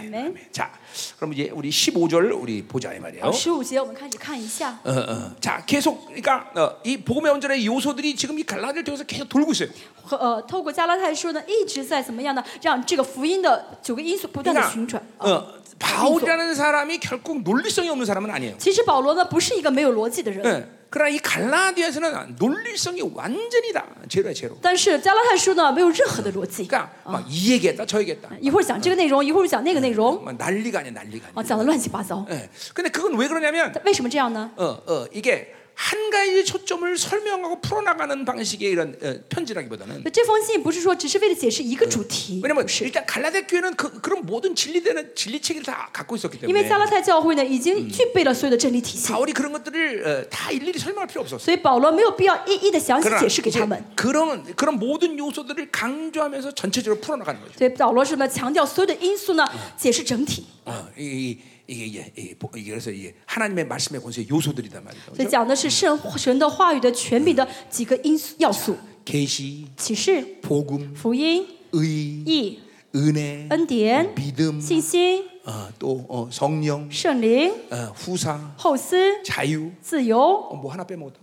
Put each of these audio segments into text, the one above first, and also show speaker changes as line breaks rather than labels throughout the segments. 아멘.
자, 그럼 이제 우리 15절 우리 보자 이 말이에요.
十五节我们开始看一下，
어, 어. 자, 계속 그러니까 어, 이 복음의 원전의 요소들이 지금 이 갈라디아를 통해서 계속 돌고 있어요.
和呃，透过加拉太书呢，一直在怎么样呢？让这个福音的九个因素不断的旋转
그러니까 。
啊
어, 바울이라는 사람이 결국 논리성이 없는 사람은 아니에요.
其实保罗呢，不是一个没有逻辑的人，
예. 그러나 이 갈라디아에서는 논리성이 완전히 다 제로야 제로.
但是加拉太书呢，没有任何的逻辑。啊
그러니까 막 이 얘기했다 저 얘기했다.
一会儿讲这个内容，一会儿讲那个内容，
막 난리가 아니야 난리가.
啊，
아니야.
讲的乱七八糟。
예. 근데 그건 왜 그러냐면
为什么这样呢？
어, 어, 이게 한 가지 초점을 설명하고 풀어나가는 방식의 이런 어, 편지라기보다는
这封信不是说只是为了解释一个主题，
왜냐면 일단 갈라디아 교회는 그, 그런 모든 진리되는 진리 체계를 다 갖고 있었기
因为
때문에
加拉太教会呢已经具备了所有的真理体系，
바울이 그런 것들을 어, 다 일일이 설명할 필요 없었어.
所以保罗没有必要一一的详细
그러나
解释给他们
이제 。 그런 그런 모든 요소들을 강조하면서 전체적으로 풀어나가는 거죠.
所以保罗是呢强调所有的因素呢解释整体，
어, 이, 이, 게 이게, 이게 보- 이게 그래서 이게 하나님의 말씀의 권세 의 요소들이단 말이죠.
所以
그죠?
讲的是圣神的话语的权柄的几个因素要素：
계시,
启示、
복음,
福音、
의,
义、
은혜,
恩典、
믿음,
信心、
어, 또 어, 성령,
圣灵、
어, 후사,
后思、
자유,
自由。
어, 뭐 하나 빼먹었다.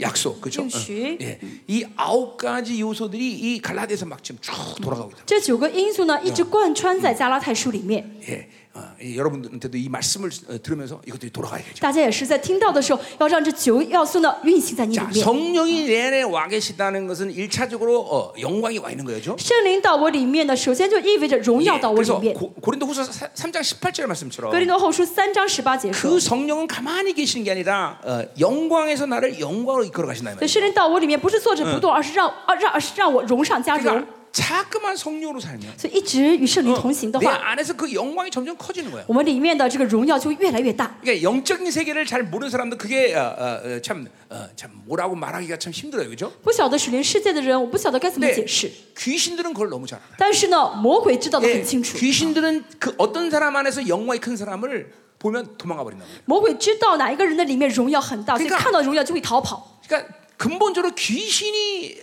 약속, 그렇죠?
응시.
예, 이 아홉 가지 요소들이 이 갈라디아서 막 지금 쭉 돌아가고 있다.
这九个因素呢，一直贯穿在加拉太书里面。
예, 어, 이 여러분들한테도 이 말씀을 어, 들으면서 이것들이 돌아가야겠죠.
大家也是在听到的时候，要让这九要素呢运行在你里
자,
面。
성령이 내 안에 와 계시다는 것은 일차적으로 어, 영광이 와 있는 거죠.
圣灵到我里面呢，首先就意味着荣
예,
耀到我里
그래서
面。
고, 린도후서 3장 18절
格林
말씀처럼
多后书三章十八节说
그 。 성령은 가만히 계시는 게 아니라 어, 영광에서 나를 영광으로 이끌어 가신다 이
所以
말이에요.
圣灵到我里面不是坐着不动，而是让而让而是让我荣上加荣。
그러니까 자꾸만 성령으로 살면
所以一直与圣灵同行的
내
话，
안에서 그 영광이 점점 커지는 거예요.
我们里面的这个荣耀就越来越大。
그러니까 영적인 세계를 잘 모르는 사람도 그게 어, 어, 어, 참, 어, 참 뭐라고 말하기가 참 힘들어요, 그죠?
不晓得属灵世界的人，我不晓得该怎么
근데
解释。
귀신들은 그걸 너무 잘 알아요.
但是呢，魔鬼知道的
예,
很清楚，
귀신들은 그 어떤 사람 안에서 영광이 큰 사람을 보면 도망가 버린다.
魔鬼知道哪一个人的里面荣耀很大，所以
그러니까
看到荣耀就会逃跑。
그러니까 근본적으로 귀신이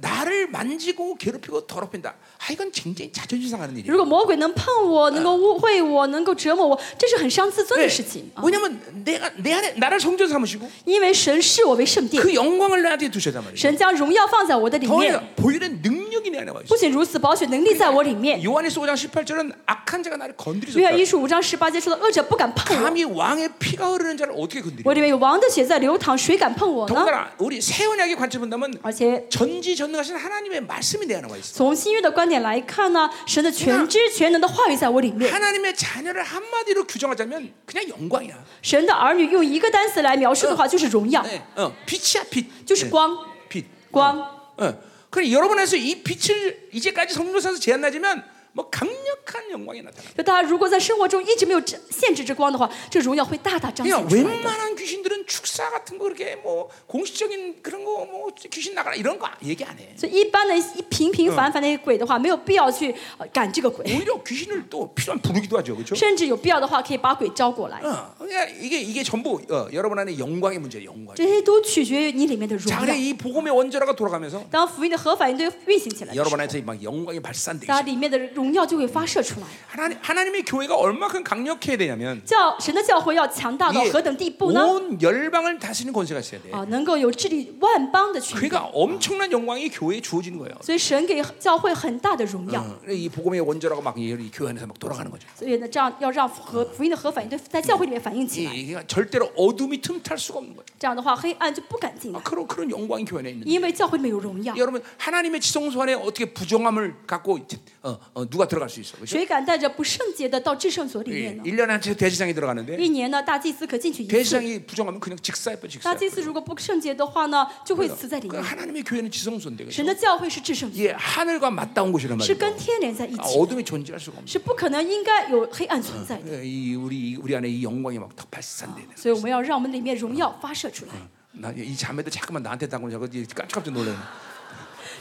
나를 만지고 괴롭히고 더럽힌다. 아 이건 굉장히 자존심 상하는 일이에요.
如果魔鬼能碰我，能够污秽我，能够折磨我，这是很伤自尊的事情
어.
啊！
예. 왜냐면 내가 내 안에 나를 성전 삼으시고
因为神视我为圣殿，
그 영광을 나한테 두셨단 말이에요.
神将荣耀放在我的里
더
面。
나아가 보이는 능력이 내 안에 와
不
있어.
仅如此，保血能力在我里面。
요한일서 5장 18절은 악한 자가 나를
约翰
건드리셨다.
一书五章十八节说的，恶者不敢碰我，
감히 왕의 피가 흐르는 자를 어떻게
我
건드려?
里面有王的血在流淌，谁敢碰我呢？
더군다나 우리 새 언약의 관점 본다면
而且
전지전능하신 하나님의 말씀이 내 안에 와 있어.
从新约的观点来看呢，神的全知全能的话语在我里面。
하나님의 자녀를 한마디로 규정하자면 그냥 영광이야.
神的儿女用一个单词来描述的话，就是荣耀，
네, 어, 빛이야 빛.
就是
네,
光，
빛.
光。
어. 그래 여러분에서 이 빛을 이제까지 성령사에서 제한하지만 뭐 강력한 영광이 나타나.
就大家如果在生活中一直没有这限制之光的话，这荣耀会大大彰
그냥
显出来的。
웬만한 귀신들은 축사 같은 거 그렇게 뭐 공식적인 그런 거 뭐 귀신 나가라 이런 거 얘기 안 해.
所以一般的一平平凡凡的鬼的话，没有必要去呃赶这个鬼，
오히려 귀신을 또 필요한 부르기도 하죠, 그렇죠?
甚至有必要的话可以把鬼招过来。
어, 그러니까 이게 이게 전부 어, 여러분 안에 영광의 문제예요, 영광.
这些都取决于你里面的荣
자,
耀
그래 。이 복음의 원자로가 돌아가면서
当福音的核反应堆运行起来的时候，
여러분 안에서 막 영광이 발산되기
大家
시작.
里面的荣耀就会发射出来。
하나님 하나님의 교회가 얼마큼 강력해야 되냐면
教神的教会要强大到
네 이게
何等地步呢？
온 열방을 다스리는 권세가 있어야 돼.
啊，能够有治理万邦的权柄，
아, 그러니까 엄청난 영광이 교회에 주어지는 거예요.
所以神给教会很大的荣耀。
어, 그래 이 복음의 원자로가 막이이 교회 안에서 막 돌아가는 거죠.
所以呢，这样要让和福音的核反应堆在教会里面反应起来，
이- 이게 절대로 어둠이 틈탈 수가 없는 거예요.
这样的话黑暗就不敢进来
아, ， 그런 그런 영광이 교회 안에 있는. 데
因为教会里嗯面有荣耀。
여러분 하나님의 지성소 안에 어떻게 부정함을 갖고 어, 어, 누가 들어갈 수 있어? 그렇죠? 예,
谁敢带着不圣洁的到至圣所里面呢？
1년에 한 채 대지상에 들어가는데
一年呢，大祭嗯司可进去一次。
대지상이 부정하면 그냥 직사해버 직사.
大祭司如果不圣洁的话呢，就会死在里
그
面。
하나님의 교회는 지성소인데
神
그렇죠?
的教会是至圣所，
예, 하늘과 맞닿은 곳이란
是
말이에요.
跟天连在一
아,
起的，
어둠이 존재할 수가 없어.
是不可能应该有黑暗存在的。
이 우리 우리 안에 이 영광이 막탁 발산돼.
所以我们要让我们里面荣耀发射出来。
나 이 자매들 자꾸만 나한테 당하고 자꾸 이제 깜짝깜짝 놀라네.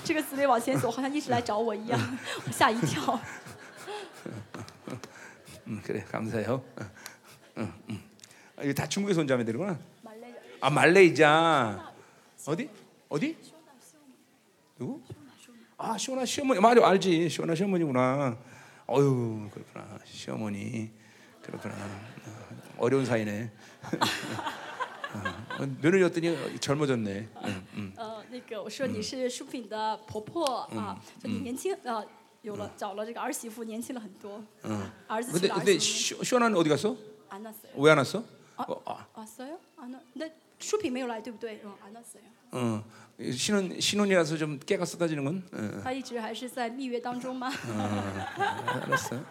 这个思维往前走，好像一直来找我一样，我吓一 跳。
음, 그래 감사해요. 응, 응. 아, 이거 다 중국에서 온 자매들이구나. 아 말레이자 어디 어디 아, 누구? 아 시오나 시어머니 맞아 알지 시오나 시어머니구나. 어유 그렇구나 시어머니 그렇구나 어, 어려운 사이네. 어, 눈을 였더니 젊어졌네. 응, 응.
呃，那个我说你是淑萍的婆婆啊，就你年轻呃有了找了这个儿媳妇，年轻了很多。嗯，儿子娶
근데
了儿
근데
媳
시, 시원한 어디 갔어?
妇。安娜谁？
왜 안 왔어? 어, 아,
啊谁？安娜那淑萍没有来对不对？嗯，安娜谁？
어, 신혼 신혼이라서 좀 깨가 쏟아지는 건. 어,
她一直还是在蜜月当中吗？
알았어. 어.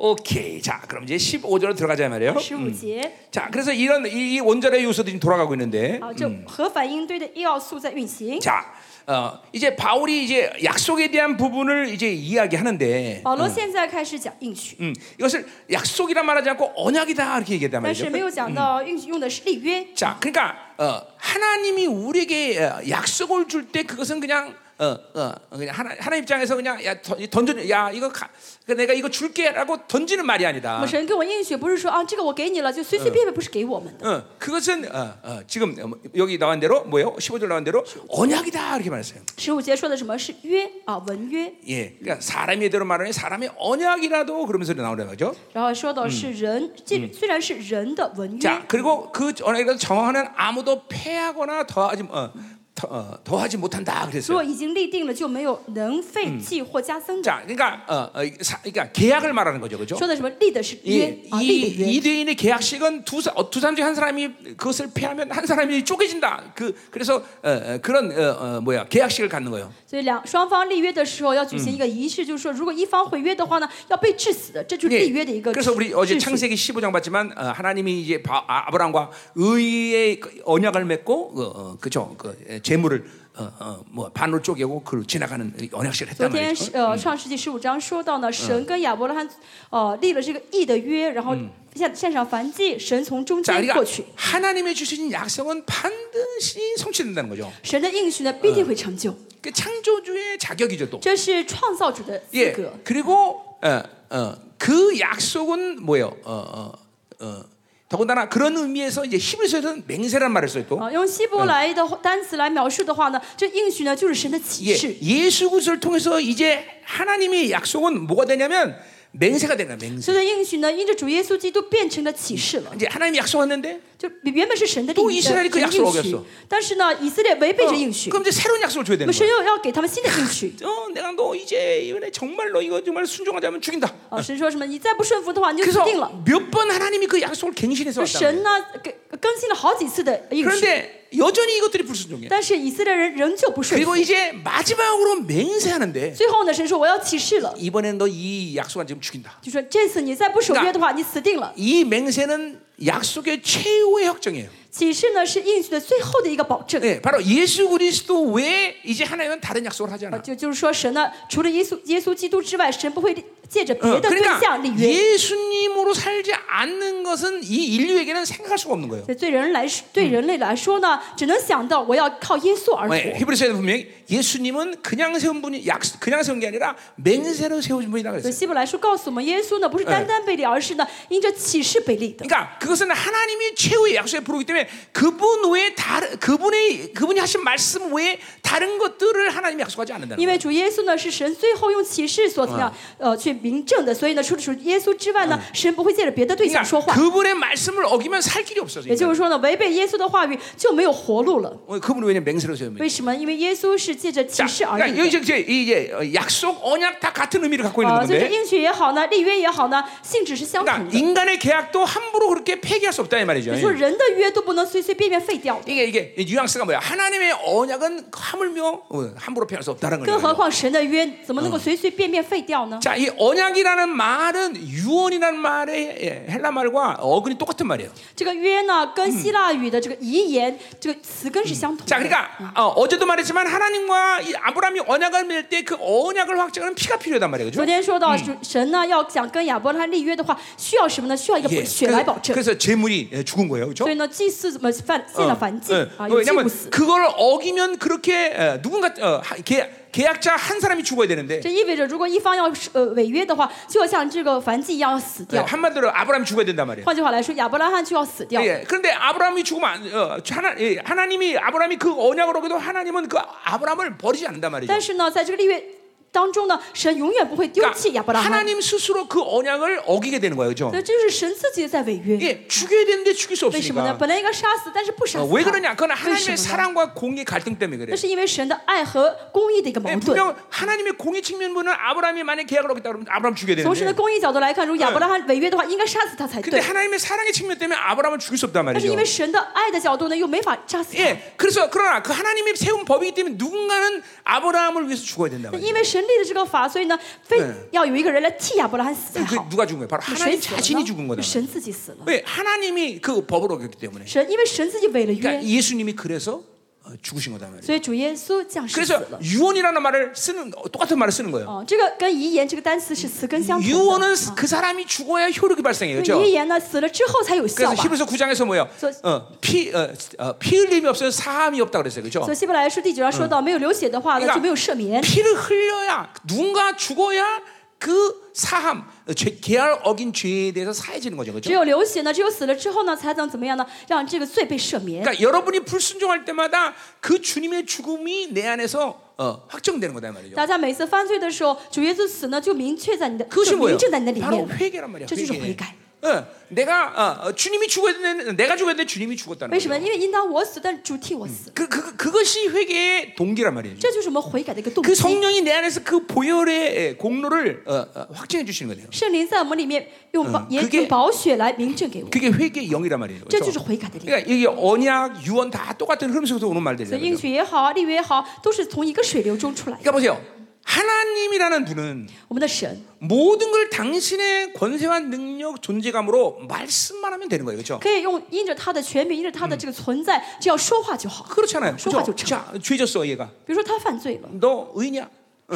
오케이. 자, 그럼 이제 15절로 들어가자 말이에요.
十五节
자, 그래서 이런 이, 이 원절의 요소들이 지금 돌아가고 있는데.
啊，就核反应堆的要素在运行。
자, 어, 이제 바울이 이제 약속에 대한 부분을 이제 이야기하는데
保罗现在开始讲应许，
음, 이것을 약속이라 말하지 않고 언약이다 이렇게 얘기했단
但是
말이죠.
没嗯有讲到应许用的是立约。
자, 그러니까 어, 하나님이 우리에게 어, 약속을 줄 때 그것은 그냥 어, 어, 그냥 하나, 하나님 입장에서 그냥 야 던- 던져, 야 이거 가, 그 내가 이거 줄게라고 던지는 말이
我
아니다.
们神给我应许，不是说啊这个我给你了，就随随便便不是给我们的。
어, 그것은 어, 어, 지금 여기 나온 대로 뭐예요? 15절 나온 대로 언약이다 이렇게 말했어요.
十五节说的什么是约啊文约，
예, 그러니까 사람이 대로 말하니 사람의 언약이라도 그러면서 나오는 거죠.
然后说到是人，这、虽然是人的文约
자, ， 그리고 그 언약이라도 정하는 아무도 패하거나 더하지 어, 더, 어, 더하지 못한다 그랬어요.
若已经立定了，就没有能废弃或加增的。
자, 그러니까 어, 어, 이 사- 그러니까 계약을 말하는 거죠, 그죠?
说的什么立的是约
이
啊立的
이-
约。
이대인의 계약식은 두, 사- 어, 두 사람 중 한 사람이 그것을 패하면 한 사람이 쪼개진다. 그 그래서 어, 어, 그런 어, 어, 뭐야 계약식을 갖는 거예요.
所以两双方立约的时候要举行一个仪式，就是说如果一方毁约的话呢，要被致死的，这就是立约的一个
예. 그래서 우리 어제
秩序。
창세기 15장 봤지만 어, 하나님이 이제 바, 아, 아브라함과 의의 그 언약을 맺고 그, 어, 그죠 그 예, 재물을 어, 어, 뭐 반으로 쪼개고 그 지나가는 이 언약식을
昨
했단
天
말이죠.
是嗯呃上世纪十五章说到呢，神跟亚伯拉罕呃立了这个义的约，然后献献上燔祭，神从中
자,
间过
그러니까
去，
하나님의 주신 약속은 반드시 성취된다는 거죠.
神的应许呢必定会成就，
그 창조주의 자격이죠 또.
这是创造主的资
예.
格。
그리고 어, 어, 그 약속은 뭐예요? 어, 어, 어. 더군다나 그런 의미에서 이제 히브리서에서는 맹세란 말을 써요 또.
啊，用希伯来的单词来描述的话呢，这应许呢就是神的启
예,
示。
예수 그리스도를 통해서 이제 하나님의 약속은 뭐가 되냐면 맹세가 되는 거야, 맹세.
所以这应许呢，因着主耶稣基督变成了启示了，
이제 하나님 이 약속했는데
就原本是神的
또
应
이스라엘이그
神的
약속을
应许
어겼어 ，
但是呢，以色列违背
어,
这应许，
그럼 이제 새로운 약속을 줘야
那
되는
么神
거야.
又要给他们新的应许。
어, 내가 너 이제 이번에 정말로 이거 정말 순종하자면 죽인다.
啊，神说什么？你再不顺服的话，你就死
그래서
定了。
몇 번 하나님이 그 약속을 갱신해서
说
왔단 말이야.
神呢，给更新了好几次的应许，
그런데 여전히 이것들이 불순종해.
但是以色列人仍旧不顺服
그리고 。 이제 마지막으로 맹세하는데
最后呢，神说我要启示了，
이번에는 너 이 약속한 지금 죽인다.
就说这次你再不守约的话，你死定了。
이 맹세는 약속의 최후의 확정이에요.
启示呢是应许的最后的一个保证。
네, 바로 예수 그리스도 외에 이제 하나님은 다른 약속을 하지
啊，
않아.
就就是说，神呢，除了耶稣耶稣基督之外，神不会借着别
어,
的对
그러니까
象立约。
예수님으로 살지 않는 것은 이 인류에게는 생각할 수가 없는 거예요.
所以对人来说，对人类来说呢，只能想到我要靠耶稣而活。
네, 히브리서에 분명히 예수님은 그냥 세운 분이 약 그냥 세운 게 아니라 맹세로 세워진 분이라고
所以
그랬어요.
希伯来书告诉我们，耶稣呢不是单单被立，而是呢因着启示被立的。
그러니까 그것은 하나님이 최후의 약속의 부르기 때문에 그분 외에 다른 그분의 그분이 하신 말씀 외에 다른 것들을 하나님이 약속하지 않는다는
因
거예요.
为主耶稣呢是神最后用启示所怎么样呃去明证的，所以呢除了主耶稣之外呢，神不会借着别的对象说
그러니까
话。
그분의 말씀을 어기면 살 길이 없어요.
也就是说呢，违背耶稣的话语就没有活路了。
어, 그분을 왜냐 맹세로 세우면.
为什么？因为耶稣是借着启
자,
示而
그러니까
立的。
여기 이제 이제 어, 약속, 언약 다 같은 의미를 갖고 있는
啊，所以这
건데.
应许也好呢，立约也好呢，性质是相同
그러니까
的。
인간의 계약도 함부로 그렇게 폐기할 수 없다 이 말이죠.
你说人的约都不能随随便便废掉的，
이게 이게 이 뉘앙스가 뭐야? 하나님의 언약은 하물며 어, 함부로 폐할 수 없다는
更何
거예요.
况神的约怎么能够随随便便废掉呢？
자, 이 언약이라는 말은 유언이라는 말의 예, 헬라 말과 어근이 똑같은 말이에요.
这个约呢，跟希腊语的这个遗言这个词根是相同
자,
的。
그러니까 어, 제도 말했지만 하나님과 이 아브라함이 언약을 맺을 때 그 언약을 확증하는 피가 필요하단 말이에요. 그죠?
昨天说到主神呢，要想跟亚伯拉罕立约的话，需要什么呢？需要一
예,
个血来
그래서,
保证。
그래서 재물이 예, 죽은 거예요. 그렇죠? 어. 예.
所以呢，祭祀怎么犯
嗯
献了燔祭啊，有祭
왜냐면
物死。
그걸 어기면 그렇게 어, 누군가 어, 하- 계약, 계약자 한 사람이 죽어야 되는데
这意味着，如果一方要是呃违约的话，就要像这个燔祭一样要死
예,
掉。
한마디로 아브라함이 죽어야 된단 말이에요.
换句话来说，亚伯拉罕就要死掉。
예, 그런데 아브라함이 죽으면 안- 어, 하나, 예, 하나님이 아브라함이 그 언약을 어기도 하나님은 그 아브라함을 버리지 않는단 말이죠.
但是呢，在这个立约当中呢，神永远不会丢弃亚伯
그러니까
拉罕。
하나님 스스로 그 언약을 어기게 되는 거예요, 그렇죠?
那这就是神自己在违约。
예, 죽여야 되는데 죽일 수
为什么呢？
없으니까.
本来应该杀死，但是不杀
어,
死
왜
他。
그러냐? 그건
为什
하나님의
么呢？
사랑과 공의 갈등 때문에
那
그래.
是因为神的爱和公义的一个矛
예,
盾。
분명 하나님의 공의 측면부는 아브라함이 만약 계약을 어겼다 그러면 아브라함 죽여야
从神的
되는데.
公义角度来看，如果亚伯拉罕违约的话，应该杀死他才
근데
对。
하나님의 사랑의 측면 때문에 아브라함을 죽일 수 없단
但是
말이죠.
因为神的爱的角度呢，又没法杀死他。
예, 그래서 그러나 그 하나님이 세운 법이기 때문에 누군가는 아브라함을 위해서 죽어야 된다
那
말이죠.
因为神立的这个法，所以呢，非
嗯
要有一个人来替亚伯拉罕死才
그
好。
누가 죽은 거예요? 바로
那谁
하나님 그
死
자신이 죽은
了呢？
거다.
神自己死了。
왜 하나님이 그 법을 어겼기 때문에.
神因为神自己违了
그러니까
约，
예수님이 그래서 어, 죽으신 거다 말이죠.
所以主耶稣降世死
그래서
了。
유언이라는 말을 쓰는 어, 똑같은 말을 쓰는 거예요.
哦，这个跟遗言这个单词是词根相同的。
유언은 그 사람이 죽어야 효력이 발생해요.
因为遗
그렇죠?
言呢，死了之后才有效
그래서
吧？
히브리서 9장에서 뭐예요?
그래서-
어, 피, 어, 어, 피 흘림이 없어서 사함이 없다 그랬어요. 그렇죠?
所以希伯来书第九章说到，没有流血的话呢，就没有赦免。
피를 흘려야 누군가 죽어야 그 사함, 어, 죄, 계약 어긴 죄에 대해서 사해지는 거죠.
只
그렇죠?
有流血呢，只有死了之后呢，才能怎么样呢？让这个罪被赦免。
그러니까 여러분이 불순종할 때마다 그 주님의 죽음이 내 안에서 어, 확정되는 거다 이 말이죠.
大家每次犯罪的时候，主耶稣死呢，就明确在你的，
그것이
就
뭐예요?
明证在你的里
바로
面了。
회개란 말이야.
这就是
회개.
悔改。
어, 내가 어, 어, 주님이 죽어야 되는 내가 죽어야 되는 주님이 죽었다는
为什么？
거죠.
因为应当我死，但主替我死，
그, 그, 그것이 회개의 동기란 말이죠.
这就是我们悔改的一个动
그
机。
성령이 내 안에서 그 보혈의 공로를 어, 어, 확증해 주시는 거예요.
圣灵在我们里面用宝
嗯
也
그게
用宝血来明证给我，
그게 회개의 영이란 말이에요.
这
그렇죠?
就是悔改的力量。
그러니까 이게 언약, 유언 다 똑같은 흐름 속에서 오는 말들이죠.
所以应
그러니까
许也好啊，立约也好，都是从一个水流中出来的。
보세요. 하나님이라는 분은
我们的神
모든 걸 당신의 권세와 능력, 존재감으로 말씀만 하면 되는 거예요. 그렇죠?
可以用因着他的权柄，因着他的这个存在，只要说话就好。
그렇잖아요.
쇼가
그렇죠?
좋죠.
자, 죄졌어 얘가.
比如说他犯罪了，
너 의냐?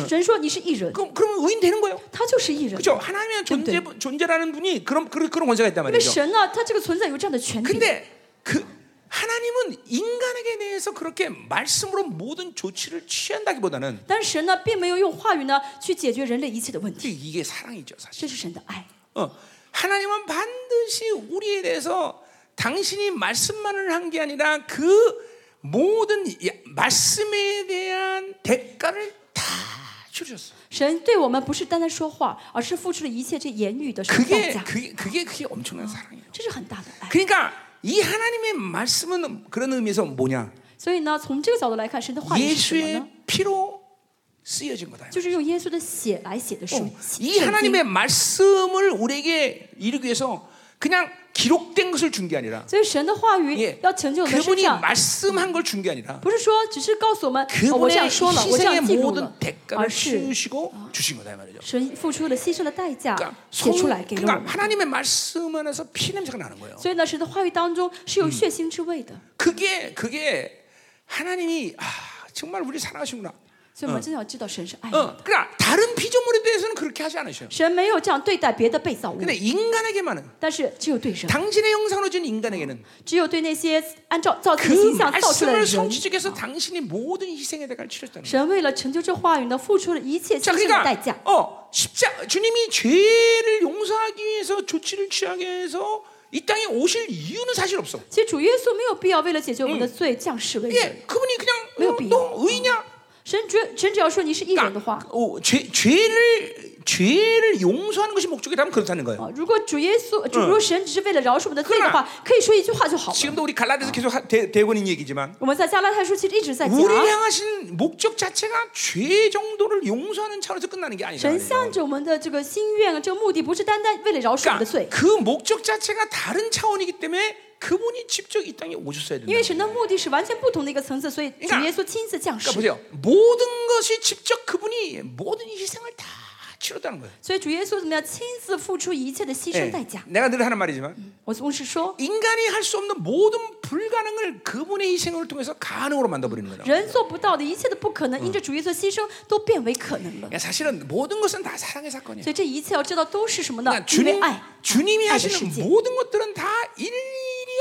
神说你是艺人，
그럼 그러면 의인 되는 거예요.
他就是艺人。
그렇죠? 하나님의 존재 존재라는 분이 그런 그런 그런 권세가 있단
因为
말이죠.
神呢，他这个存在有这样的权柄。
근데 그 하나님은 인간에게 대해서 그렇게 말씀으로 모든 조치를 취한다기보다는
但是神呢，并没有用话语呢去解决人类一切的问
이게-
题，
이게 사랑이죠, 사실.
这是神的爱。
어, 하나님은 반드시 우리에 대해서 당신이 말씀만을 한 게 아니라 그 모든 이- 말씀에 대한 대가를 다 치르셨어.
神对我们不是单单说话，而是付出了一切这言语的代
그게
价，
그게 그게 그게 엄청난 사랑이에요.
这是很大的爱。
그러니까 이 하나님의 말씀은 그런 의미에서 뭐냐?
所以呢，从这个角度来看，神的话语是什么呢
예수의 ？ 피로 쓰여진 거다.
就是用耶稣的血来写的书
어, 。
写
이
圣经
하나님의 말씀을 우리에게 이루기 위해서 그냥 기록된 것을 준 게 아니라
所以神的话语
예,
要成就我们身
그분이
上，
말씀한 걸 준 게 아니라
不是说只是告诉我们、哦、我
그분의
这样说了，我这
희생의
样记录了
모든 ，
而
대가를
是
씌우시고 주신 거다 이 말이죠.
神付出了牺牲的代价
그러니까,
写
성,
出来给了我
그러니까
们。
하나님의 말씀 안에서 피 냄새가 나는 거예요.
所以呢，神的话语当中是有血腥之味的。
그게 그게 하나님이 아, 정말 우리 사랑하시구나.
所以我们真的要知道神是爱的。
어, 그러니까 다른 피조물에 대해서는 그렇게 하지 않으셔요.
神没有这样对待别的被造物
근데 ， 인간에게만은
但是只有对人，
당신의 형상으로 지은 인간에게는
只有对那些按照造出的
그
形象造出来的
말씀을
人，
성취하기 위해서 당신이 모든 희생의 대가를 치렀다는 거예요.
神为了成就这话语呢，付出了一切牺
자,
牲的代
그러니까
价。
어, 십자 주님이 죄를 용서하기 위해서 조치를 취하기 위해서 이 땅에 오실 이유는 사실 없어.
其实主耶稣没有必要为了解决我们的罪降世为人，
예, 그분이 그냥 어,
매우
너 의냐?
神只神只要说你是一人的话
그러니까 ， 어, 죄, 죄를 죄를 용서하는 것이 목적이라면 그렇다는 거예요.
啊，如果主耶稣，主如果神只是为了饶恕我们的罪的话，嗯可以说一句话就好了。
지금도 우리 갈라디아서 계속 하- 되, 되고 있는 얘기지만
我们在加拉太书其实一直在讲，啊
우리를 향하신 목적 자체가 죄 정도를 용서하는 차원에서 끝나는 게 아니잖아요.
神向着我们的这个心愿，啊这个目的不是单单为了饶恕我们的
그러니까
罪，
그 목적 자체가 다른 차원이기 때문에 그분이 직접 이 땅에 오셨어야 된다.
因为神的目的是完全不同的一个层次，所以主耶稣亲自降
그러니까
世。
보세요. 모든 것이 직접 그분이 모든 희생을 다 치렀다는 거예요.
所以主耶稣怎么样亲自付出一切的牺牲
예,
代价？
내가 늘 하는 말이지만
我总是说，
인간이 할 수 없는 모든 불가능을 그분의 희생을 통해서 가능으로 만들어버리는 거예요.
人做不到的一切的不可能，因着主耶稣的牺牲都变为可能了。
그러니까 사실은 모든 것은 다 사랑의 사건이에요.
所以这一切要知道都是什么呢
그러니까 ？
因为
주님,
爱，
주님이
네, 아이들
하시는
실제.
모든 것들은 다 일일이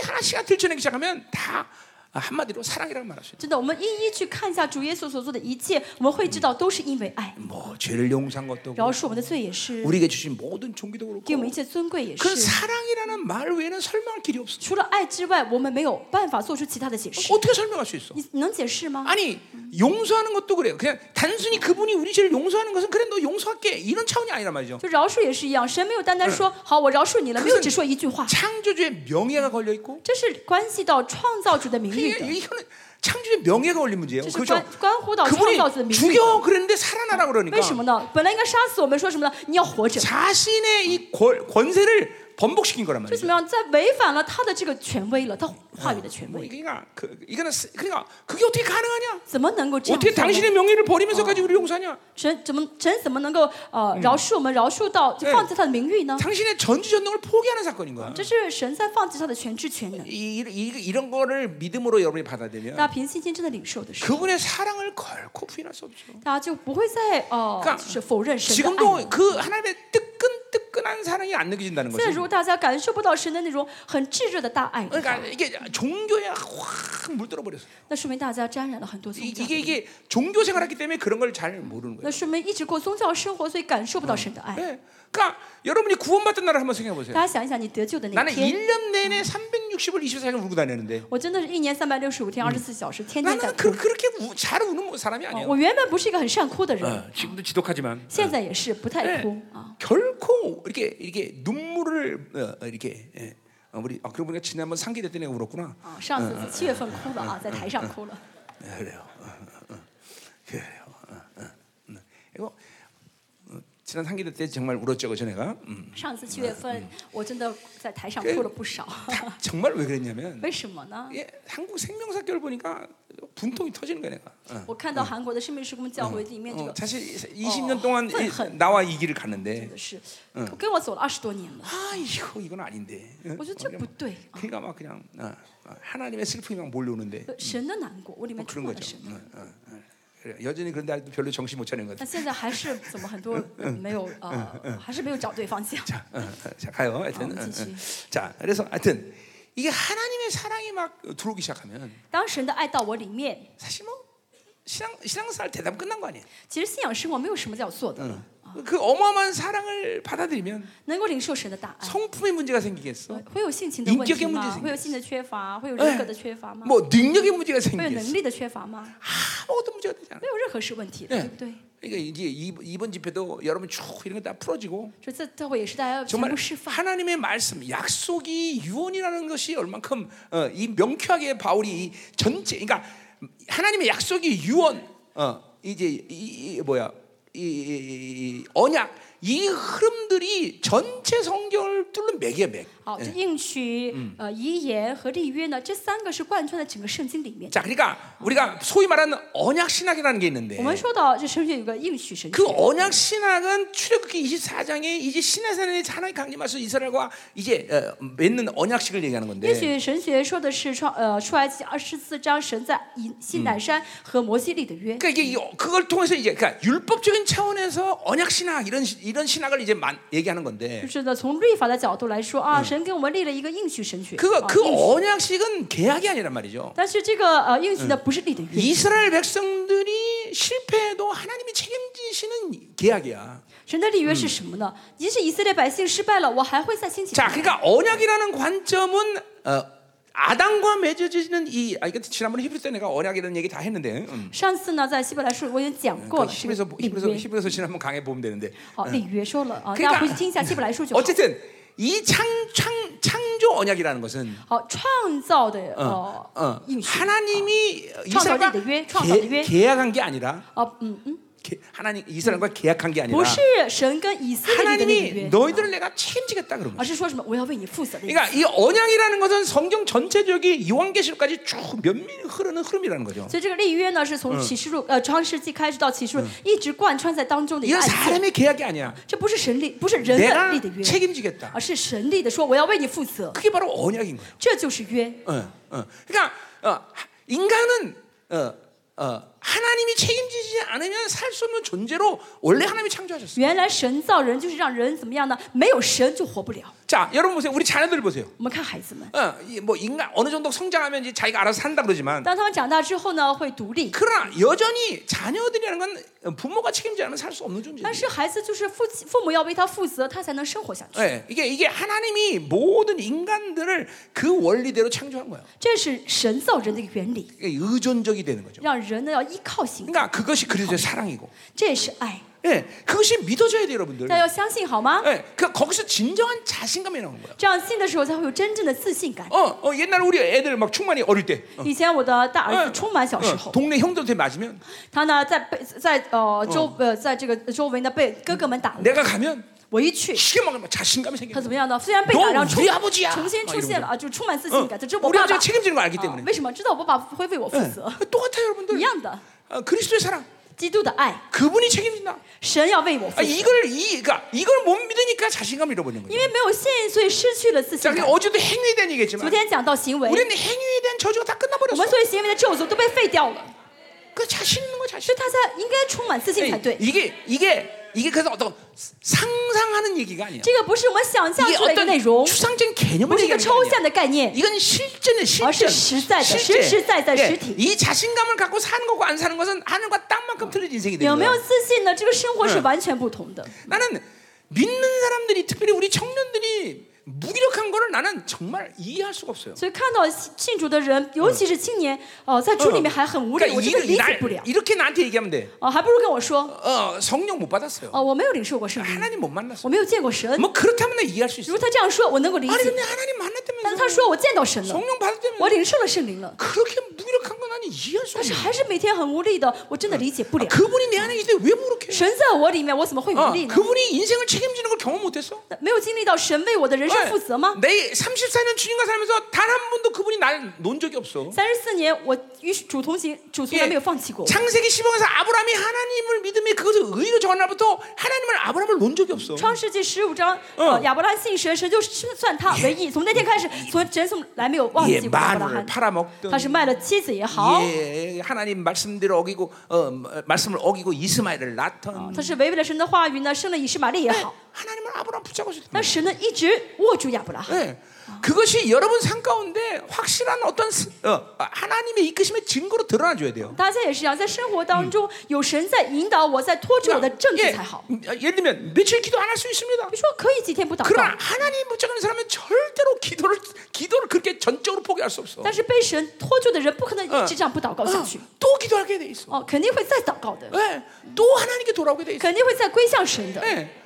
하나씩 들춰내기 시작하면 다 아, 한마디로 사랑이라고 말할 수 있어요.
真的，我们一一去看一下主耶稣所做的一切，我们会知道都是因为爱，
뭐 죄를 용서한 것도 그렇고
饶嗯恕我们的罪也是，
우리에게 주신 모든 종기도 그렇고
给我们一切尊贵也
그
是。
사랑이라는 말 외에는 설명할 길이 없어.
除了爱之外，我们没有办法做出其他的解释。
어떻게 설명할 수 있어?
你能解释吗？
아니 용서하는 것도 그래요. 그냥 단순히 그분이 우리 죄를 용서하는 것은 그래 너 용서할게 이런 차원이 아니란 말이죠.
就饶恕也是一样，神没有单单说“好，我饶恕你了”，没有只说一句话，
창조주의 명예가 걸려 있고
这是关系到创造主的名誉
이게
的，
이거는 창조주의 명예가 걸린 문제예요.
这是
그러니까. 그렇죠?
关关乎到创造主的
그분이
名誉的。
죽여 그랬는데 살아나라 그러니까
为什么呢？本来应该杀死我们，说什么呢？你要活着，
자신의 이 권- 권세를 번복시킨 거란
就
말이죠.
怎么样，在违反了他的这个权威了，他话语的权
뭐
威，
그러니까 그, 이거는 스- 그러니까 그게 어떻게 가능하냐?
怎么能够这样
어떻게
做呢？
당신의 명예를 버리면서까지 우리 용서하냐?
神怎么神怎么能够呃饶恕我们，饶恕到就放弃哎他的名誉呢？
당신의 전지전능을 포기하는 사건인 거야.
这是神在放弃他的全知全能。
이, 이, 이런 거를 믿음으로 여러분이 받아들이면
大家凭信心真的领受的时候，
그분의 사랑을 걸고 부인할 수 없죠.
大家就不会再呃
干
就是否认神的爱。
지금도 그 하나님의 뜨끈뜨끈한 사랑이 안 느껴진다는
现在呃如
거죠.
果大家感受不到神的那种很炙热的大爱的话，
그러니까 이게 종교에 확 물들어 버렸어요.
那说明大家沾染了很多
이-
宗教。
이게 이게 종교 생활하기 때문에 그런 걸 잘 모르는 거예요.
那说明一直过宗教生活，所以感受不到神的爱。
네. 그러니까 여러분이 구원받은 날을 한번 생각해
大
보세요.
家想一想，你得救的那
나는
天，
1년 내내 360을 24시간 울고 다녔는데
我真的是一年三百六十五天、二十四小时，天天在
나는
哭
그, 。 그렇게 우, 잘 우는 뭐 사람이
啊
아니에요.
我原本不是一个很善哭的人，
어, 지금도 지독하지만
现在也是不太
네.
哭啊。
결코 이렇게 이렇게 눈물을 어, 이렇게 예. 어, 우리 아 그러고 보니까 지난번 상기 대때 내가 울었구나.
啊，上次七月份哭了啊，在台上哭了。
네, 그래요. 어, 어, 어. 그래요. 어, 어, 어. 이거 어, 지난 상기 대때 정말 울었죠, 그죠 내가. 음.
上次七月份，我真的在台上哭了不少。
다- 정말 왜 그랬냐면
为什么呢？
예, 한국 생명사교를 보니까 분통이 터지는 거야 내가. 어.
我看到韩国的生命施工教会里面这
어,
个
사실 20년 동안 이- 나와 이 길을 갔는데
真的是，我跟我走了二十多年了，
아 이거 이건 아닌데. 응?
我觉得这不对啊，
그러니까 막 그냥 어, 어, 하나님의 슬픔이 막 몰려오는데
神的难嗯过，我里面
뭐
充
그런
满了
거죠.
神的难
응, 응, 응. 그래, 여전히 그런데 아직도 별로 정신 못 차린 것
但
같아.
现在还是怎么 很多人没有呃，还是没有找对方向。
자, 응, 응, 자 가요. 하여튼
어,
응,
지지.
응. 자 그래서 하여튼 이게 하나님의 사랑이 막 들어오기 시작하면
当神的爱到我里面，
사실 뭐 신앙 신앙생활 대답 끝난 거 아니에요.
其实信仰生活没有什么叫做的，
그- 그 어마어마한 사랑을 받아들이면
能够领受神的大爱，
아. 성품의 문제가 생기겠어.
会有性情的问
인격의
题
문제
吗
생기지 ？
会有性的缺乏，会有人格的缺乏吗？
뭐 능력의 문제가
会有能
생기겠어.
力的缺乏吗？
아무것도 문제가 되지 않아.
没有任何是哎问题的，
네
对不对？
그러니까 이제 이- 이번 집회도 여러분 쭉 이런 거 다 풀어지고
所以这这会也是大家全
정말
部释放。
하나님의 말씀 약속이 유언이라는 것이 얼만큼 어, 이 명쾌하게 바울이 이 전체 그러니까 하나님의 약속이 유언 어, 이제 이, 이- 이 뭐야 이, 이- 이 언약 이 흐름들이 전체 성경을 뚫는 맥이야 맥.
好，这应许、呃遗言和立约呢，这三个是贯穿在整个圣经里面。
자 그러니까 우리가 소위 말하는 언약 신학이라는 게 있는데
我们说到这圣经有个应许神
그
学，
언약 신학은 출애굽기 24장에 이제 신하산에 하나님 강림하셔서 이스라엘과 이제 어, 맺는 언약식을 얘기하는
应
건데
许神学说的是创呃出埃及二十四章神在以西乃山和摩西立的约。
그러니까 이게 이- 그걸 통해서 이제 그러니까 율법적인 차원에서 언약 신학 이런 시- 이런 신학을 이제 만- 얘기하는
就
건데
是呢，从律法的角度来说啊，神给我们立了一个应许神学。
그거
啊
그
应许
언약식은 계약이 아니란 말이죠.
但是这个呃应许呢，不是立的约，
이스라엘 백성들이 실패해도 하나님이 책임지시는 계약이야.
神的立约是什么呢？即使以色列百姓失败了，我还会再兴起。
자, 그러니까 언약이라는 관점은 어, 아담과 맺어지는 이 아, 이거 지난번에 히브리 때 내가 언약이라는 얘기 다 했는데. 음.
上次呢，在希伯来书我已经讲
그
过了，这个
히브리서
立
히브리서
约。
히브리서 지난번 강해 보면 되는데
好，立约说了啊，
그러니까
大家回去听一下希伯来书就好。
어쨌든 이 창 창 창조 언약이라는 것은
好，创造的
嗯
呃
어,
应许，
하나님이 이스라엘과
창조자의 뇌, 창조자의 뇌.
계- 계약한 게 아니라
哦，嗯嗯，
게- 하나님 이스라엘과 계약한 게 아니라
不是神跟以色列的那个
하나님이
约，
너희들을 내가 책임지겠다 그런 거예요.
而是说什么我要为你负责的意思。
그러니까 이 언약이라는 것은 성경 전체적인 요한계시록까지 쭉 면밀히 흐르는 흐름이라는 거죠.
所以这个立约呢，是从启示录呃创世纪开始到启示录，一直贯穿在当中嗯的一个
이건
案件。
사람의 계약이 아니야.
这不是神立，不是人的
내가
立的约，
책임지겠다.
而是神立的说我要为你负责，
그게 바로 언약인 거예요.
这就是约。
어, 어. 그러니까 어, 인간은 어, 어, 하나님이 책임지지 않으면 살 수 없는 존재로 원래 하나님이 창조하셨어요.
原来神造人就是让人怎么样呢？没有神就活不了。
자, 여러분 보세요. 우리 자녀들 보세요.
我们看孩子们，
어, 이뭐 인간 어느 정도 성장하면 이제 자기가 알아서 산다 그러지만
当他们长大之后呢，会独立。
그러나 여전히 자녀들이라는 건 부모가 책임지지 않으면 살 수 없는 존재예요.
但是孩子就是父亲父母要为他负责，他才能生活下去。
예, 이게 이게 하나님이 모든 인간들을 그 원리대로 창조한 거예요.
这是神造人的一个原理，
이게 의존적이 되는 거죠.
让人呢要依靠信，
그러니까 그것이 그리스도의 사랑이고,
这也是爱。
예, 그것이 믿어져야 돼요, 여러분들.
大家要相信好吗？
예, 그 거기서 진정한 자신감이 나오는 거야.
这样信的时候才会有真正的自信感。
어, 어, 옛날 우리 애들 막 충만히 어릴 때,
以前我的大儿
어,
子充满小时
어,
候，
동네 형들한테 맞으면
他呢在被在呃周呃在这个周围呢被哥哥们打，
내가 가면
我一去
시계 막 네. 자신감이 생겨.
他怎么样呢？虽然被打，
너
然后重
우리아버지야
重新
막
出现
이러면서
啊了啊，就充满自
어,
信感，这是我
우리
爸爸
아버지가 。 책임지는 거 알기
啊
때문에.
为什么知道我爸爸会为我负责？
예, 똑같아요, 여러분들.
一样的，
어, 그리스도의 사랑.
基督的爱，
그분이 책임진다.
神要为我负
아,
责。
이걸 이, 그러니까 이걸 못 믿으니까 자신감을 잃어버리는
因
거예요.
为没有信，所以失去了自
자,
信感
그러니까 。 어제도 행위에 대한
昨
얘기했지만
天讲到行为，
우리는 행위에 대한 저주가 다
我
끝나버렸어.
们所有行为的咒诅都被废掉了，
그 자신 있는 거 자신. 예,
所以他才应该充满自信才
이-
对。
이게 이게 이게 그래서 어떤 상상하는 얘기가 아니야.
这个不是我们想象
이게
出来的内
어떤
容，
추상적인
不
개념을
是一个
얘기하는 게
抽
아니야.
象的概念。
이건 실제는
아,
실제. 예.
실- 실제다. 실실자이다, 실티.
이 자신감을 갖고 사는 거고 안 사는 것은 하늘과 땅만큼 틀린 인생이 되는
有没有
거야.
自信呢？这个生活是
嗯
完全不同的。
나는 믿는 사람들이 특별히 우리 청년들이 무기력한 거를 나는 정말 이해할 수가 없어요.
所以看到信信主的人，尤其是青年，哦、在主里面还很无力，
그러니까
我真的
이,
理解
날
不了。
이렇게 나한테 얘기하면 돼.
哦、还不如跟我说，
어, 성령 못 받았어요.
哦、我没有领受过圣灵，
하나님 못 만났어.
我没有见过神。
뭐 그렇다면 나 이해할 수
如
있어.
果他这样说，我能够理
아니
解
근데 。 하나님
但是他
만났다면서
说我见到神了，
성령
我
받았다면서
领受了圣灵了，
그렇게 무기력한 건 나는 이해할 수
但是
없어.
还是每天很无力的，我真的理解不
아,
了。
그분이 내 안에 있는데 왜 무력해?
神在我里面，我怎么会无
어,
力呢？
그분이 인생을 책임지는 걸 경험 못했어? 네.
没有经历到神为我的人
哎
生负责吗？
내 34년 주님과 살면서 단 한 번도 그분이 날 논 적이 없어. 예.
三十四年，我与主同行，主从来没有放弃过我。
창세기 15에서 아브라함이 하나님을 믿음에 그것을 의로 정한 날부터 하나님을 아브라함을 논 적이 없어.
创世纪十五章，呃，亚伯拉罕信神，神就是算他为义。从那天开始，从神从来没有忘记
예
过亚伯拉
마누를
罕。
팔아먹던
他是卖了妻子也好，
예, 하나님 말씀대로 어기고 어, 말씀을 어기고 이스마엘을 낳던
他是违背了神的话语呢，生了以实玛利也
어.
好。
하나님을 아브라함 붙잡고 있었던
但神呢，一直握住亚伯拉
거예요.
罕，
예. 그것이 여러분 삶 가운데 확실한 어떤 스- 어, 하나님의 이끄심의 증거로 드러나 줘야 돼요.
大家也是一样，在生活当中有神在引导我，在托住我的证据
예,
才好。
예를 들면 며칠 기도 안 할 수 있습니다.
你说可以几天不祷
그러나
告，
하나님 붙잡는 사람은 절대로 기도를 기도를 그렇게 전적으로 포기할 수 없어.
但是被神托住的人不可能一直这样不祷告下去。
또 기도하게 돼 있어.
哦，肯定会再祷告的，
예, 또 하나님께 돌아오게 돼 있어.
肯定会再归向神的。
예,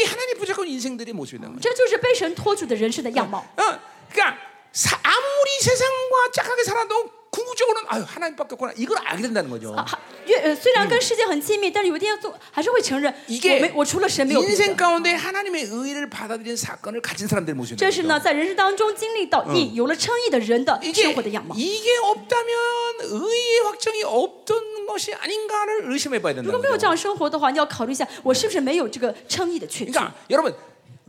이게 하나님 붙잡고 있는 인생들의 모습이란 거죠.
这就是被神托住的人生的样貌。
어, 그러니까 사- 아무리 세상과 짝하게 살아도 궁극적으로는 아유 하나님밖에 없구나 이걸 알게 된다는 거죠.
啊哈越呃虽然跟世界很亲密，但是有一天总还是会承认，我
이게
没我除了神没有别
인생
的。
가운데 하나님의 의를 받아들인 사건을 가진 사람들 모습이죠.
这是呢，在人生当中经历到义，有了称义的人的
이게
生活的样貌。
이게 없다면 의의 확정이 없던 것이 아닌가를 의심해봐야
如果
된다는
没有这
거죠.
样生活的话，你要考虑一下，我是不是没有这个称义的确据？
그러니까 여러분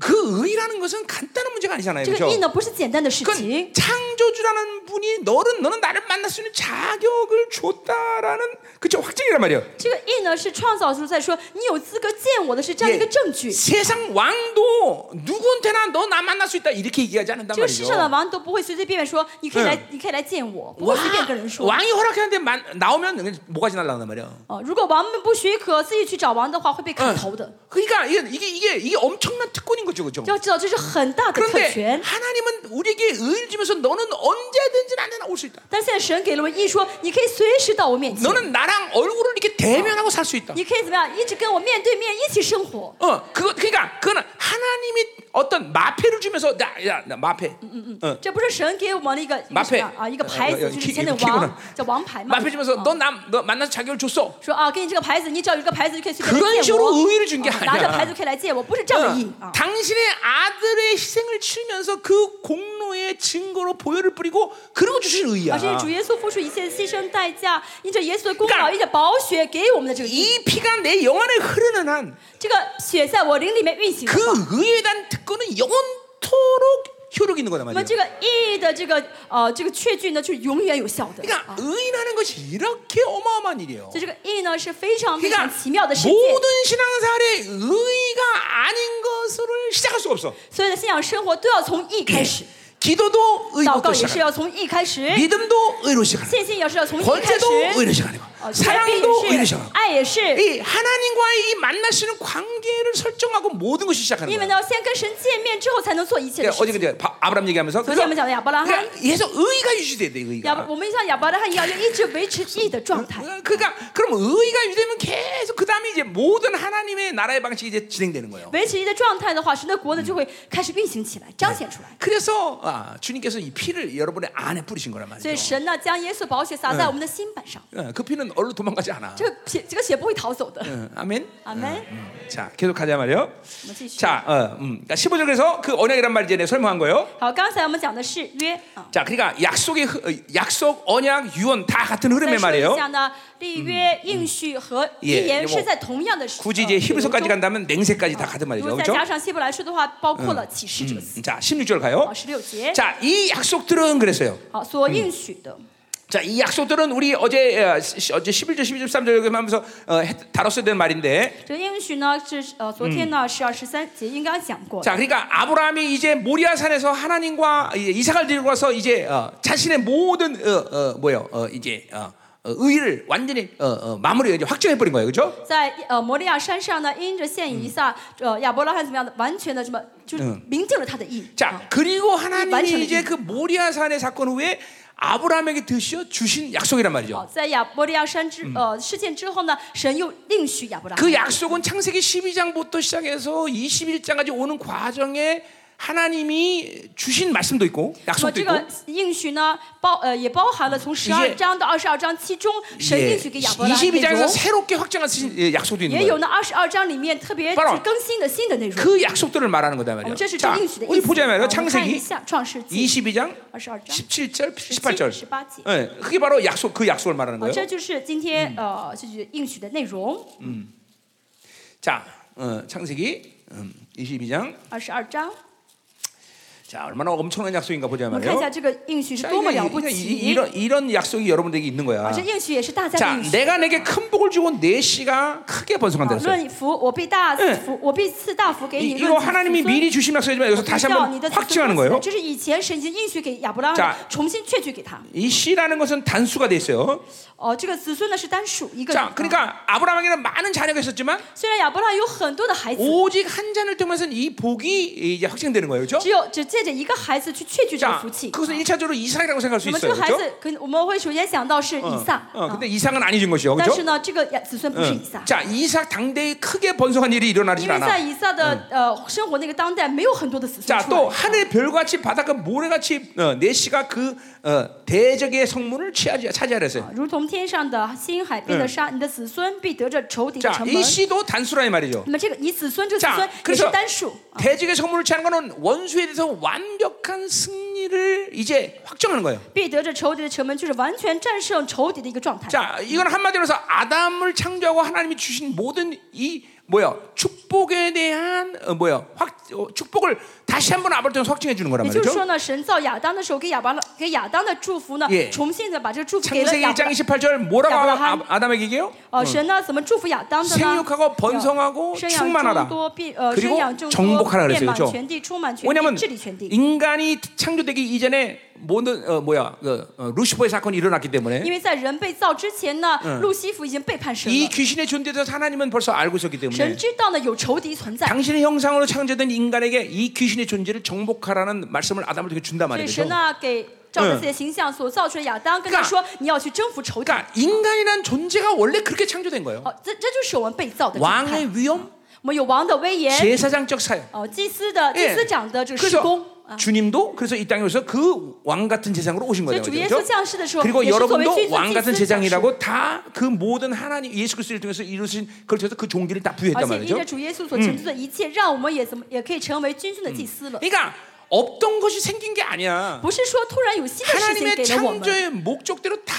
그 의라는 것은 간단한 문제가 아니잖아요.
这个义
그렇죠?
呢，不是简单的事情
그 ， 창조주라는 분이 너는 너는 나를 만날 수 있는 자격을 줬다라는 그쵸 확정이란 말이에요.
这个义呢是创造出在说你有资格见我的是这样的一个证据。
예. 세상 왕도 누구한테나 너 나 만날 수 있다 이렇게 얘기하지 않는단
这个世上的
말이죠.
王都不会随随便便说你可以来
嗯，
你可以来见我，不会
와,
随便跟人说。
왕이 허락했는데 만- 나오면 그냥 뭐가지 날라간단 말이야.
哦，如果王们不许可自己去找王的话，会被砍头的。
그러니까 이게 이게 이게, 이게 엄청난 특권인 거죠, 그죠?
要知道这是很大的特
그런데
权。
하나님은 우리에게 의를 주면서 너는 언제든지 나한테 올 수 있다.
但现在神给了我一说，你可以随时到我面前，
너는 나랑 얼굴을 이렇게 대면하고 살 수 있다.
你可以怎么样，一直跟我面对面一起生活。
어, 그거 그러니까 그거는 하나님이 어떤 마패를 주면서 나야나 마패. 어,
这不是神给我们的一个一
麻烦
个什么啊，一个牌
呃呃
子，就是以
踢
前的
踢过来
王叫王牌嘛。啊
마패 주면서 너나너 만나서 자격을 줬어.
说啊，给你这个牌子，你只要有一个牌子就可以随便
그런
见
식으로
我，啊
의의를 준 게
拿着牌子
아니야.
就可以来见我，不是这样的意
어,
啊。
당신의 아들의 희생을 치면서 그 공로의 증거로 보혈을 뿌리고 그러고 주신
而
의야.
且主耶稣付出一切牺牲代价，因着耶稣的功劳，因着宝血给我们的这个义，
이 피가 내 영 안에 흐르는 한 그
这个血在我灵里面运行的话，
의에 대한 특권은 영원토록 효력이 있는 거다
那么
말이에요.
这个意义的这个呃这个确据呢，就是永远有效的。
그러니까
啊
의인하는 것이 이렇게 어마어마한 일이에요.
所以这个义呢是非常非
그러니까
常奇妙的世界。
모든 신앙생활에 의가 아닌 것을 시작할 수가 없어.
所有的信仰生活都要从义开始，
嗯 기도도
祷
의로부터
告也是
시작하고
要从义开始，
믿음도 의로 시작하고
信心也是要从义开
권세도
始
의로 ， 시작하고
哦，权柄
사랑도
也
의로
是
어, 시작하고 ，
爱也是。
이 하나님과의 이 만날 수 있는 관계를 설정하고 모든 것이 시작하는
因为
거예요.
呢，要先跟神见面之后，才能做一切的
그러니까
事
어제
情。
그제 바- 아브라함 얘기하면서 그래서
昨天我们讲
그러니까
的亚伯拉罕。
그래서 의가 유지돼야 돼
亚
의가.
伯，我们像亚伯拉罕一样，要一直维持义的状
嗯
态。
그러니까 그럼 의가 유지되면 계속 그 다음에 이제 모든 하나님의 나라의 방식이 이제 진행되는 거예요.
维持义的状态的话，神的国呢就会开始运行起来，彰显出
嗯
来。
그래서 아, 주님께서 이 피를 여러분의 안에 뿌리신 거란
所以
말이죠.
神呢，将耶稣宝血洒在我们的心板上，
어, 그 피는 얼른 도망가지 않아.
这个血，这个血不会逃走的。
어, 아멘.
阿门。
음, 자, 계속 가자 말이요.
我们继续。
자, 어, 음, 그러니까 15절 그래서 그 언약이란 말이 전에 설명한 거예요.
好，刚才我们讲的是约啊，
자, 그러니까 약속의 흐- 어, 약속, 언약, 유언 다 같은
再
흐름의
说一
말이에요.
下呢，立约、应许和遗
예
言
뭐
是在同样的时
굳이 이제
呃内容
히브리서까지
中
간다면 냉세까지 다 같은
如
말이죠.
果再
그렇죠? 음,
加上希伯来书的话，包括了启示者四
자, 어, 16절 가요.
啊，十六节。
자, 이 약속들은 그랬어요.
好，所应许的。
자, 이 약속들은 우리 어제 어, 시- 어제 11절, 12절, 13절 하면서 어, 했- 다뤘어야 되는 말인데.
这应许呢是呃，昨天呢是二十三节应该讲过的。
자, 그러니까 아브라함이 이제 모리아산에서 하나님과 이제 이삭을 데리고 와서 이제 어, 자신의 모든 어, 어, 뭐요? 어, 이제 어, 어, 의를 완전히 어, 어, 마무리 이제 확정해 버린 거예요. 그렇죠?
在呃摩利亚山上呢，因着献以撒，呃亚伯拉罕怎么样的，完全的这么就是明定了他的意。
자,
啊
그리고
완전히
어. 하나님이 이제 그 모리아산의 사건 후에 아브라함에게 드셔 주신 약속이란 말이죠.
好，在亚摩利亚山之呃事件之后呢，神又另许亚伯拉
그
罕。
약속은 창세기 12장부터 시작해서 21장까지 오는 과정에 하나님이 주신 말씀도 있고
那么
약속도
这
있고
个应许呢，包呃也包含了从十二
이
章到二十二章其中，神应许给亚伯拉罕的内
22장에서
容，
예. 새롭게 확정하신 약속도
也
있는
有
거예요.
呢二十二章里面特别去
바로
更新的新的内容。
그 약속들을 말하는 거다
我
말이에요.
们这是这
자,
应许的
우리
意思。啊
보자
哎我
말이에요.
们看一
창세기
下创世纪
22장
二十二章。
17절
17
18절.
18
예, 그게 바로 약속 그 약속을 말하는
啊，
거예요.
这就是今天呃，这就是应许的内容，
자, 어, 창세기 음, 22장.
二十二章。
자, 얼마나 엄청난 약속인가 보자
我们看一下
말이에요.
哎这个应许是
자,
多么
이게-
了不
이게 이-
起，
이런 이런 약속이 여러분들에게 있는 거야.
而这应许也是大家
자,
的应许。
내가 내게 큰 복을 주고 내 씨가 크게 번성한다
啊
했어요.
论福，我必大
嗯
福，我必赐大福给
이,
你。
거
论子
하나님이
子孙
미리 주신 약속이지만 여기서 다시
叫
한번
你的子孙哦多
확증하는
子
거예요.
这是以前神已经应许给亚伯拉
자
罕的，重新确据给他。
이 씨라는 것은 단수가 돼 있어요.
哦、这个子孙呢是单数一个人。啊
자, 그러니까 아브라함에게는 많은 자녀가 있었지만
虽然亚伯拉罕有很多的孩子，
오직 한 잔을 통해서는 이 복이 이제 확정되는 거예요. 그렇죠?
只有只借着一个孩子去确据这个
자,
福气。
아, 그것은 1차적으로 이삭이라고 생각할 수
那么这个
있어요.
孩子
그렇죠? ，
可我们会首先想到是以撒，
어,
啊
근데 이삭은 아니진 것이요.
但是
그렇죠?
呢，这个亚子孙不是以撒
응. ， 자, 이삭 당대에 크게 번성한 일이
因
일어나질
为在
않아.
以撒的呃生活那个当代没有很多的子孙
자,
出来
또 。 하늘 별같이 바닷가 모래같이 어, 내 씨가 그 어, 대적의 성문을 취하지 차지하랬어요.
啊如同天上的星，海边的沙，你的子孙必得着仇敌的
자,
城
이
门。
씨도 단수라 이 말이죠.
那么这个你子孙这个
자
子孙
그래서
也是单数，
대적의 성문을 취하는 것은 원수에 대해서 완벽한 승리를 이제 확정하는 거예요.
必得着仇敌的城门，就是完全战胜仇敌的一个状态。
자, 이건 한마디로 해서 아담을 창조하고 하나님이 주신 모든 이 뭐야 축복에 대한 어, 뭐야 확 어, 축복을 다시 한번 아버지 통해서 확증해 주는 거란
也就是
말이죠.
说呢，神造亚当的时候，给亚伯拉给亚当的祝福呢
예 ，
重新的把这个祝福给了
창세기
亚
1장
伯拉。
28절 뭐라고
야브라함.
아, 아담에게 얘기해요?
呃，神呢怎么祝福亚当的呢？
嗯 생육하고 번성하고
生养众
충만하라.
多，必呃
그리고
生养众
정복하라
多，
그랬어요
遍满
그죠
全地，充满全地，
왜냐면
治理全地。
인간이 창조되기 이전에 모든 어, 뭐야 그, 어, 루시퍼의 사건이 일어났기
因
때문에
为在人被造之前呢，路西弗已经背叛神
嗯 이
了。
귀신의 존재에 대해서 하나님은 벌써 알고 있었기
神
때문에
知道呢有仇敌存在，
당신의 형상으로 창조된 인간에게 이 귀신의 존재를 정복하라는 말씀을 아담을 통해 준단
所以
말이죠.
神呢给照着自己的形象所造出的亚当，跟他说你要去征服仇敌。
嗯 그러니까 인간이란 존재가 원래 그렇게 창조된 거예요.
哦，这这就是我们被造的状态。
왕의 위엄,
我们有王的威
네.
严，
제사장적 사역.
哦，祭司的祭
예.
司长的这个施
그래서
工啊。
주님도 그래서 이 땅에 오셔서 그 왕 같은 제상으로 오신
所以
거예요.
主耶稣
그렇죠?
降世的时候，也
그리고
是作为君
여러분도
子
왕
祭
같은
司降世。
제장이라고 다 그 모든 하나님 예수 그리스도를 통해서 이루신 그걸 통해서 그 종기를 다
而
부여했단
且因
말이죠.
着主耶稣所成就的一切，让我们也怎么也可以成为君尊的祭司了。
그러니까 없던 것이 생긴 게 아니야.
不是说突然有新的事情
하나님의
给了我们，
창조의 목적대로 다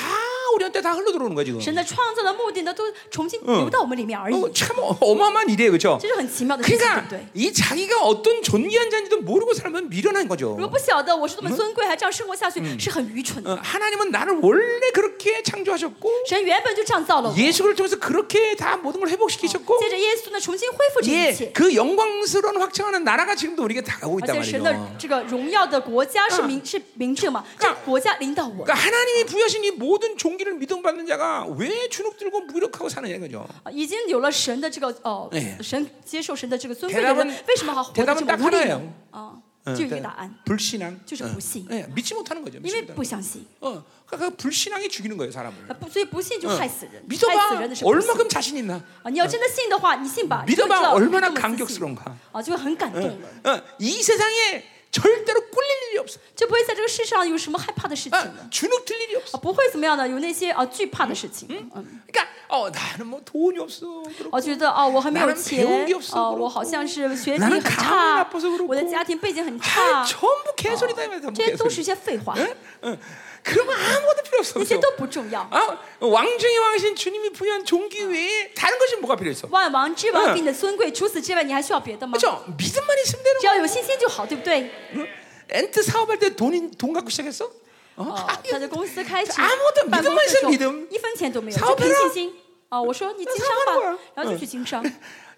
우리한테 다 흘러 들어오는 거야 지금.
神的创造的目的呢，都重新流到我们里面而已，
어, 참 어- 어마어마한 일이에요, 그렇죠?
哦这是很奇妙的事情，对不
그러니까
对？
이 자기가 어떤 존귀한 자인지도 모르고 살면 미련한
如果
거죠.
不晓得我是多么尊贵，还这样生活下去，是很愚蠢
어,
的。
하나님은 나를 원래 그렇게 창조하셨고
神原本就这样造了我，
예수를 통해서 그렇게 다 모든 걸 회복시키셨고
借着耶稣呢，重新恢复这一
예,
切。
그 영광스러운 확증하는 나라가 지금도 우리에게 다가오고
而
있단
且神的
말이죠.
这个荣耀的国家是明是明证嘛，这个国家领导我
그러니까 하나님이 부여하신 이 모든 종기를 믿음받는 자가 왜 주눅 들고 무력하고 사느냐 이거죠.
啊已经有了神的这个哦
哎，
神接受神的这个尊贵的
대답은
人，为什么还活得这
대답은딱
么无力
하나예요
呢？啊，就有一个答案，
불신앙.
就是不信，
예, 믿지 못하는 거죠.
因
믿지
为
못하는
不
거.
相信，
어, 그러니까 그 불신앙이 죽이는 거예요 사람을.
啊不所以不信就
嗯
害死人，害死人
믿어봐
的是不信
얼마큼 자신 있나?
啊！你要真的信的话，你信吧，你就知
아, 그렇죠. 믿어봐
道你多
얼마나
么自信
감격스러운가? 嗯
啊，就会很感动了，
어, 이 세상에 절대로 꿀릴 일이 없어.
就不会在这个世上有什么害怕的事情了
어, 주눅 들 일이 없어.
啊，不会怎么样的，有那些啊惧怕的事情，嗯，
그러니까 어, 나는 뭐 돈이 없어. 그렇고.
我觉得哦，我还没有钱
나는배운게없어그렇고
哦，我好像是学历
나는
很
가문이아파
差
서그렇고 ，
我的家庭背景很
아,
差，
전부 개소리다 이말이다
这些都是一
개소리.
些废话，
응? 응. 그런 거 아무것도 필요 없어.
那些
그죠?
都不重要。
아, 왕중의 왕이신 주님이 부여한 종기 외에 다른 것이 뭐가 필요 있어?
万王之
嗯
王比你的尊贵，除此之外你还需要别的吗？
그렇죠? 믿음만 있으면 되는
只要有信心就好，对不对？
거야. 응? 엔트 사업할 때돈돈 돈 갖고 시작했어? 어?
哦
아, ，
他的公司开始
아무것도믿음만
办公室的时候
있으면믿음
一分钱都没有，
사업해라
就凭信心。哦，我说你经商
사업하는 거야.
吧，然后就去经商，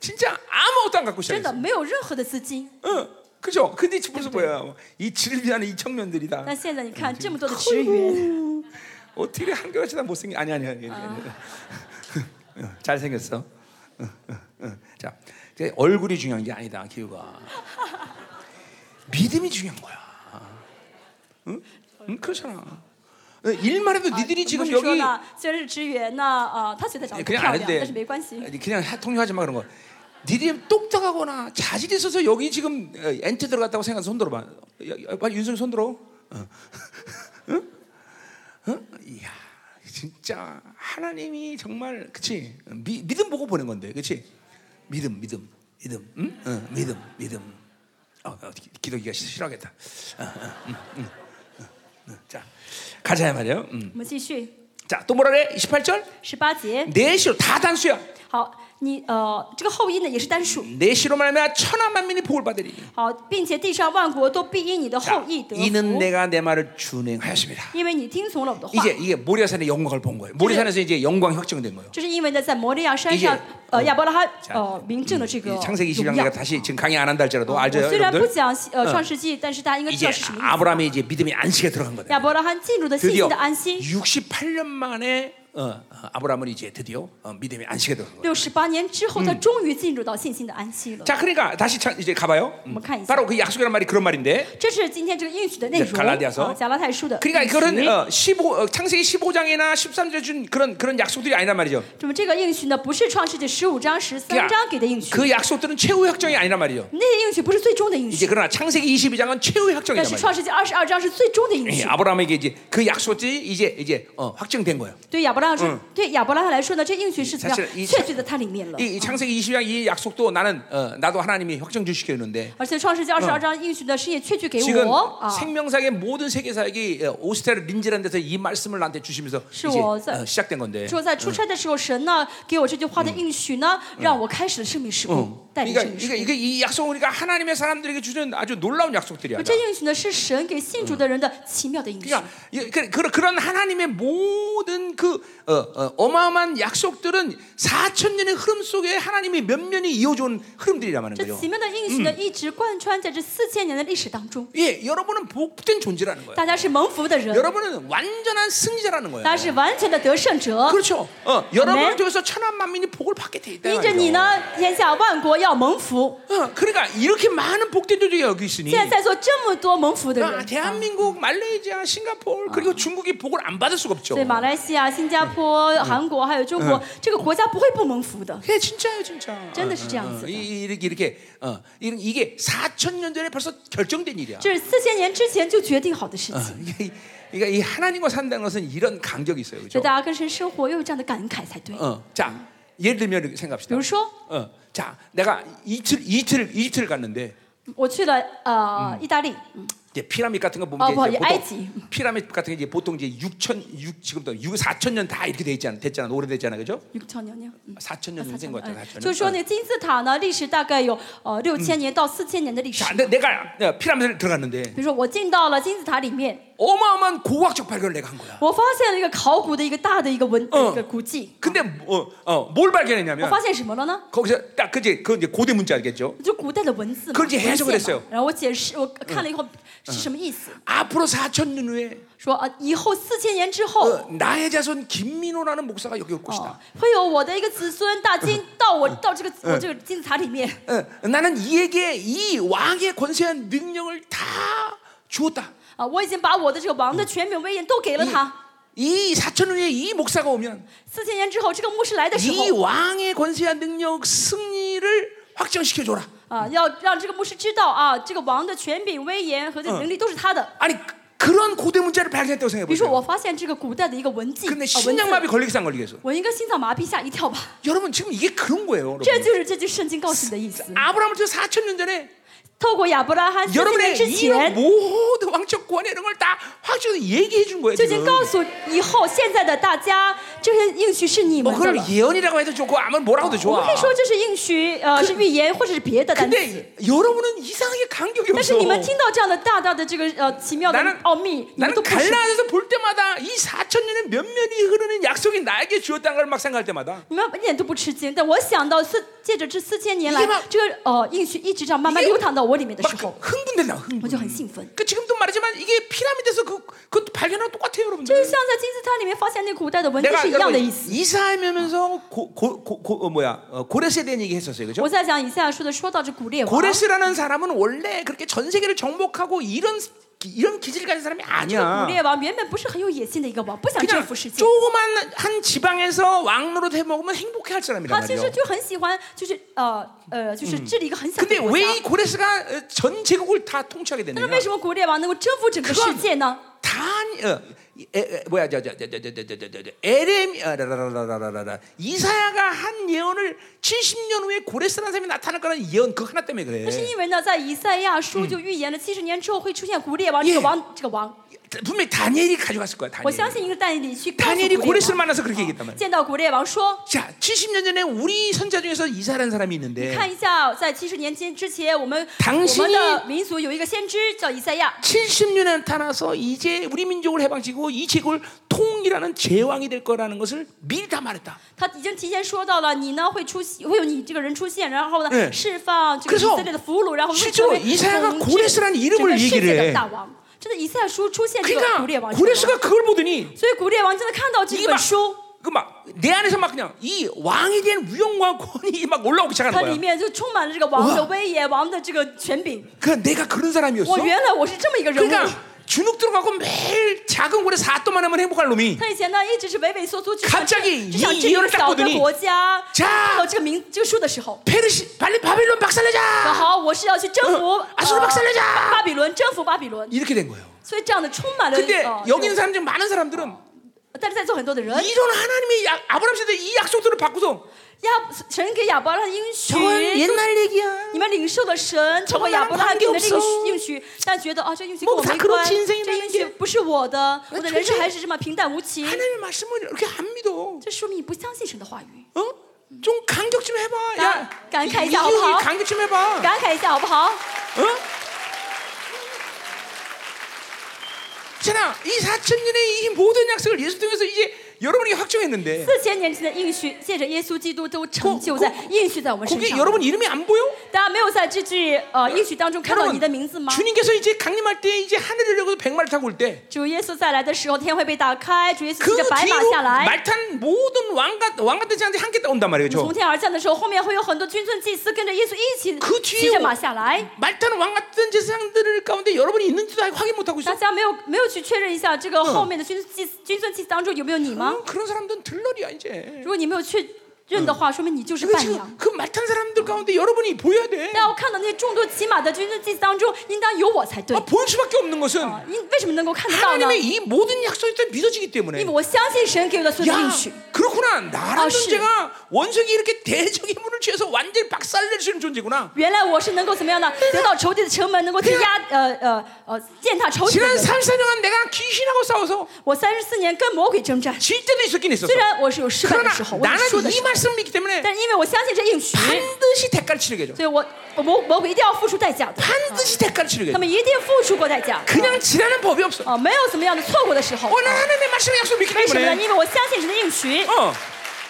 진짜 아무것도 안 갖고
真的
시작했어.
没有任何的资金。
응. 그죠? 근데 지금 벌써 뭐야? 이 질비하는 이 청년들이다.
但现在你看这么多的职员，
어떻게 이렇게 한결같이 다 못생긴? 아니 아니 아니. 아니. 응, 잘생겼어. 응, 응, 응. 자, 이제 얼굴이 중요한 게 아니다, 기우가. 믿음이 중요한 거야. 응? 응, 그렇잖아. 응, 일만 해도
我
니들이
不
지금
是说
여기
呢，虽然是职员呢，啊，他觉得长得不
예, 그냥
漂亮，
아는데
但是没关系。
그냥 하- 통역하지 마 그런 거. 니들이 똑똑하거나 자질 있어서 여기 지금 어, 엔트 들어갔다고 생각해서 손 들어봐. 여- 여- 빨리 윤성이 손 들어. 어. 응? 응? 이야 진짜 하나님이 정말 그치 미, 믿음 보고 보낸 건데 그치 믿음 믿음 믿음 응? 응, 믿음 믿음 어, 어, 기- 기도기가 싫- 싫어하겠다 어, 어, 응, 응, 응, 응. 음. 자 가자 이 말이에요
我们继续
자또 뭐라 그래 28절
十八节。
내시로다 단수야
好，你呃，这个后裔呢也是单数。
내 시로 말하면 천하 만민이 복을 받으리.
好，并且地上万国都必因你的
자,
后裔得
어, 이는
福，
내가 내 말을 준행하였습니다.
因为你听从了我的话
이제 。 이게 모리아산의 영광을 본 거예요. 모리아산에서 이제 영광이 확정된 거예요.
这是因为呢，在摩利亚山
이제
上，呃，亚伯拉罕
자
呃明证的这
이
个荣
창세기 20장
耀
내가 。 다시 지금 강의 안 한다 할지라도 알죠,
我虽然不
여러분들?
讲呃创世纪，但是大家应该知
이제
道是什么意思。
아브라함의 이제 믿음이 안식에 들어간 거다.
亚伯拉罕进入的信
드디어
心的安息，
68년 만에 어, 어, 아브라함은 이제 드디어 어, 믿음이 안식에 들어간 거예요.
六十八年之后，他终于进入到信心的安息了。
자, 그러니까 다시 참 이제 가봐요. 음.
뭐 칸 있어요?
바로 그 약속이란 말이 그런 말인데.
这是今天这个应许的内
이제
容。
갈라디아서
啊加拉太书的
그러니까
应
그런
许。
어, 15 어, 창세기 15장이나 13절에 준 그런 그런 약속들이 아니란 말이죠.
那么这个应许呢，不是创世纪十五章、十三章给的应许，
그 약속들은 최후 확정이 아니란 말이죠.
那些应许不是最终的应
이제
许，
그러나 창세기 22장은 최후의 확정이란
但是
말이에요.
创世纪二十二章是最终的应
예,
许。
아브라함에게 이제 그 약속이 이제 이제 어, 확정된 거예요.
对亚伯拉罕说，对亚伯拉罕来说呢，这应许嗯是怎么
사실
样
이
确据在他里面了。
이, 이 창세기 20장 이 약속도 나는 어, 나도 하나님이 확정 주시켰는데
而且创世纪二十二章应许的神也确据给
지금
我啊，
생명사의 모든 세계사역이 어, 오스테르 린지라는 데서 이 말씀을 나한테 주시면서 이제
是我
어, 시작된 건데.
说在出差的时候，神呢给我这句话的应许呢，让我开始了生命事工，带领
그러니까
生命事
이게,
工。
이게 이 약속은 우리가 하나님의 사람들에게 주는 아주 놀라운 약속들이야.
这应许呢是神给信主的人的奇妙的应许。
그러니까 이- 그, 그, 그런 하나님의 모든 그 어, 마어마한 약속들은 4천 년의 흐름 속에 하나님이 몇 년이 이어져 온 흐름들이란 말이에요.
这
죠
奇妙的应许呢，一直贯穿在这四千年的历史当中。
예, 여러분은 복된 존재라는 거예요.
大家是蒙福的人，
여러분은 완전한 승리자라는 거예요.
大家是完全的得胜者。
그렇죠. 어, 여러분을
아멘.
통해서 천한 만민이 복을 받게 돼 있다.
因着你
말이에요.
呢，天嗯下万国要蒙福。
어, 그러니까 이렇게 많은 복된 존재가 여기 있으니
现在在座这么多蒙福的
아,
人，
대한민국, 말레이시아, 싱가포르 그리고 중국이 복을 안 받을 수가 없죠.
对马来西亚、新加坡、韩国还有中国，这个国家不会不蒙福的。
그게 진짜예요, 진짜. 어,
真的是这样子的
이, 렇게 이렇게 어, 이런- 이게 4천 년 전에 벌써 결정된 일이야.
这是四千年之前就决定好的事
어,
情，
이게- 이- 그러니까 이 하나님과 산다는 것은 이런 감격이 있어요,
所
그렇죠?
以大家跟神生活要有这样的感慨才对。
어, 자 예를 들면 이렇게 생각합시다.
比如说，
어, 자 내가 이틀 이틀 이틀 갔는데
我去了呃意大利，嗯
이제 피라밋 같은 거 보면
아,
어, 이제
뭐,
이제
예,
보통 피라밋 같은 게 이제 보통 이제 6천 6 지금도 6 4천 년 다 이렇게 돼 있잖아. 됐잖아. 오래됐잖아. 그죠?
6천년이요
4천
啊
년
4000
된것
哎
같아. 4천
就是说
년.
那金字塔呢，历史大概有呃六千年到四千年的历史
어. 자, 。 근데 내가 내가 피라밋을 들어갔는데
比如说我进到了金字塔里面，
어마어마한 고고학적 발견을 내가 한 거야.
我发现了一个考古的一个大的一个文、
嗯
一个古迹。
근데 어, 어, 뭘
我
발견했냐면
发现什么了呢？
거기서 딱 그제 그 이제 고대 문자 알겠죠?
就古代的文字嘛，
그걸
文
이제
献
해석을했어요
嘛然后我解释，我看了以后是什么意思？
앞으로 4천 년 후에
说啊，以后四千年之后，
어, 나의 자손 김민호라는 목사가 여기 올 것이다.
哦，会有我的一个子孙大金到我到这个我这个金字塔里面。
어, 나는 이에게 이 왕의 권세한 능력을 다 주었다.
啊，我已经把我的这个王的权柄威严都给了
嗯
他。
이 4천 년 후에 이 목사가 오면
四千年之后，这个牧师来的时
이
候，
왕의 권세한 능력 승리를 확정시켜 줘라.
啊，要让这个牧师知道啊，这个王的权柄、威严和这个能力都是他的。
아니 그- 그런 고대 문자를 발견했다고 생각해
比如说，
보세요.
我发现这个古代的一个文字，啊
근데
文
신장마비
字，
걸리기 상 걸리겠어.
我应该心脏麻痹，吓一跳吧。
여러분 지금 이게 그런 거예요.
这
여러분.
就是这句圣经告诉你的意思。
아브라함을 4천 년 전에
透过亚伯拉罕四千年
여러분의
之
이런
前，
모든 왕적 권위 이런 걸 다 확실히 얘기해 준 거예요.
就已经
지금.
告诉以后现在的大家，这些应许是你
뭐
们的
그걸
了。
예언이라고 해도 좋고 아무 뭐라고도
我
좋아.
们可以说这是应许，呃，是预言或者是别的单词。
근데 여러분은 이상하게 간격이
但是
없어.
你们听到这样的大大的这个呃奇妙的
나는
奥秘，你们
나는
都不是。
갈라에서 볼 때마다 이 4천 년의 몇 면이 흐르는 약속이 나에게 주었다는 걸 막 생각할 때마다
你们一点都不吃惊，但我想到四借着这四千年来
이게 막 ，
这个呃应许一直这样慢慢流淌到我里面的
막
时候，
흥분된다
我
흥분.
就很兴奋。
그 지금도 말하지만 이게 피라미드에서 그, 그 발견하고 똑같아요
就是
여러분들.
像在金字塔里面发现那古代的文字是
내가
一样的
여러분
意思。
이사하면서 고고고 어, 뭐야 어, 고레스에 대한 얘기 했었어요 그죠?
我在讲以赛亚书的，说到这古列王，
고레스라는 사람은 원래 그렇게 전 세계를 정복하고 이런 이런 기질을 가진 사람이
古
아니야.
列王原本不是很有野心的一个王，不想征
그렇죠. 그냥
服世界，
조그만 한 지방에서 왕노로 해먹으면 행복해 할 사람이란
他其实
말이에요.
就很喜欢，就是呃呃，就是治理一个很小的
근데
国
왜 이
家。
고레스가 어, 전 제국을 다 통치하게
但
됐느냐?
是为什么古列王能够征服整个世界呢？
단, 어, 에, 에, 뭐야, 저, 저, 저, 저, 저, 저, 저, 저, 저, 저, 에레미, 아, 라라라라라라라. 이사야가 한 예언을 70년 후에 고레스라는 사람이 나타날 거라는 예언 그 하나 때문에
是
그래.
因为呢，在以赛亚书就预言了七十年之后会出现古列王这个
예
王这个王，
분명히 다니엘이 가져갔을 거야,
我
다니엘.
相信一个但以理去告诉
다니엘이
古列
고레스를
王。
만나서 그렇게 얘기했단 말이야.
见到古列王说
자, 70년 전에 우리 선자 중에서 이사라는 사람이 ：“
你
있는데
看一下，在七十年间之前，我们
당신이
我们的民族有一个先知叫以赛亚，
70년에 나타나서 이제 우리 민족을 해방시키고 이 제국을 통일하는 제왕이 될 거라는 것을 미리 다 말했다.
他已经提前说到了，你呢会出现，会有你这个人出现，然后
네
呢释放这个以色列的俘虏，然后会
실제로
成为
이사야가
统治
고레스라는
整个
이름을
世
얘기를
界的
해.
大王。”真的，以赛亚书出现这个古列
그러니까
王，这个
고레스가 그걸 보더니
王所以古列王真的看到这
이게
本书，
막 그 막 내 안에서 막 그냥 이 왕에 대한 위용과 권이 막 올라오기
它
시작하는
里
거야.
面就充满了这个王的
哇
威严，王的这个权柄。
그 내가 그런 사람이었어.
我原来我是这么一个人物。
그러니까 주눅 들어가고 매일 작은 골에 사또만 하면 행복할 놈이
他以前呢一直是畏畏缩缩，只
갑
想
자기
治只想
이
治理
이언을
个小
딱보더니
的国家。
자
看到这个名这个书的时候，
페르시 빨리 바빌론
说
박살내자.
好我啊是要去征服
嗯아수르
呃
박살내자
巴比伦，征服巴比伦。
이렇게 된 거예요.
所以这样的充满了
근데
呃
여기 있는
这种
사람 중 많은 사람들은
但是在座很多的人，
이런 하나님의 약, 아브라함 시대 이 약속들을 바꾸서
亚神给亚伯拉罕应许，
옛날 얘기야.
你们领受了神成为亚伯拉罕给你的应许，应许，但觉得啊这应许跟
뭐다
我没
그렇
关，
지인생이라는
这应许
게
不是我的，我的人
도
生
대
还是这么平淡无奇，
하나님의 말씀을 이렇게 안 믿어.
这说明你不相信神的话语。
어? 좀 간격 좀 해봐. 야,
나- 간격
이-
있어,
이기훈이
봐봐.
간격 좀 해봐.
感慨一下好不好？
어? 자, 이 4천 년의 이 모든 약속을 예수 통해서 이제 여러분이 확정했는데
四千年前的应许，借着耶稣基督都成就在应许在我们身
거기
上。
여러분 이름이 안 보여?
大家没有在这句呃应许当中看到你
여러분
的名字吗？
주님께서 이제 강림할 때 이제 하늘을 열고 백마를 타고 올 때 그
主耶稣再来的时候，天会被打开，主耶稣骑着白马
뒤로
下来。
말 탄 모든 왕같 왕 같은 자들이 함께 온단 말이에요.
从
죠
天而降的时候，后面会有很多军尊祭司跟着耶稣一起
그
骑着
뒤로
马下来。
말 타는 왕 같은 제사장들 가운데 여러분이 있는지도 아직 확인 못 하고
大
있어.
家没有没有去确认一下这个后面的军祭司军尊祭司当中有没有你吗？
어, 그런 사람들은 들러리야 이제.
如果你没有确认的话，说明你就是
근데
伴娘
지금 。그 말 탄 사람들 가운데 여러분이 보여야 돼.
大家要看到那些众多骑马的军尊祭司当中，应当有我才对
아, 。 보일 수밖에 없는 것은
啊因为什么能够看得到呢？
하나님의 이 모든 약속이 또 믿어지기 때문에
因为我相信神给我的所有的
야
应许。
그렇게 그렇구나. 나라는
아, 시.
존재가 원수에게 이렇게 대적의 힘을 취해서 완전히 박살낼 수 있는 존재구나.
原来我是能够怎么样呢？得到仇敌的城门，能够去压呃呃呃践踏仇敌的
지난
人。
34년간 내가 귀신하고 싸워서
我三十四年跟魔鬼征战，
질 때도 있었긴 했었어.
虽然我是有失败的
그러나
时候，我有输
나는
的
이
时候，
말씀을 믿기 때문에
但是因为我相信这应许，
반드시 대가를 치르게 해줘.
所以我我魔魔鬼一定要付出代价的，啊
반드시 대가를 치르게
他
해줘.
们一定付出过代价。
그냥 지나는 법이 없어.
啊，没有怎么样的错过的时候。啊
어, 나 하나님의 말씀을 약속 믿기
为什么呢？
때문에.
因为我相信神的应许，
어,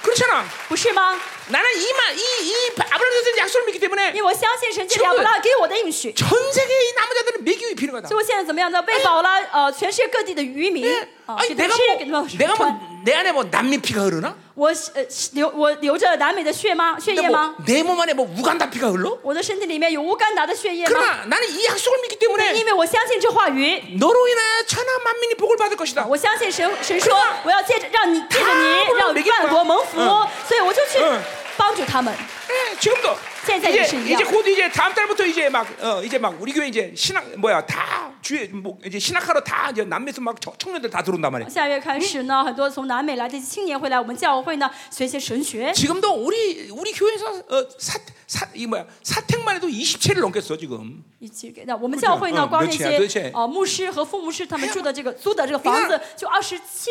그렇잖아.
不是吗？
나는 이마 이이 아브라함 선생 약속을 믿기 때문에
因为我相信神这两个拉给我的应许，
전 세계 이 남은 자들은 먹이 입히는 거다.
所以我现在怎么样呢？喂饱了呃全世界各地的渔民
예.
啊，
아니
给他们
내가
吃，给他
뭐 내가
们穿。
뭐 내 안에 뭐 남미 피가 흐르나?
我呃是流我流着南美的血吗？血液
근데
吗？
뭐 내 몸 안에 뭐 우간다 피가 흘러?
我的身体里面有乌干达的血液吗？
그러나 나는 예, 이 약속을 믿기
因
때문에
为我相信这话语，
너로 인하여 천하 만민이 복을 받을 것이다.
我相信神神说
그러나
我要借着让你借着
다
你让
먹이겠구나
万国蒙福
응 ，
所以我就去
응
帮助他们。
예, 지금도
진짜
이제
예수님이야.
이제 곧 이제 다음 달부터 이제 막 어, 이제 막 우리 교회 이제 신학 뭐야 다 주에 뭐 이제 신학하러 다 이제 남미에서 막 저- 청년들 다 들어온단 말이야.
下月开始
嗯
呢，很多从南美来的青年会来我们教会呢学习神学。
지금도 우리 우리 교회에서 어, 사사이 뭐야 사택만 해도 20채를 넘겼어 지금.
一起给那我们教会呢，
嗯
光那
没钱
些
没钱
呃牧师和副牧师他们住的这个租的这个房子就二十七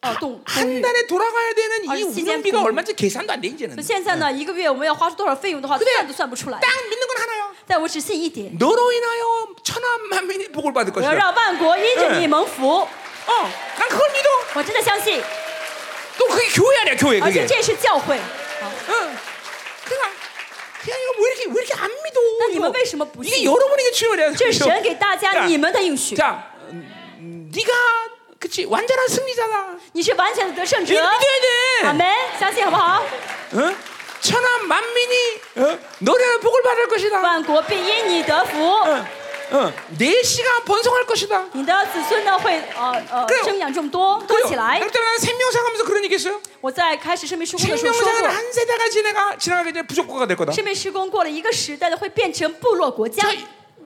呃栋公
한
寓。
달에 돌아가야 되는 이
아니, 진짜
운영비가
돈.
얼마인지 계산도 안 돼 이제는.
那现在呢，一个月我们要花出多少费用的话，算都算不出来。
딱 믿는 건 하나야.
但我只信一点，
너로 인하여 천하 만민이 복을 받을
我要
것이다.
让万国因着你
嗯
蒙福，
어, 난 그걸 믿어.
我真的相信，
또 그게 교회 아니야 교회
而
그게.
且这是教会。啊
응. 그냥 그냥 이거 왜 이렇게 왜 이렇게 안 믿어?
난 이만
이거.
왜 심어 부시?
이게 여러분에게 주어야
这是神给大家你们的应许，
자, 음, 네가 그치 완전한 승리자다.
你是完全的得胜者
이거 。 믿어야
阿
돼.
门，相信好不好？
어? 천하 만민이 어? 너를 복을 받을 것이다.
万国必因你得福，
어, 어. 내 씨가 번성할 것이다.
你的子孙呢会呃呃
对
生养众多，多起来。
그때 나는 생명사 하면서 그런 얘기 했어요.
我在开始生命施工的时候说
생명사는
过，
한 세대가 지나가 지나가게 되면 부족국가 될 거다.
生命施工过了一个时代的会变成部落国家。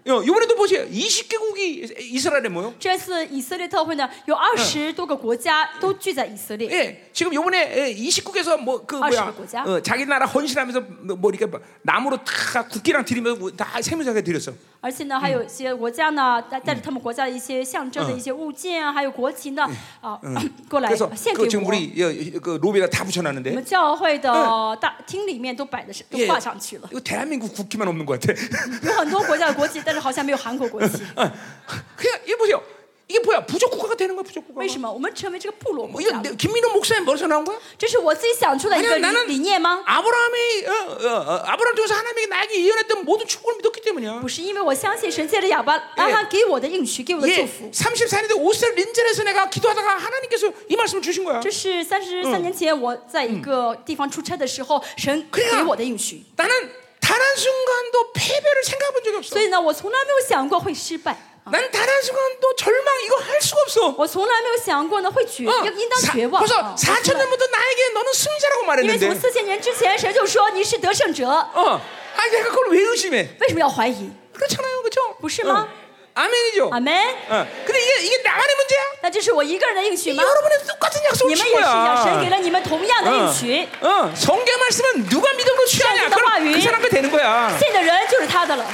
어, 이번에도 보세요. 20개국이 이스라엘에 모여.
这次以色列特会呢，有二十多个国家都聚在以色列。
예, 지금 요번에 20국에서 뭐 그
아,
뭐야
시국고자?
어, 자기 나라 헌신하면서 뭐, 뭐 이렇게 막 나무로 다 국기랑 드리면서 뭐 다 세무자가 드렸어.
而且呢，还有一些国家呢，带带着他们国家的一些象征的一些物件啊，还有国旗呢，啊， 过来
그래서
献给
그 지금
我。
우리 여- 그 로비에다 다
我
붙여놨는데
们教会的大厅里面都摆的是都
예,
挂上 去了，
이거 대한민국 국기만 없는 것 같아.
有很多国家的国旗，但是好像没有韩国国旗。
어, 그냥 이거 보세요. 이게 뭐야? 부족 국가가 되는 거야 부족 국가.
为什么我们成为这个部落
뭐
国
이거
家
내-
了？
김민호 목사님 머리서 나온 거야?
这是我自己想出的一
아니야
个理
나는
理念吗？
아브라함이 어, 어, 어, 아브라함 통해서 하나님에게 나에게 예언했던 모든 축복을 믿었기 때문이야.
不是因为我相信神借着亚伯拉罕给我的应许，给我的祝
예,
福。
34년에 오셀 린젤에서 내가 기도하다가 하나님께서 이 말씀을 주신 거야.
这是三十三年前我在一个地方出差的时候，神
그래
给
요
我的应许。
나는 단 한 순간도 패배를 생각해본 적이 없어.
所以呢，我从来没有想过会失败，
난 단 한 순간도 절망 이거 할 수가 없어.
我从来没有想过呢会绝，
어,
要应当
사-
绝望。
벌써
啊
4천 년부터 나에게 너는 승자라고
因为从
말했는데.
四千年嗯之前，神就说你是得胜者，
어, 아 내가 그걸 왜 의심해?
为什么要怀疑？
그렇잖아요, 그렇죠?
보시마.
아멘이죠.
阿门。
어, 근데 이게 이게 나만의 문제야?
那这是我一个人的应许吗？
여러분의 똑같은 약속을
哎你们
준
也是一啊嗯样，神
거야.
给了你们同样的应许，
어, 어, 성경 말씀은 누가 믿음으로 취하냐?
시작했다,
그럼 그
화위.
사람과 되는 거야.
信的人就是他的了。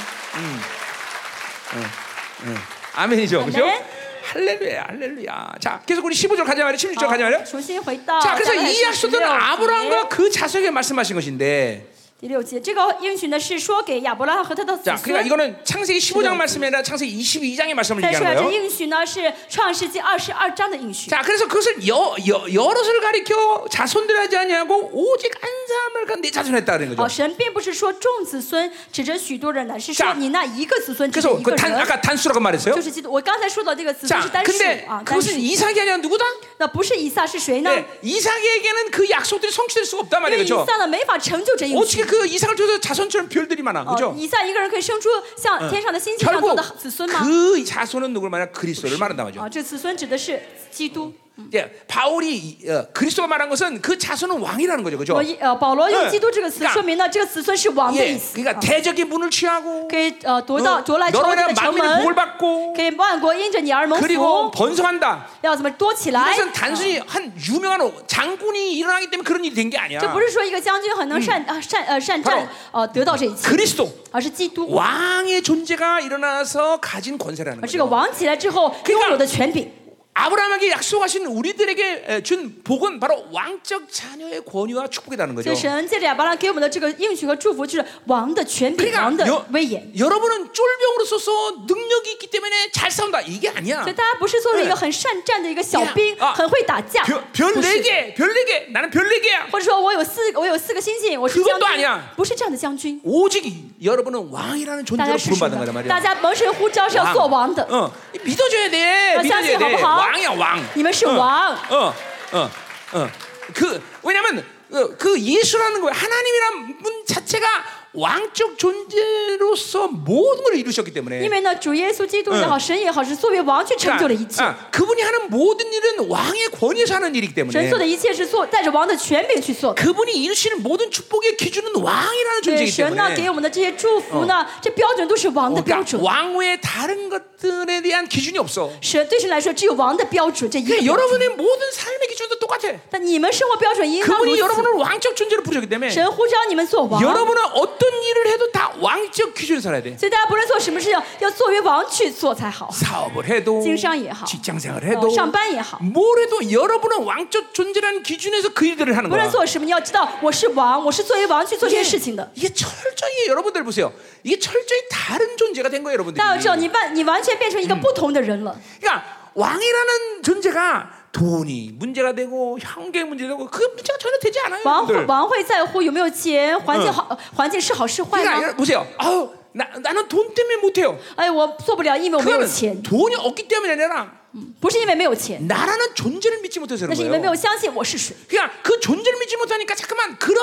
아멘이죠, 그렇죠?
아멘.
할렐루야, 할렐루야. 자, 계속 우리 15절 가자 말이야, 16절
好
가자 말이야.
重新回到
자, 그래서
加拉太
이
书
약속들은
16节
아브라함과 그 자석에게 말씀하신 것인데,
第六节，这个应许呢是说给亚伯拉罕和他的子
자,
孙
그러니까 。 이거는 창세기 15장 말씀이 아니라 창세기 22장의 말씀을
再说一下，
얘기하는
啊这
거예요.
应许呢是创世纪二十二章的应许。
자, 그래서 그것을 여, 여, 여럿을 가리켜 자손들 하지 아니하고 오직 한 사람을 가내 자손 했다는
哦，
거죠.
神并不是说众子孙指着许多人乃是
자
说你那一个子孙指着
그래서
一个
그 단,
人，
아까 단수라고 말했어요.
就是基督。我刚才说到这个子孙
자,
是单数
근데
啊，单数
그것은 。 이삭이 아니라 누구다?
那不是以撒是谁呢？
네, 이삭에게는 그 약속들이 성취될 수가 없단
因
말이에요.
为以
그렇죠?
撒呢没法成就这应许。
어떻게 그 이삭을 통해서 자손처럼 별들이 많아.
哦
그렇죠? ，
以撒一个嗯人可以生出像天上的星星那样多
결국
的子孙吗？
그 자손은 누굴 말하냐? 그리스도를 말한단 말이죠.
啊，这子孙指的是基督。
예, 바울이 어, 그리스도가 말한 것은 그 자손은 뭐, 왕이라는 거죠, 그죠?
我一呃，保罗用
嗯
基督这个词说明呢，这个子孙是王的
예,
意思。啊
그러니까 대적의 문을 취하고
可以呃夺到
어,
夺来仇敌
너로
的
인하여
城
만민의
门
복을 벌받고
可以万国因着你而蒙
그리고
福，
번성한다.
要怎么多起来？
이것은 단순히 한 유명한 장군이 일어나기 때문에 그런 일이 된 게 아니야.
这不是说一个将军很能善啊善呃善战呃得到这一切，
그리스도
而是基督，
왕의 존재가 일어나서 가진 권세라는
而这个
거죠.
王起来之后拥有的权柄。
아브라함에게 약속하신 우리들에게 에, 준 복은 바로 왕적 자녀의 권위와 축복이라는
所
거죠.
以神借着亚伯拉罕给我们的这个应许和祝福，就是王的权柄、
그러니까
王的
여,
威严。
여러분은 쫄병으로서 능력이 있기 때문에 잘 싸운다 이게 아니야.
所以大家不是做了一个很善战的一个小兵，
啊
很会打架，
벼-
不是
별내게 별내게 나는 별내게야.
或者说我有四我有四个星星，我是将
그것도아니야
军，不是这样的将军。
오직 여러분은 왕이라는
大家
존재로
是什
부름받은
么
거란 ？ 말이야.
大家蒙神呼召是要做王嗯的，
어, 믿어줘야 돼.
아,
믿어줘야 돼.
相信好不好？
왕이야 왕.
你们是王。
어, 어, 어. 그 왜냐면 어, 그 예수라는 거야. 하나님이란 분 자체가 왕적 존재로서 모든 걸 이루셨기 때문에.
因为呢，主耶稣基督也好，神也好，是作为王去成就了一
그러니까,
切。
아, 그분이 하는 모든 일은 왕의 권위에서 하는 일이기
神
때문에.
做的一切是做带着王的权柄去做的。
그분이 이루시는 모든 축복의 기준은 왕이라는
对，
존재이기
神呢嗯哦
때문에.
给我们的这些祝福呢，这标准都是王
어,
的标
그러니까
准。
왕후의 다른 것들에 대한 기준이 없어.
神对神来说只有王的标准，这一个
그러니까
标准。
여러분의 모든 삶의 기준도 똑같아.
但你们生活标准应当如
그분이
此。
여러분을 왕적 존재로 부르셨기 때문에
神呼召你们做王，
여러분은 어떤 일을 해도 다 왕적 기준에 살아야 돼.
所以大家不论做什么事情，要作为王去做才好。
사업을 해도,
经商也好, 어,
직장생활을
呃
해도,
上班也好，
뭘 해도 여러분은 왕적 존재라는 기준에서 그 일들을 하는
不论
거야.
做什么，你要知道我是王，我是作为王去做这些事情
이게,
的。
이게 철저히 여러분들 보세요. 이게 철저히 다른 존재가 된 거예요, 여러분들.
大家要知道，
이
你完你完全变成一个不同的人了。
그러니까 왕이라는 존재가 돈이 문제가 되고 형계 문제 되고 그 문제가 전혀 되지 않아요,
王会
여러분들.
王会在乎有没有钱，环境好，环境是好是坏
그러니까
吗？
여러분 보세요. 아우 나 나는 돈 때문에 못해요.
哎，我做不了，因为我没有
그거는
钱，
돈이 없기 때문에 아니라
不是因嗯为没有钱，
나라는 존재를 믿지 못해서 그런
那是因为没有
거예요.
相信我是谁。
그러니까 그 존재를 믿지 못하니까 자꾸만 그런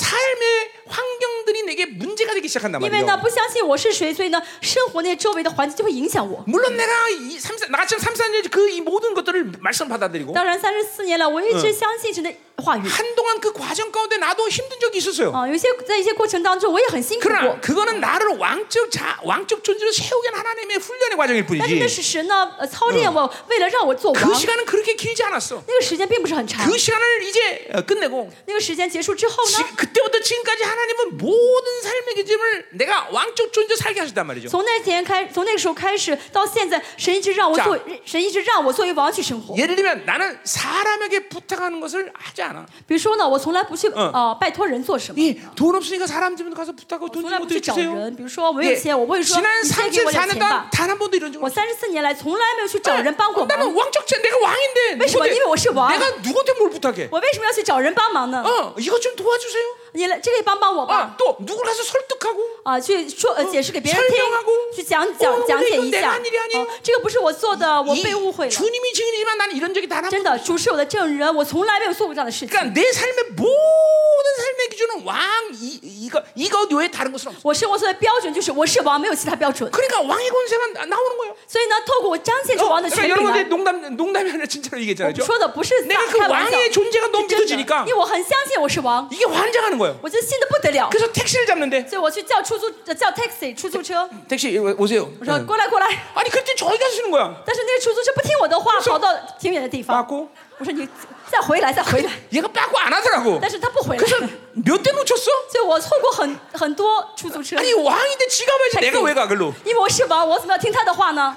삶의 환경들이 내게 문제가 되기 시작한단
因为呢，
말이에요.
不相信我是谁，所以呢，生活那周围的环境就会影响我。
물론 내가 이 삼사 나같이 삼사년 그이 모든 것들을 말씀 받아들이고
当然，三十四年了，我一直相信神的话语
한동안 그 과정 가운데 나도 힘든 적이 있었어요. 뭐-
啊。有一些在一些过程当中，我也很辛苦过
그러나 。 그거는 나를 왕적 자 왕적 존재로 세우게 한 하나님의 훈련의 과정일
但是那
뿐이지.
是神呢呃操练我，为了让我做王
그 。 시간은 그렇게 길지 않았어.
那个时间并不是很长
그 。 시간을 이제 어, 끝내고
那个时间结束之后
지,
呢，
그때부터 지금까지 하나님은 모든 삶의 기준을 내가 왕적 존재 살게 하셨단 말이죠.
从那天开，从那个时候开始到现在，神一直让我
자
做，神一直让我作为王去生活。
예를 들면 나는 사람에게 부탁하는 것을 하지 않아.
比如说呢，我从来不去
嗯
呃拜托人做什么，
이 돈 없으니까 사람 집에 가서 부탁하고
从
돈
来
좀
不去
어떻게
找
주세요.
人。比如说我没
예,
有钱，我不会说
지난
你先给我两
34년
千吧
동안 。 단한 번도 이런 적
我
없어.
三十四年来从来没有去找人帮过
나는
忙，
왕적죄 내가 왕인데
왜시와?
누군데?
이미 오시와.
내가 누구한테 뭘 부탁해?
我为什么要去找人帮忙呢？
어 이것 좀 도와주세요.
你来这里帮帮我吧，
아 또 누굴 가서 설득하고
啊，去说呃解释给别人
설명하고
听，去讲讲
어
讲解一
내가
下。
한일이아니에요
哦这个不是我做的，我
이
被误会了。
주님이 증인이지만 나는 이런 적이 단한 번.
真的，主是我的证人，我从来没有做过这样的事情。
그러니까 내 삶의 모든 삶의 기준은 왕 이, 이거 이거 외에 다른 것은 없어.
我生活所有的标准就是我是王，没有其他标准。
그러니까 왕의 권세만 나- 나오는 거예요.
所以呢，透过我彰显出
어,
王的
그러니까
权柄
여러분들
来。
농담 농담이 아니라 진짜로
我
얘기했잖아요.
说的不是在
내가 그
开玩笑，
왕의 존재가 너무
是真的
믿어지니까 ，
因为我很相信我是王，
이게 환장하는 거예요.
我就信的不得了。
그래서 택시를 잡는데
所以我去叫出租呃叫 taxi 出租车，
택시 오세요.
我说过来过来，
아니 그때 저희가 쓰는 거야.
但是那个出租车不听我的话，跑到挺远的地方。
빠고
我说你再回来再回来，
얘가 빠고 안 하더라고.
但是他不回来，
그래서
所
몇 대 놓쳤어?
以我错过很很多出租车。
아니 왕인데 지가 봐야지
택시.
내가 왜 가 글로?
因为我是王，我怎么要听他的话呢？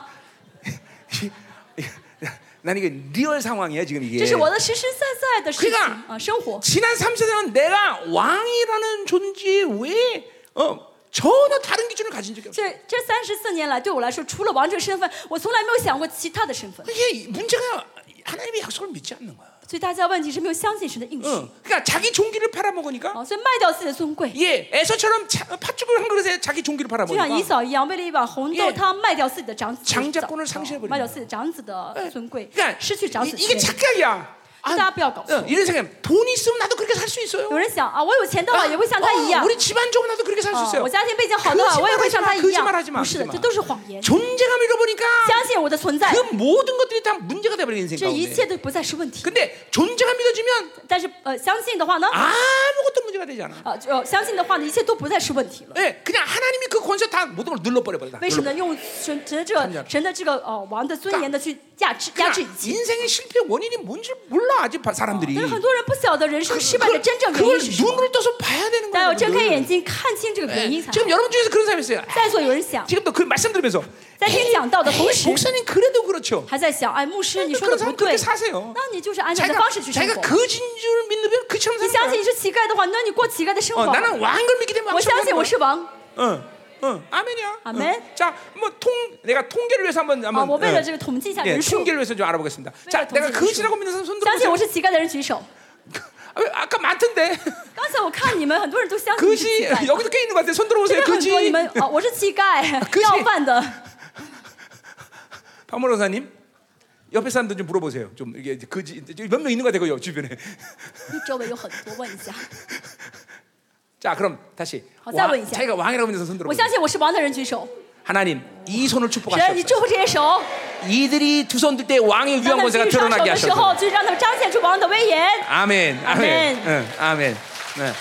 난 이게 리얼 상황이야 지금 이게.
这是我的实实在在的事情
그러니까
啊，生活。
지난 3세대는 내가 왕이라는 존재 외에 어, 전혀 다른 기준을 가진 적이 없어.
这这三十四年来，对我来说，除了王这个身份，我从来没有想过其他的身份。
이게 문제가 하나님의 약속을 믿지 않는 거야.
所以大家问题是没有相信神的应许
응. 그러니까 자기 종기를 팔아먹으니까
啊，所以卖掉自己的尊贵，
예, 에서처럼 차- 팥죽을 한 그릇에 자기 종기를
就像以
팔아먹으니까
扫一样，为了一碗红豆
예
汤卖掉自己的长子的
장자권을
枣，
상실해버린
卖掉
거야
自己的长子的
예.
尊贵
그러니까 ，
失去长
이,
子的
이게
权利。
착각이야. 아,
大家不要搞错
응, 。 이런 생각. 돈 있으면 나도 그렇게 살 수 있어요.
有人想啊，哦我有钱的话也会像他一
어,
样，
우리 집안 좋으면 나도 그렇게 살 수
啊
있어요.
我家庭背景好的话，
거짓말
我也会像他一
하지마
样
거짓말하지마。
不是的，
거짓말
这都是谎言。
존재감 잃어버리니까
相信我的存在，
그 모든 것들이 다 문제가 돼버린 인생
这一
가운데.
切都不再是问题。
근데 존재감 믿어지면
但是呃，相信的话呢，
아무것도 문제가 되잖아.
啊，就呃相信的话呢，一切都不再是问题了。
예, 그냥 하나님이 그 권세 다 모든 걸 눌러버려 버리다.
为什么呢？用神神的这
参加
个神的这个呃王的尊严的去压制压制一切。
인생의 실패 원인이 뭔지 몰라 아직 바- 사람들이.
但是很多人不晓得人生失败的
그걸,
真正原
그걸
因是什么。
눈으로 떠서 봐야 되는
大家
거야.
要睁开
그거를.
眼睛看清这个原因
예,
才好。
지금 여러분 중에서 그런 사람이 있어요.
在座有人想，
지금도 그 말씀 들으면서
在听讲道的同
에이,
时，
목사님 그래도 그렇죠.
还在想，哎，牧师你说
그런
的
사람
不
그렇
对，
게사세요
那你就是按照你的
자기가
方式去生
자기가
活。
거진줄 믿으면 그처럼
你相
사는 거야.
信你是乞丐的话，那你过乞丐的生
어,
活。
나는 왕인 걸 믿기 때문에
我相
왕처럼
信我
사는
是王
거야. 어, 어, 뭐 아멘이야.
아멘.
어. 자, 뭐통 내가 통계를 위해서 한번
啊！
한번
我为
어,
了这个统计一下
예,
人数，
통계를 위해서 좀 알아보겠습니다. 자,
왜요?
내가
통계
거지라고 믿는 사람 손
相信
들어보세요.
我是乞丐的人举手。
아, 왜 아까 많던데.
刚才我看你们很多人都相信你是
거지
乞丐，
여기도 꽤 있는 것 같아요. 손 들어보세요. 그
现在很多你
거지.
们啊，我是乞丐，
그지
要饭的。
박모호사님 옆에 사람들 좀 물어보세요. 좀 이게 거지 몇 명 있는 것 같아요. 주변에.
周围有很多，问一 下。
자, 그럼 다시.
어, 짧은
왕,
인생.
자기가 뭐 왕이라고 믿는 사람 손
我
들어보세요.
요信我是王的人举手。
하나님, 이 손을 축복하시옵소서.
神，你祝福这些手，
이들이 두 손 들 때 왕의 위엄
当他们
권세가
去上手
드러나게
的时候，
하셨다.
就让他们彰显出王的威严。
아멘. 아멘.
아멘.
응, 아멘. 네.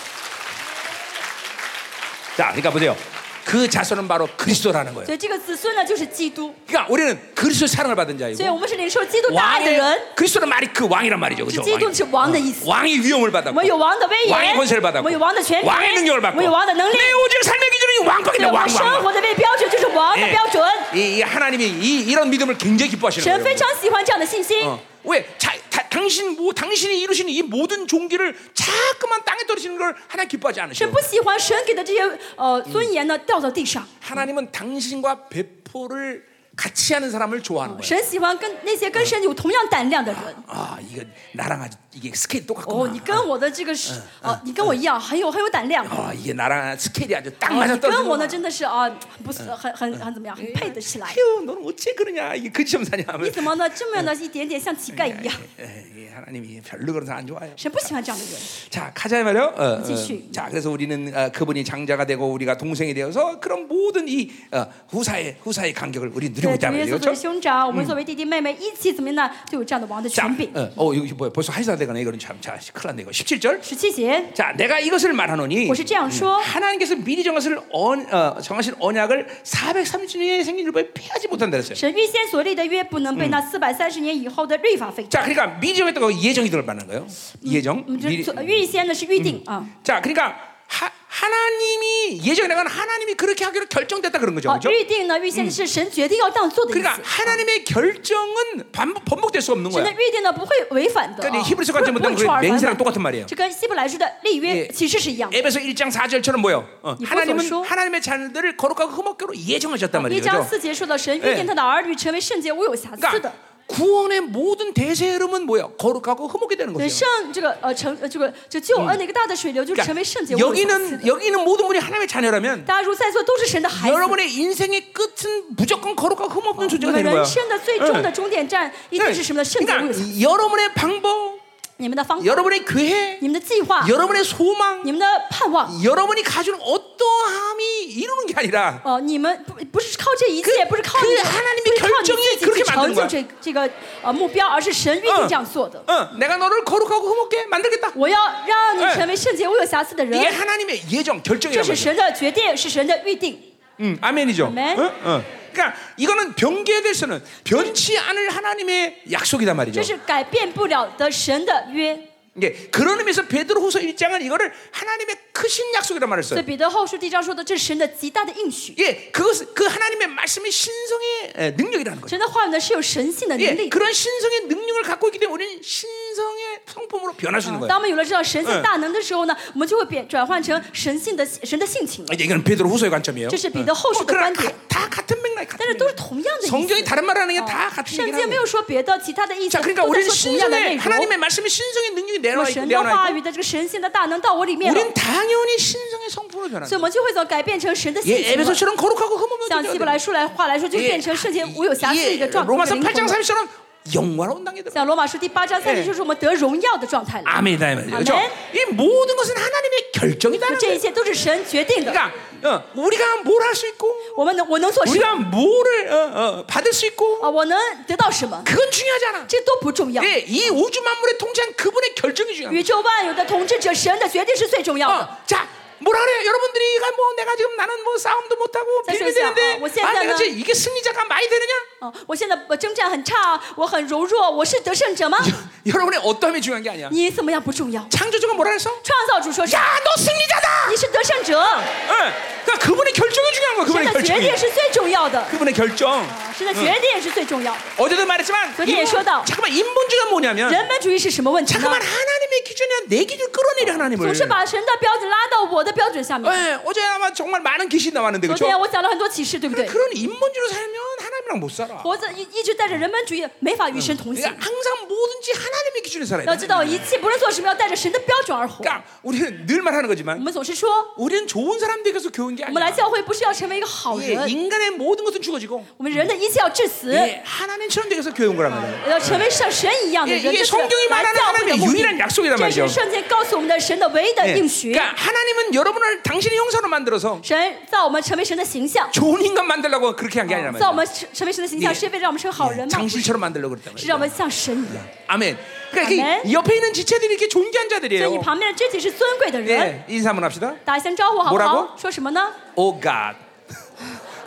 자, 그러니까 보세요. 그 자손은 바로 그리스도라는 거예요.
所以这个子孙呢，就是基督。
그러니까 우리는 그리스도 의 사랑을 받은
所以
자이고
我们是领受基督大爱的
왕의
人，
그리스도는 말이 그 왕이란 말이죠.
是
그렇죠?
基督是王的意思。
왕의 위엄을
我
받았고
们有王的威
왕의
严，
권세를
我
받았고
们有王的权柄，
예? 왕의 능력을
我
받고
们有王的能力。
내 오직 삶의 기준이 왕밖이다.
对我
왕,
们
왕,
生
왕.
活的为标准就是王的
예.
标准。
이, 이 하나님이 이, 이런 믿음을 굉장히 기뻐하시는
神
거예요.
非
여러분.
常喜欢这样的信心。
어. 왜 자, 다, 당신 뭐 당신이 이루시는 이 모든 종기를 자꾸만 땅에 떨어지는 걸 하나님 기뻐하지
神
않으셔요.
不喜欢神给的这些呃尊严呢掉到地上，
하나님은 당신과 배포를 같이 하는 사람을 좋아하는 거예요.
神喜欢跟那些跟神有同样胆量的人。
아, 이거 나랑 아주 이게 스케일 똑같구나.
哦，你跟我的这个是哦，你跟我一样很有很有胆量。
아, 이게 나랑 스케일이 아주 딱
啊
맞아
你跟我呢
떨어지는
真的是啊，很不是很很很怎么样，很配得起来。
휴, 너는 어째 그러냐? 이게 그지점 사냐
你
하면
怎么呢？这么样的一点点像乞丐一样，
에이, 하나님이 별로 그런 사람 안 좋아해요.
神不喜欢这样的人。
자, 가자 이 말이요. 어, 어.
지수.
자, 그래서 우리는 어, 그분이 장자가 되고 우리가 동생이 되어서 그런 모든 이 어, 후사의 후사의 간격을 우리
对，
누리고
主
있다는
耶稣
거죠.
作为
그렇죠?
兄长，我们作为弟弟妹妹一起怎么样呢？就有这样的王的
자,
权柄。
어, 어, 이거 뭐야? 벌써 한시다 되가네. 이거는 참, 자, 큰일 났네. 이거 17절.
十七节，
자, 내가 이것을 말하노니 음,
我是这样说。
하나님께서 미리 정하실, 언, 어, 정하실 언약을 430년에 생긴 율법에 폐하지 못한다 그랬어요.
神预先所立的约，不能被那四百三十年以后的律法废
자,
掉。
그러니까 미리 정했던 거 예정이 들어가는 거예요. 예정.
我们
미리.
这预先呢是预定啊。
자, 그러니까 하, 하나님이 예정이라는 건 하나님이 그렇게 하기로 결정됐다 그런 거죠.
哦，
그렇죠?
预定呢，预先是神决定要这样做的意
그러니까
思。
하나님의 결정은 반복 번복될 수 없는
神
거야.
的预定呢不会违反的，
그러니까
啊
이제 히브리서 같은
不
분들은
会不
그
会违反
맹세랑
的。
똑같은 말이에요.
这跟希伯来书的立约
예
启示是一样的。
에베소 1장 4절처럼 뭐요? 어,
이
하나님은
보소서.
하나님의 자녀들을 거룩하고 흠없게로 예정하셨단
一
말이죠.
章
그렇죠?
四节说到神
예
预定他的儿女成为圣洁，无有瑕疵的
그러니까 。 구원의 모든 대세 흐름은 뭐예요? 거룩하고 흠없게 되는
对
거예요.
圣这个呃成呃这个这救恩的一个大的水流，就成为圣洁
그러니까
无嗯有瑕疵
여기는
的。
여기는 모든 분이 하나님의 자녀라면
大家如果在座都是神的孩子，
여러분의 인생의 끝은 무조건 거룩하고 흠없는
我
존재가
们
되는 거야.
人生的最终的终点站一
예.
定是什么呢？圣洁无有瑕疵。
그러니까 여러분의 방법,
你们的方法，
여러분의 교회,
你们的计划，
여러분의 소망,
你们的盼望，
여러분이 가진 어떠함이 이루는 게 아니라
哦，你们不不是靠这一切，不是靠你
그하나님의，
不是靠
결정이
你自
그렇게
己去
만든 거야
成就这这个呃目标，而是神预定这样做的。
어, 내가 너를 거룩하고 흠없게 만들겠다.
我要让你
哎
成为圣洁无有瑕疵的
이게
人，
하나님의 예정,
这
결정이란
是
말이죠.
神的决定，是神的预定。
음, 아멘이죠.
아멘.
어? 어. 그러니까 이거는 변개될 수는 변치 않을 하나님의 약속이단
这
말이죠.
是改变不了的神的约。
이게 그런 의미에서 베드로후서 1장은 이거를 하나님의 크신 약속이란 말을
所以
써요.
彼得后书第一章说的，这是神的极大的应许。
예, 그것 그 하나님의 말씀이 신성의 에, 능력이라는 거죠.
神的话语呢是有神性的能
예,
力。
그런 신성의 능력을 갖고 있기 때문에 우리는 신성의 성품으로 변할 수 있는
啊
거예요.
当我们有了这样神
哎
性大能的时候呢，我们就会变转换成神性的神的性情了。
이제 이건 베드로후서의 관점이에요.
这是彼得后
어,
书的观
그러나
点
가- 。다 같은 맥락, 같은
但是都是
맥락.
同样的意思。
성경이 다른 말하는 게 다
哦
같은
圣
얘기를
经
하는
没
거예요.
有说别的，其他的意思
자,
都
그러니까
在
우리는
说同样的内
신성의
容。
하나님의 말씀이 신성의 능력이
有
내려와
神的
내려와
话
있고,
语的这个神性的大能到我里面了，
우리는 당연히 신성의 성품으로
所
변하는.
以我们就会从改变成神的性
예,
情了。
에베소처럼 거룩하고 흠없는
像
존재가
希伯来书来话来说，就
돼요.
变成圣洁无有瑕疵的一
예,
个状态。
로마서
一个灵
8장
魂
30절은 영화로운 당이 들어.
像罗马书第八章三
예
十，就是我们得荣耀的状态了。
아멘이다 이 말이죠. 그렇죠?
아멘. 그렇죠,
이 모든 것은 하나님의
那
결정이다는
这
거예요.
一切都是神决定的。
그러니까 어, 우리가 뭘 할 수 있고
我们能，我能做什么？
우리가 뭐를 어, 어, 어, 받을 수 있고
啊，我能得到什么？
그건 중요하지 않아.
这都不重要。
네, 이 우주 만물의 통치한 그분의 결정이 중요한
宇宙万有的统治者，神的决定是最重要的。
어, 자, 뭐라 그래? 여러분들이 이거 뭐 내가 지금 나는 뭐 싸움도 못 하고
자,
빌미
선생님,
되는데
어, 뭐
아, 내가
시작하면-
지금 이게 승리자가 많이 되느냐?
哦，我现在呃征战很差，我很柔弱，我是得胜者吗？
여러분의 어떠함이 중요한 게 아니야.
你怎么样不重要。
창조주가 뭐라 그랬어?
创造主说是
야, 너 승리자다.
你是得胜者，
예, 그러니까 그분의 결정이 중요한 거야.
神
그분의
的决
결정이.
定是最重要的，啊
그분의 결정.
神的决定是最重要的。
어제도 말했지만
그게
인본-
쇼다운. 네?
잠깐만 인본주의가 뭐냐면
人本主义是什么问题呢？
잠깐만 하나님의 기준이야 내 기준 끌어내려 하나님을.
总是把神的标准拉到我的标准下
예,
面。
어제 아마 정말 많은 귀신 나왔는데
昨
그렇죠?
天我讲了很多启示，对不对？
그런 인본주의로 살면 하나님이랑 못 살아.
活着一一直带着人本主义，没法与神同行
그러니까 。 항상 뭐든지 하나님의 기준에 살아야 돼.
要知道，一切不论做什么，要带着神的标准而活。
그러니까 우리는 늘 말하는
我
거지만
们总是说，
우리는 좋은 사람들에게서 교훈 게
我们来
아니야.
教会不是要成为一个好
뭐 예,
人，
인간의 모든 것은 죽어지고
我们人的一切要致死，
예, 하나님처럼 되게서 교훈 거란 말이야.
要成为像神一样的
예,
人。这
이게
是来
성경이 말하는
教会的
하나님의
目的
유일한 약속이란
这
말이죠.
是圣经告诉我们的神的唯一的
예,
应许。
그러니까 하나님은 여러분을 당신의 형상으로 만들어서
神造我们成为神的形象，
좋은 인간 만들려고 그렇게 한 게 아니란
造我
말이야.
们成成为神的形
예
象，是为了让我们成为好人吗？
당신처럼 만들려고 그랬단
是让我
말이야.
们像神一样。
아멘. 그러니까
아멘.
이 옆에 있는 지체들이 이렇게 존귀한
所以你
자들이에요.
旁边的肢体是尊贵的人，
예, 인사 한번 합시다.
打一声招呼好不
뭐라고
好？说什么呢？
오 갓.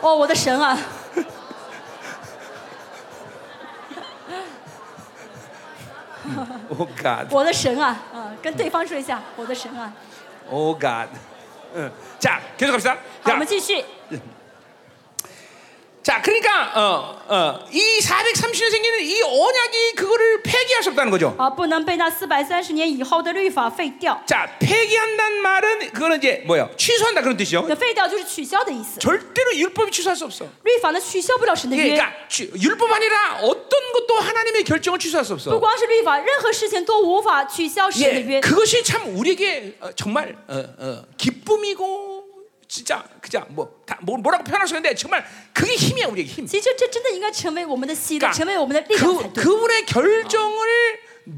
哦，我的神啊！
오 갓.
我的神啊，啊，跟对方说一下，我的神啊。
오 갓. 응. 자, 계속 합시다.
好，我
자,
们继续。
자, 그러니까 어, 어, 이 430년 생기는 이 언약이 그거를 폐기할 수 없다는 거죠.
啊，不能被那四百三十年以后的律法废掉。
자, 폐기한다는 말은 그거는 이제 뭐예요? 취소한다 그런 뜻이죠.
那废掉就是取消的意思。
절대로 율법이 취소할 수 없어.
律法呢，取消不了神的
이게
约。
그러니까 취- 율법 아니라 어떤 것도 하나님의 결정을 취소할 수
不
없어.
光是律法，任何事情都无法取消神的
예,
约。
그것이 참 우리에게 어, 정말 어, 어, 기쁨이고 진짜 그자 뭐, 다, 뭐 뭐라고 표현할 수 있는데 정말 그게 힘이야 우리에게 힘.
其实这真的应该成为我们的喜乐，
그러니까
成为我们的力量才
그,
对。
그분의 결정을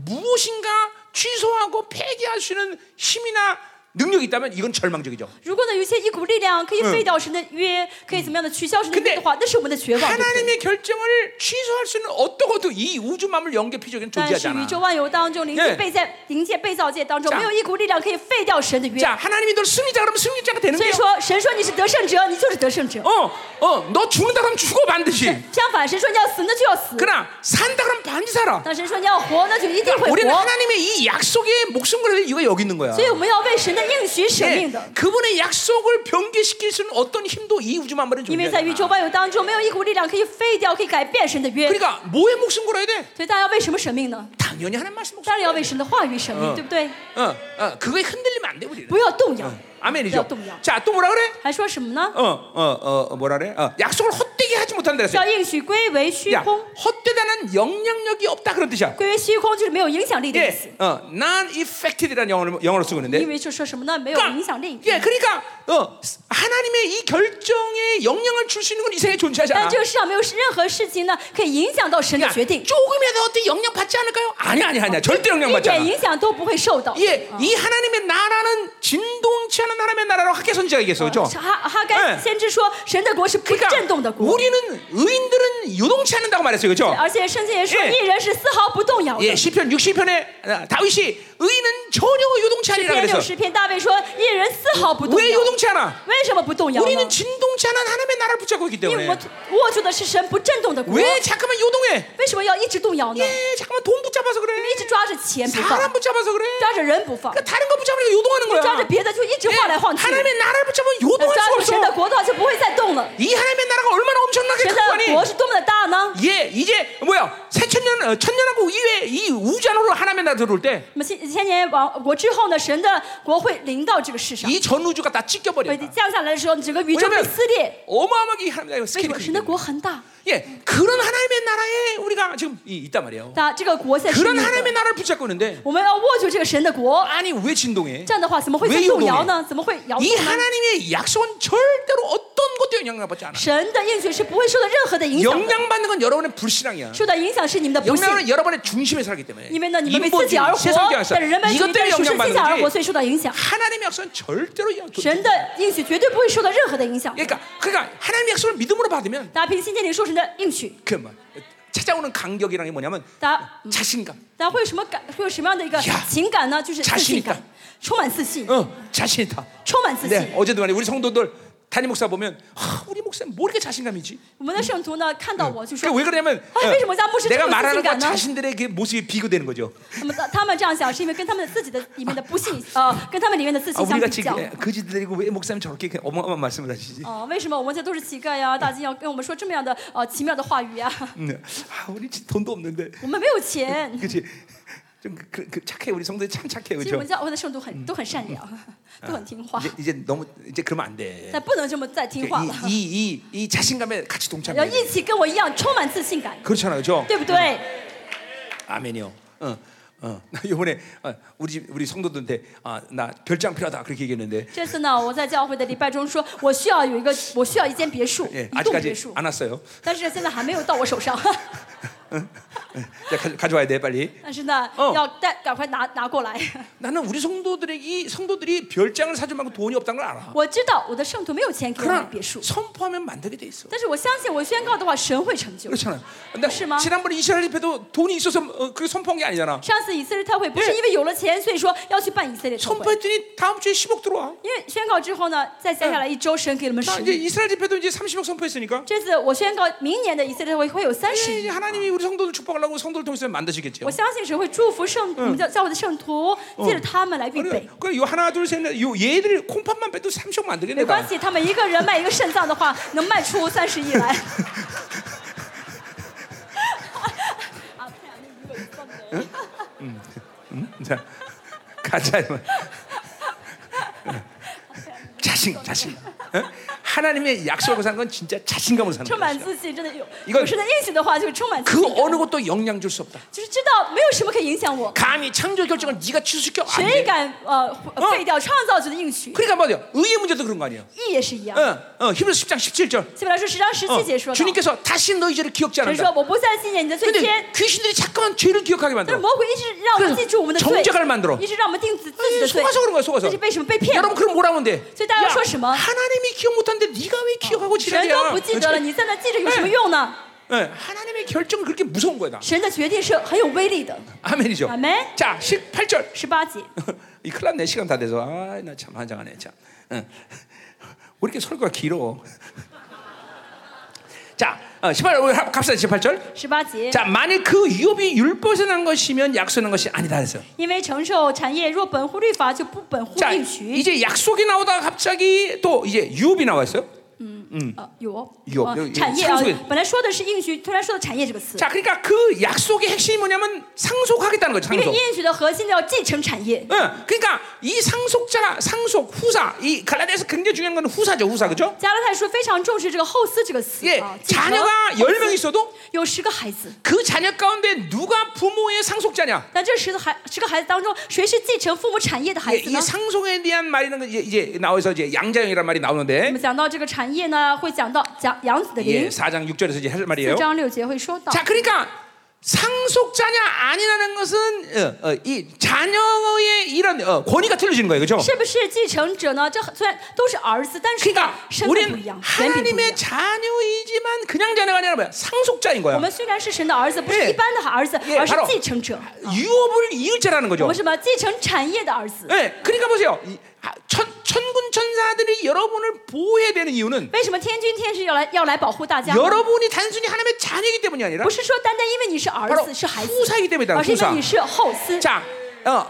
무엇인가 취소하고 폐기할 수 있는 힘이나 능력이 있다면 이건 절망적이죠.
如果呢，有一些一股力量可以废掉神的
嗯
约，可以怎么样的取消神的
근데
约的话，那是我们的绝望。对不对
하나님의 결정을 취소할 수 있는 어떤 것도 이 우주 만물 연계 피조계는
但是宇
존재하잖아.
宙万有当中，灵
예
界被在灵界被造界当中，
자
没有一股力量可以废掉神的约。
자, 하나님이 널 승리자 그러면 승리자가 되는
所
거야.
以说，神说你是得胜者，你就是得胜者。
어, 어, 너 죽는다 그러면 죽어 반드시.
相反，神说你要死，那就要死；
그러나 산다 그러면 반드시 살아. 그러니까
但神说你要活，那就一定会
우리는
活。
하나님의 이 약속에 목숨 걸어야 될 이유가 여기 있는 거야.
所以我们要为神的应许舍命
예,
的，
그분의 약속을 변개시킬 수 있는 어떤 힘도 이 우주 만물은
因为在宇宙
존재하잖아.
万有当中，没有一股力量可以废掉、可以改变神的约。
그러니까 뭐에 목숨 걸어야 돼?
所以大家要为什么舍命呢？
당연히 하나님 말씀 목숨.
当然要为神的话语舍命，对不对？
어, 어, 그거에 흔들리면 안 돼, 우리는.
不要动摇。
아멘이죠.
야, 또 뭐야.
자, 또 뭐라 그래?
还说什么呢？
어, 어, 어, 어, 뭐라 그래? 어, 약속을 헛되게 하지 못한다 그랬어요.
叫应许归为虚
야,
空，
헛되다는 영향력이 없다 그런 뜻이야.
归为虚空就是没有影响力的意思
예, 。 어, non-effective라는 영어로, 영어로 쓰고
因
있는데.
为就说什么呢？没有影响
그러니까,
力。
예, 그러니까 어, 하나님의 이 결정에 영향을 줄 수 있는 건 이 세상에 존재하지
但
않아.
这个世上没有任何事情呢，可以影响到神的
그러니까
决定，
조금이라도 어떻게 영향 받지 않을까요? 아니, 아니, 아니야. 절대 영향
一
받지
点
않아.
影响都不会受到。
예, 이 하나님의 나라는 진동치 않은 하나님의 나라라고 학계 선지자가 얘기했어, 그렇죠?
哈哈
哎
该先知说，神的国是不震动的
그러니까
国，
우리는 의인들은 유동치 않는다고 말했어요, 그렇죠?
而且圣经也说，
哎
一人是丝毫不动摇
예,
的。
시편 60편에 아, 다윗이 의인은 전혀 유동치 않으라
篇六
그랬어.
十篇大卫说，一人丝毫不动
왜
摇。
유동치 않아?
为什么不动摇呢？
우리는 진동치 않은 하나님의 나라를 붙잡고 있기
因为
때문에.
我们握住的是神不震动的国。
왜 자꾸만 요동해?
为什么要一直动摇呢？
예, 자꾸만 돈 붙잡아서
一
그래.
直抓着钱不放，
사람 붙잡아서 그래.
抓着人不放，
그러니까 다른 거 붙잡으니까 요동하는
抓着
거야.
别的就一直
예,
晃来晃去。
하나님의 나라를 붙잡으면 요동할
抓
수가
住神的
없어.
国的话，就不会再动了。
이 하나님의 나라가 얼마나 엄청나게
神
큰
的国
거니?
是多么的大呢？
예, 이제 뭐야? 세천년 어, 천년하고 이외 이 우주 안으로 하나님의 나라 들어올 때 이
那么千千年王国之后呢，神的国会临到这个世上。
전 우주가 다
会
찢겨버린다.
降下来的时候，整个宇宙被撕裂。
어마어마하게 이 하나님의 나라가
为什
스케일이
么
크기
神的
때문에.
国很大？
예, 그런 하나님의 나라에 우리가 지금 이- 있단 말이에요.
那这个国在神
그런
里
하나님의
的，
나라를 붙잡고 있는데
我们要握住这个神的国。
아니 왜 진동해?
这样的话，怎么会
왜
再
요
动
동
摇
해
呢？怎么会摇
이
动呢？
하나님의 약속은 절대로 어떤 것도 영향을 받지 않아.
神的应许是不会受到任何的影响的，
영향 받는 건 여러분의 불신앙이야.
受到影响是你们的不信。
영향은 여러분의 중심에 살기 때문에.
因为呢，你们为自己而
인본주의,
活
세상주의 ，
但是人
살아.
本主义
이것
但
때문에
是属神
영향
自己而
받는
活，
거지.
所以受到影响。
하나님의 약속은 절대로 영향. 그-
神的应许绝对不会受到任何的影响。
그러니까 그러니까 하나님의 약속을 믿음으로 받으면
大家凭信心领受神的应许，
그 뭐, 찾아오는 감격이란 게 뭐냐면
大家
음.
嗯
자신감.
大家会有什么感？会有什么样的一个
呀
情感呢？就是自信
자신있다
感，嗯充满自信，
어, 자신 있다.
充满自信
네, 。 어제도 말이 우리 성도들 담임 목사 보면 하, 우리 목사 뭐 이렇게 자신감이지?
我们的圣徒呢，看到我就说
그 ，왜 그러냐면
아, 뭐 아니,
어,
왜 목사 무슨
내가
자신감
말하는 것
있나?
자신들의 그 모습이 비교되는 거죠.
那么他们这样想，是因为跟他们自己的里面的不信，呃，跟他们里面的自
아,
信相
우리
比
같이
较。
거지들이고 왜 목사님 저렇게 그 어마어마한 말씀을 하시지?
哦、为什么我们这都是乞丐呀、大金要跟我们说这么样的呃奇妙的话语呀、
음, 아, 우리 지- 돈도 없는데,
我们没有钱。
그렇지? 좀 그, 그- 그 착해 우리 성도들 참 착해
其实
그죠?
我们教会的圣徒很都很善良， 都很听话，
이제, 이제 너무 이제 그러면 안 돼.
但不能这么再听话了。
이이이 자신감에 같이 동참해.
要一起跟我一样充满自信感，
그렇잖아요, 그죠?
对不对？
아멘이요. 어, 어. 나 이번에 어, 우리 집- 우리 성도들한테 아, 나 별장 필요하다 그렇게 얘기했는데
这次呢，我在教会的礼拜中说，我需要有一个，我需要一间别墅，
예,
一栋别
아직까지
墅，
안 왔어요.
但是现在还没有到我手上，
예, 자, 가, 가져와야 돼 빨리.
但是呢，
哦
要带赶快拿拿过来。
나는 우리 성도들에게 성도들이 별장을 사줄 만큼 돈이 없다는 걸 알아.
我知道我的圣徒没有钱给我买
그러나
别墅，
선포하면 만들게 돼 있어.
但是我相信我宣告的话，神会成就。
그렇잖아요. 근데
혹시나?
지난번에 이스라엘 집회도 돈이 있어서 어, 그 선포한 게 아니잖아.
上次以色列特会不是
예
因为有了钱，所以说要去办以色列特会，
선포했더니 다음 주에 10억 들어와.
因为宣告之后呢，再接下来一周，神给了我们
나
十
이제
亿。
이스라엘 집회도 이제 30억 선포했으니까
这次我宣告，明年的以色列特会会有三
예,
十
이제
亿。
하나님이 우리 성도들 축복하려고 성도를 통해서 만드시겠죠.
我相信神会祝福圣我们教教会的圣徒，借着他们来预备。
그래, 요 하나 둘셋요 얘들 콩팥만 빼도 30억 만들겠네.
没关
나.
系，他们一个人卖一个肾脏的话，能卖出三十亿 来。
음? 자, 가자. 이만. 자신감, 자신감. 어? 하나님의 약속을 사는 건 진짜 자신감으로 사는
充
거야.
满自信，真的有
一个
有神的应许的话，就是充满自
그
信，
어느 것도 영향 줄 수 없다.
就是知道没有什么可以影响我。
감히 창조 결정을 네가 취소시켜 안 돼.
谁敢呃
嗯
废掉创造主的应许？
그러니까 뭐요? 의의 문제도 그런 거 아니에요.
义也是一样。
어, 어, 히브리서 10장 17절.
希伯来书十章十七节说
어,
到，
주님께서 다시 너희 죄를 기억지
神说
않는다. ：“
我不再纪念你的罪愆。
근데 귀신들이 자꾸만 죄를 기억하게 ”
但是
만들어.
魔鬼一直让我们记住我们的罪
정죄가를만들어 ，
一直让我们定自自己的罪
속아서 。 그런 거야, 속아서.
这是为什么被骗？
여러분 그럼 뭐라고 어, 하면 돼?
所以大家
야
说什么?
하나님이 기억 못하는데 네가 왜 기억하고
神
지랄이야?
都不记得
嗯
了，你在那记着有什么用呢？
예, 하나님의 결정은 그렇게 무서운 거야. 나.
神的决定是很有威力的。
아멘이죠.
아멘.
자, 18절.
十八节，
이 큰일 났네. 시간 다 돼서. 아, 나 참 환장하네. 참. 응. 왜 이렇게 설교가 길어? 자, 어, 18절. 우리 하- 갑시다. 18절.
十八节，
자, 만일 그 유업이 율법에서 난 것이면 약속한 것이 아니다 해서.
因为承受产业若本乎律法，就不本乎
자,
应许。
이제 약속이 나오다가 갑자기 또 이제 유업이 나왔어요.
呃，有哦
有
呃
有有
产业
上
啊
述的，
本来说的是应许，突然说的产业这个词，
자, 그러니까 그 약속의 핵심이 뭐냐면 상속하겠다는 거죠.
因为
상속.
应许的核心要继承产业。
응, 그러니까 이 상속자가 상속 후사 이 갈라디아서 굉장히 중요한 건 후사죠 후사 그죠?
加拉太书非常重视这个后嗣这个词
예,
啊，继承
자녀가 10명 있어도
有十个孩子，
그 자녀 가운데 누가 부모의 상속자냐?
但这十个孩十个孩子当中，谁是继承父母产业的
예,
孩子
이
呢？
상속에 대한 말이라는 건 이제, 이제 나와서 이제 양자형이라는 말이
我
나오는데
们讲到这个产业呢，会讲到讲养子的
예,
灵，
4장 6절에서 이제 할
四
말이에요.
章六节会说到。
자, 그러니까 상속자냐 아니라는 것은 어, 어, 이 자녀의 이런 어, 권위가 틀려지는 거예요, 그죠?
是不是继承者呢？这虽然都是儿子，但是呢
그러니까
身份不一
우리는
样，权柄不一样
하나님의 。 자녀이지만 그냥 자녀가 아니라 뭐야? 상속자인 거야.
我们虽然是神的儿子，不是
예
一般的儿子，
예
而是
바로
继承者。啊
유업을 이을 자라는
我
거죠.
们什么继承产业的儿子？
예, 그러니까 보세요. 이, 아, 천, 천군 천사들이 여러분을 보호해야 되는 이유는
为什么天君天使要来要来保护大家呢？
여러분이 단순히 하나님의 자녀이기 때문이 아니라
不是说单单因为你是儿
바로
子是孩子，
후사이기 때문이다.
而是因为
후사.
你是后嗣。
자, 어,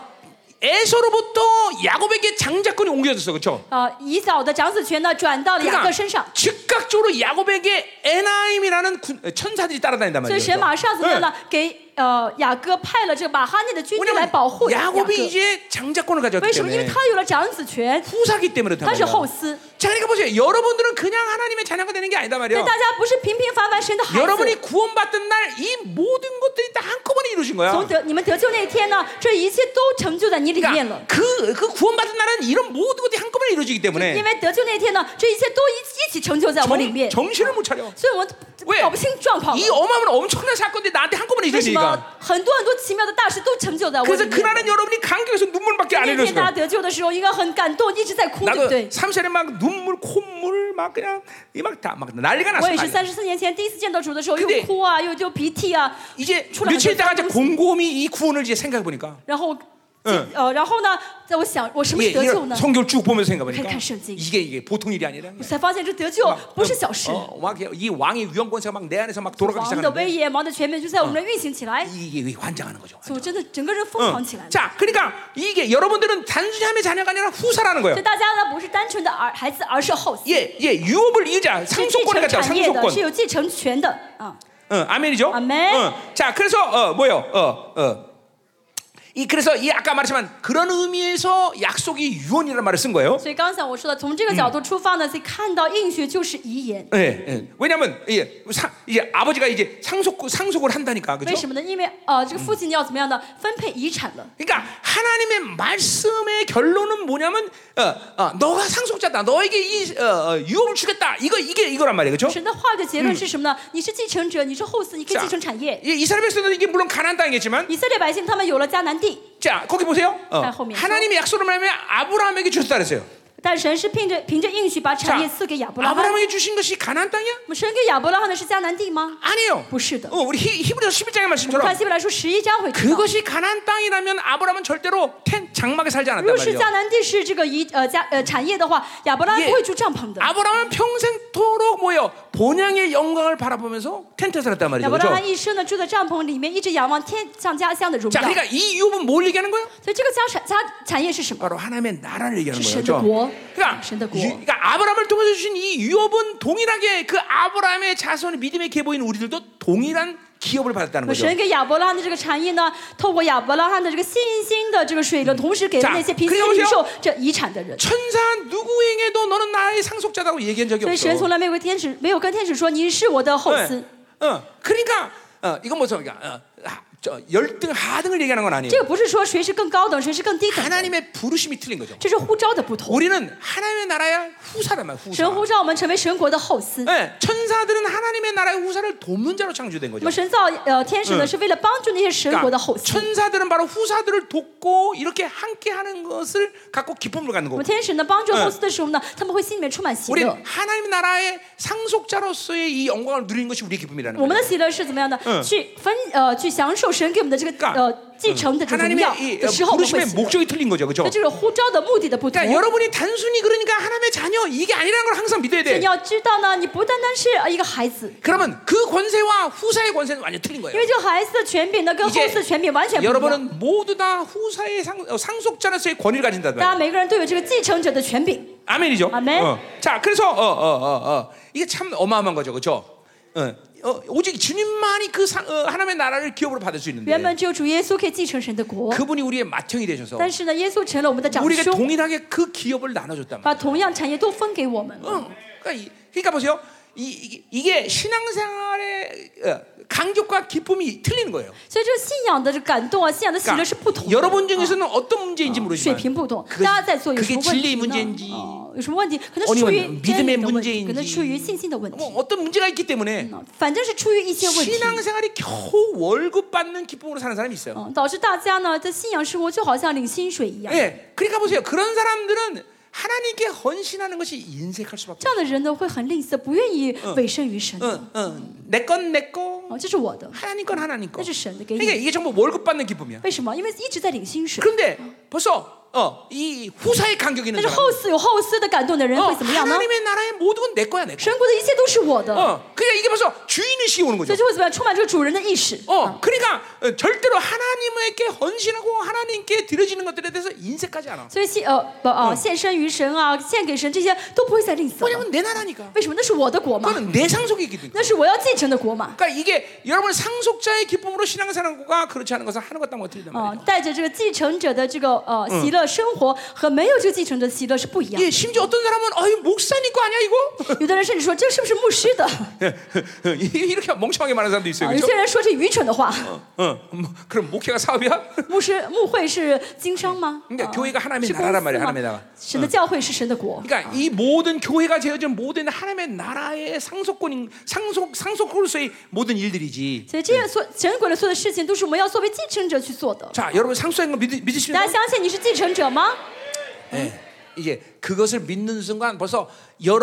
에서로부터 야곱에게 장자권이 옮겨졌어, 그렇죠?
呃，以早的长子权呢转到了雅各
그러니까
身上，
즉각적으로 야곱에게 에나임이라는 군- 천사들이 따라다닌단
所以
말이에요.
神马上怎么样呢
예. ？
给呃雅各派了这个马哈念的军队来
왜냐면
保护雅各。
야곱이 그 이제 장자권을 가졌기
为什么？因为
때문에
他有了长子权，
후사기 때문에
他是
그렇단
后
말이에요.
嗣。
자, 그러니까 보세요. 여러분들은 그냥 하나님의 자녀가 되는 게 아니다
哎对，
말이에요.
大家不是平平凡凡神的孩子。
여러분이 구원받던 날 이 모든 것들이 다 한꺼번에 때문에 이루어진 거야.
从得你们得救那天呢，这一切都成就在你里面了
그러니까 。 그, 그 구원받은 나라는 이런 모든 것들이 한꺼번에 이루어지기
因
때문에
为得救那天呢，这一切都一一起成就在我里
정,
面，
정신을 못 차려.
所以我
왜
搞不清状况了
이 어마어마한 엄청난 사건들이 나한테 한꺼번에
为什
이루어지니까. 뭐
么很多很多奇妙的大事都成就在我里
그래서
面？
그날은 여러분이 감격해서 눈물밖에 안
那天
흘렸을
大家
거야.
得救的时候，应该很感动，一直在哭，对不
나도
对？
삼세는 막 눈물, 콧물 막 그냥 이막다막 난리가
我
났어.
也是
난리.
三十四年前第一次见到主的时候，
근데
又哭啊，又流鼻涕啊，
이제
초라한
며칠 있다가 이제
세상.
곰곰이 이 구원을 이제 생각해 보니까
然后，
嗯
呃，然后呢，在我想我什么
예,
是得救
이런
呢？
성경 쭉 보면서 생각해 보니까 어,
칼칼 씌운 찡.
이게 이게 보통 일이 아니라.
我才发现这得救不是小事，
어, 막 이 왕의 위험 권세가 막 내 안에서 막 돌아가기
王的
시작하는데
威严、王的权柄就在我们这运行起来，
이게 환장하는 거죠.
所以我真的整个人疯
응.
狂起来了。
자, 그러니까 이게 여러분들은 단순히 하의 자녀가 아니라 후사라는
所以
거예요.
大家呢不是单纯的儿孩子，而是后嗣，
예, 예, 유업을 이자
是继
상속권을
承
갖다
产业的，
상속권.
是有继承权的啊。
응, 아멘이죠.
아멘.
응. 자, 그래서 어, 뭐요? 어, 어. 이 그래서 이 아까 말했지만 그런 의미에서 약속이 유언이라는 말을 쓴 거예요.
所以刚才我说的，从这个角度出发呢，所以看到应许就是遗言。
예, 예. 왜냐하면 예, 사, 이제 아버지가 이제 상속 상속을 한다니까,
为
그렇죠?
什么呢？因为呃，这个父亲要怎么样呢？分配遗产了。
그러니까 하나님의 말씀의 결론은 뭐냐면, 어, 어, 너가 상속자다. 너에게 이 어, 어, 유업을 주겠다. 이거 이게 이거란 말이에요, 그렇죠?
神的话语的结论是什么呢？你是继承者，你嗯是啊后嗣，你可以
자
继承产业。
예, 이스라엘 백성들은 이게 물론 가나안 땅이겠지만,
以色列百姓他们有了迦南地，
자 거기 보세요. 어,
자, 호미에서.
하나님의 약속을 말하면 아브라함에게 주셨다 그랬어요.
但神是凭着凭着应许把
자,
产业赐给啊亚伯拉罕。
아브라함에게 주신 것이 가나안 땅이야?
我们神给亚伯拉罕的是迦南地吗？
아니에요.
不是的。
어, 우리 히- 히브리서 11장의
看
말씀처럼
希伯来书十一章会知道。
그것이 가나안 땅이라면 아브라함은 절대로 텐 장막에 살지 않았단
若是
말이에요.
迦南地是这个遗呃家呃产业的话，亚伯拉罕
예
不会住帐篷的。
아브라함은 평생토록 뭐예요? 본향의 영광을 바라보면서 텐트에 살았단
亚
말이죠.
伯拉
그렇죠?
罕一生呢住在帐篷里面，一直仰望天上家乡的荣
자,
耀。
그러니까 이 유업은 뭘 얘기하는 거예요?
所以这个家产家产业是什么？
바로 하나님의 나라를 얘기하는 거예요.
주신
그렇죠?
덕워.
그러니까,
주신 덕워.
유- 그러니까 아브라함을 통해서 주신 이 유업은 동일하게 그 아브라함의 자손의 믿음의 계보인 우리들도 동일한 기업을 받았다는
我
거죠.
神给亚伯拉罕的这个产业呢，透过亚伯拉罕的这个信心的这个水流，
嗯
同时给了
자
那些平心
그리고
领
보세요
受这遗产的人。
천사 누구에게도 너는 나의 상속자라고 얘기한 적이
所以神
없어.
从来没有跟天使没有跟天使说你是我的后嗣
예. ， 어, 그러니까 어, 이건 뭐죠? 그러니까 어, 하- 저 열등 하등을 얘기하는 건
这
아니에요.
个不是说谁是更高等，谁是更低等的，
하나님의 부르심이 틀린 거죠.
这是呼召的不同。
우리는 하나님의 나라의 후사란 말이에요.
神
후사.
呼召我们成为神国的后嗣。
예, 천사들은 하나님의 나라의 후사를 돕는 자로 창조된
那
거죠.
么神造呃天使
嗯
呢，是为了帮助那些神国的后
그러니까
嗣。
천사들은 바로 후사들을 돕고 이렇게 함께 하는 것을 갖고 기쁨을 갖는
我们
거고
天使呢帮助
嗯
后嗣的时候呢，他们会心里面充满喜
우리
乐。
하나님 나라의 상속자로서의 이 영광을 누리는 것이 우리의 기쁨이라는
我们
거예요.
的喜乐是怎么样的
嗯？
去分呃去享受神给我们的这个呃继承
嗯
的这个荣耀
하나님의 이
的时候，我们会
부르심의
喜乐。
목적이 틀린 거죠. 그렇죠?
那这个呼召的目的的不同
그러니까 。 여러분이 단순히 그러니까 하나님의 자녀 이게 아니라는 걸 항상 믿어야
所以你
돼.
要知道呢，你不单单是呃一个孩子，
그러면 그 권세와 후사의 권세는 완전 히 틀린
因
거예요.
为这个孩子的权柄呢跟后
이제
嗣的权柄完全不一样。
여러분은 모두 다 후사의 상, 어, 상속자로서의 권위를 가진다는
大家
거예요.
每个人都有这个继承者的权柄，
아멘이죠.
아멘.
어. 자, 그래서 어, 어, 어, 어. 이게 참 어마어마한 거죠, 그렇죠? 어, 어, 오직 주님만이 그 상, 어, 하나님의 나라를 기업으로 받을 수
原
있는데
本只有主耶稣可以继承神的国，
그분이 우리의 마청이 되셔서
但是呢，耶稣成了我们的长
우리에게
兄，
동일하게 그 기업을 나눠줬단 말이에요.
把同样产业都分给我们。
어, 그러니까, 이, 그러니까 보세요. 이, 이게- 이게 신앙생활의 어, 강격과 기쁨이 틀리는 거예요.
所以这个信仰的这个感动啊，信仰的喜乐是不
그러니까
同的。
여러분
啊
중에서는 어떤 문제인지
水
모르지만
平不同，
그것이-
大家在座有什
그게
么问题
진리의
呢？
문제인지
哦有什么问题？可能
아니면
出于
믿음의
真理的问题，哦
문제인지
可能出于信心的问
뭐
题，
어떤 문제가 있기 때문에
嗯反正是出于一些问题。
신앙생활이 겨우 월급 받는 기쁨으로 사는 사람이 있어요.
嗯，导致大家呢，在信仰生活就好像领薪水一样。
예, 그러니까 보세요. 그런 사람들은 하나님께 헌신하는 것이 인색할 수밖에.
这样的人呢，会很吝啬，不愿意委身于神。
응, 응. 내건 내 거,
哦，这是我的，
하나님 건 하나님 거.
那是神的给你
그러니까
的。
이게 전부 월급 받는 기쁨이야.
为什么？因为一直在领薪水。
그런데 벌써 어, 이 후사의 간격 있는
但是
사람.
后嗣有后嗣的感动的人
어,
会怎么样呢？
하나님의 나라의 모든 건 내 거야, 내 거.
神国的一切都是我的，
어, 그러니까 이게 벌써 주인 의식이 오는
所
거죠.
以就会怎么样？充满这个主人的意识。啊
어, 그러니까 어, 절대로 하나님에게 헌신하고 하나님께 드려지는 것들에 대해서 인색하지 않아.
所以献呃不呃献身于神啊，献给神这些都不会再吝啬了。
왜냐면 내 나라니까.
为什么？那是我的国嘛，
그거는 내 상속이기 때문에.
那是我要继承的国嘛。
그러니까 이게 여러분 상속자의 기쁨으로 신앙생활과 그렇지 않은 것을 하는 것과 다는 것과 틀리단
啊、
말이에요.
带着这个继承者的这个有呃喜乐生活和没有这个继承者的喜乐是不一样的。
예, 심지어 어떤 사람은 어이 목사니까 아니야 이거
有的人甚至说这是不是牧师 的？啊
이렇게 멍청하게 말하는 사람도 있어요.
有
그렇죠?
些人说这愚蠢的话，
어, 뭐, 그럼 목회가 사업이야?
牧师牧会是经商 吗？
그러니까
啊
교회가 하나님의
是公司
나라란 말이야, 하나님의
吗
나라. ？
神的教会是神的国。
그러니까 이 모든 교회가 지어진 모든 하나님의 나라의 상속권인 상속 상속으로서의 모든 일들이지.
所以这些所神国的所有的事情，都是我们要作为继承者去做的。
자, 여러분 상속인 거 믿, 믿으십니까?
大家相信你是继承者吗？
예. 이제 그것을 믿는 순간 벌써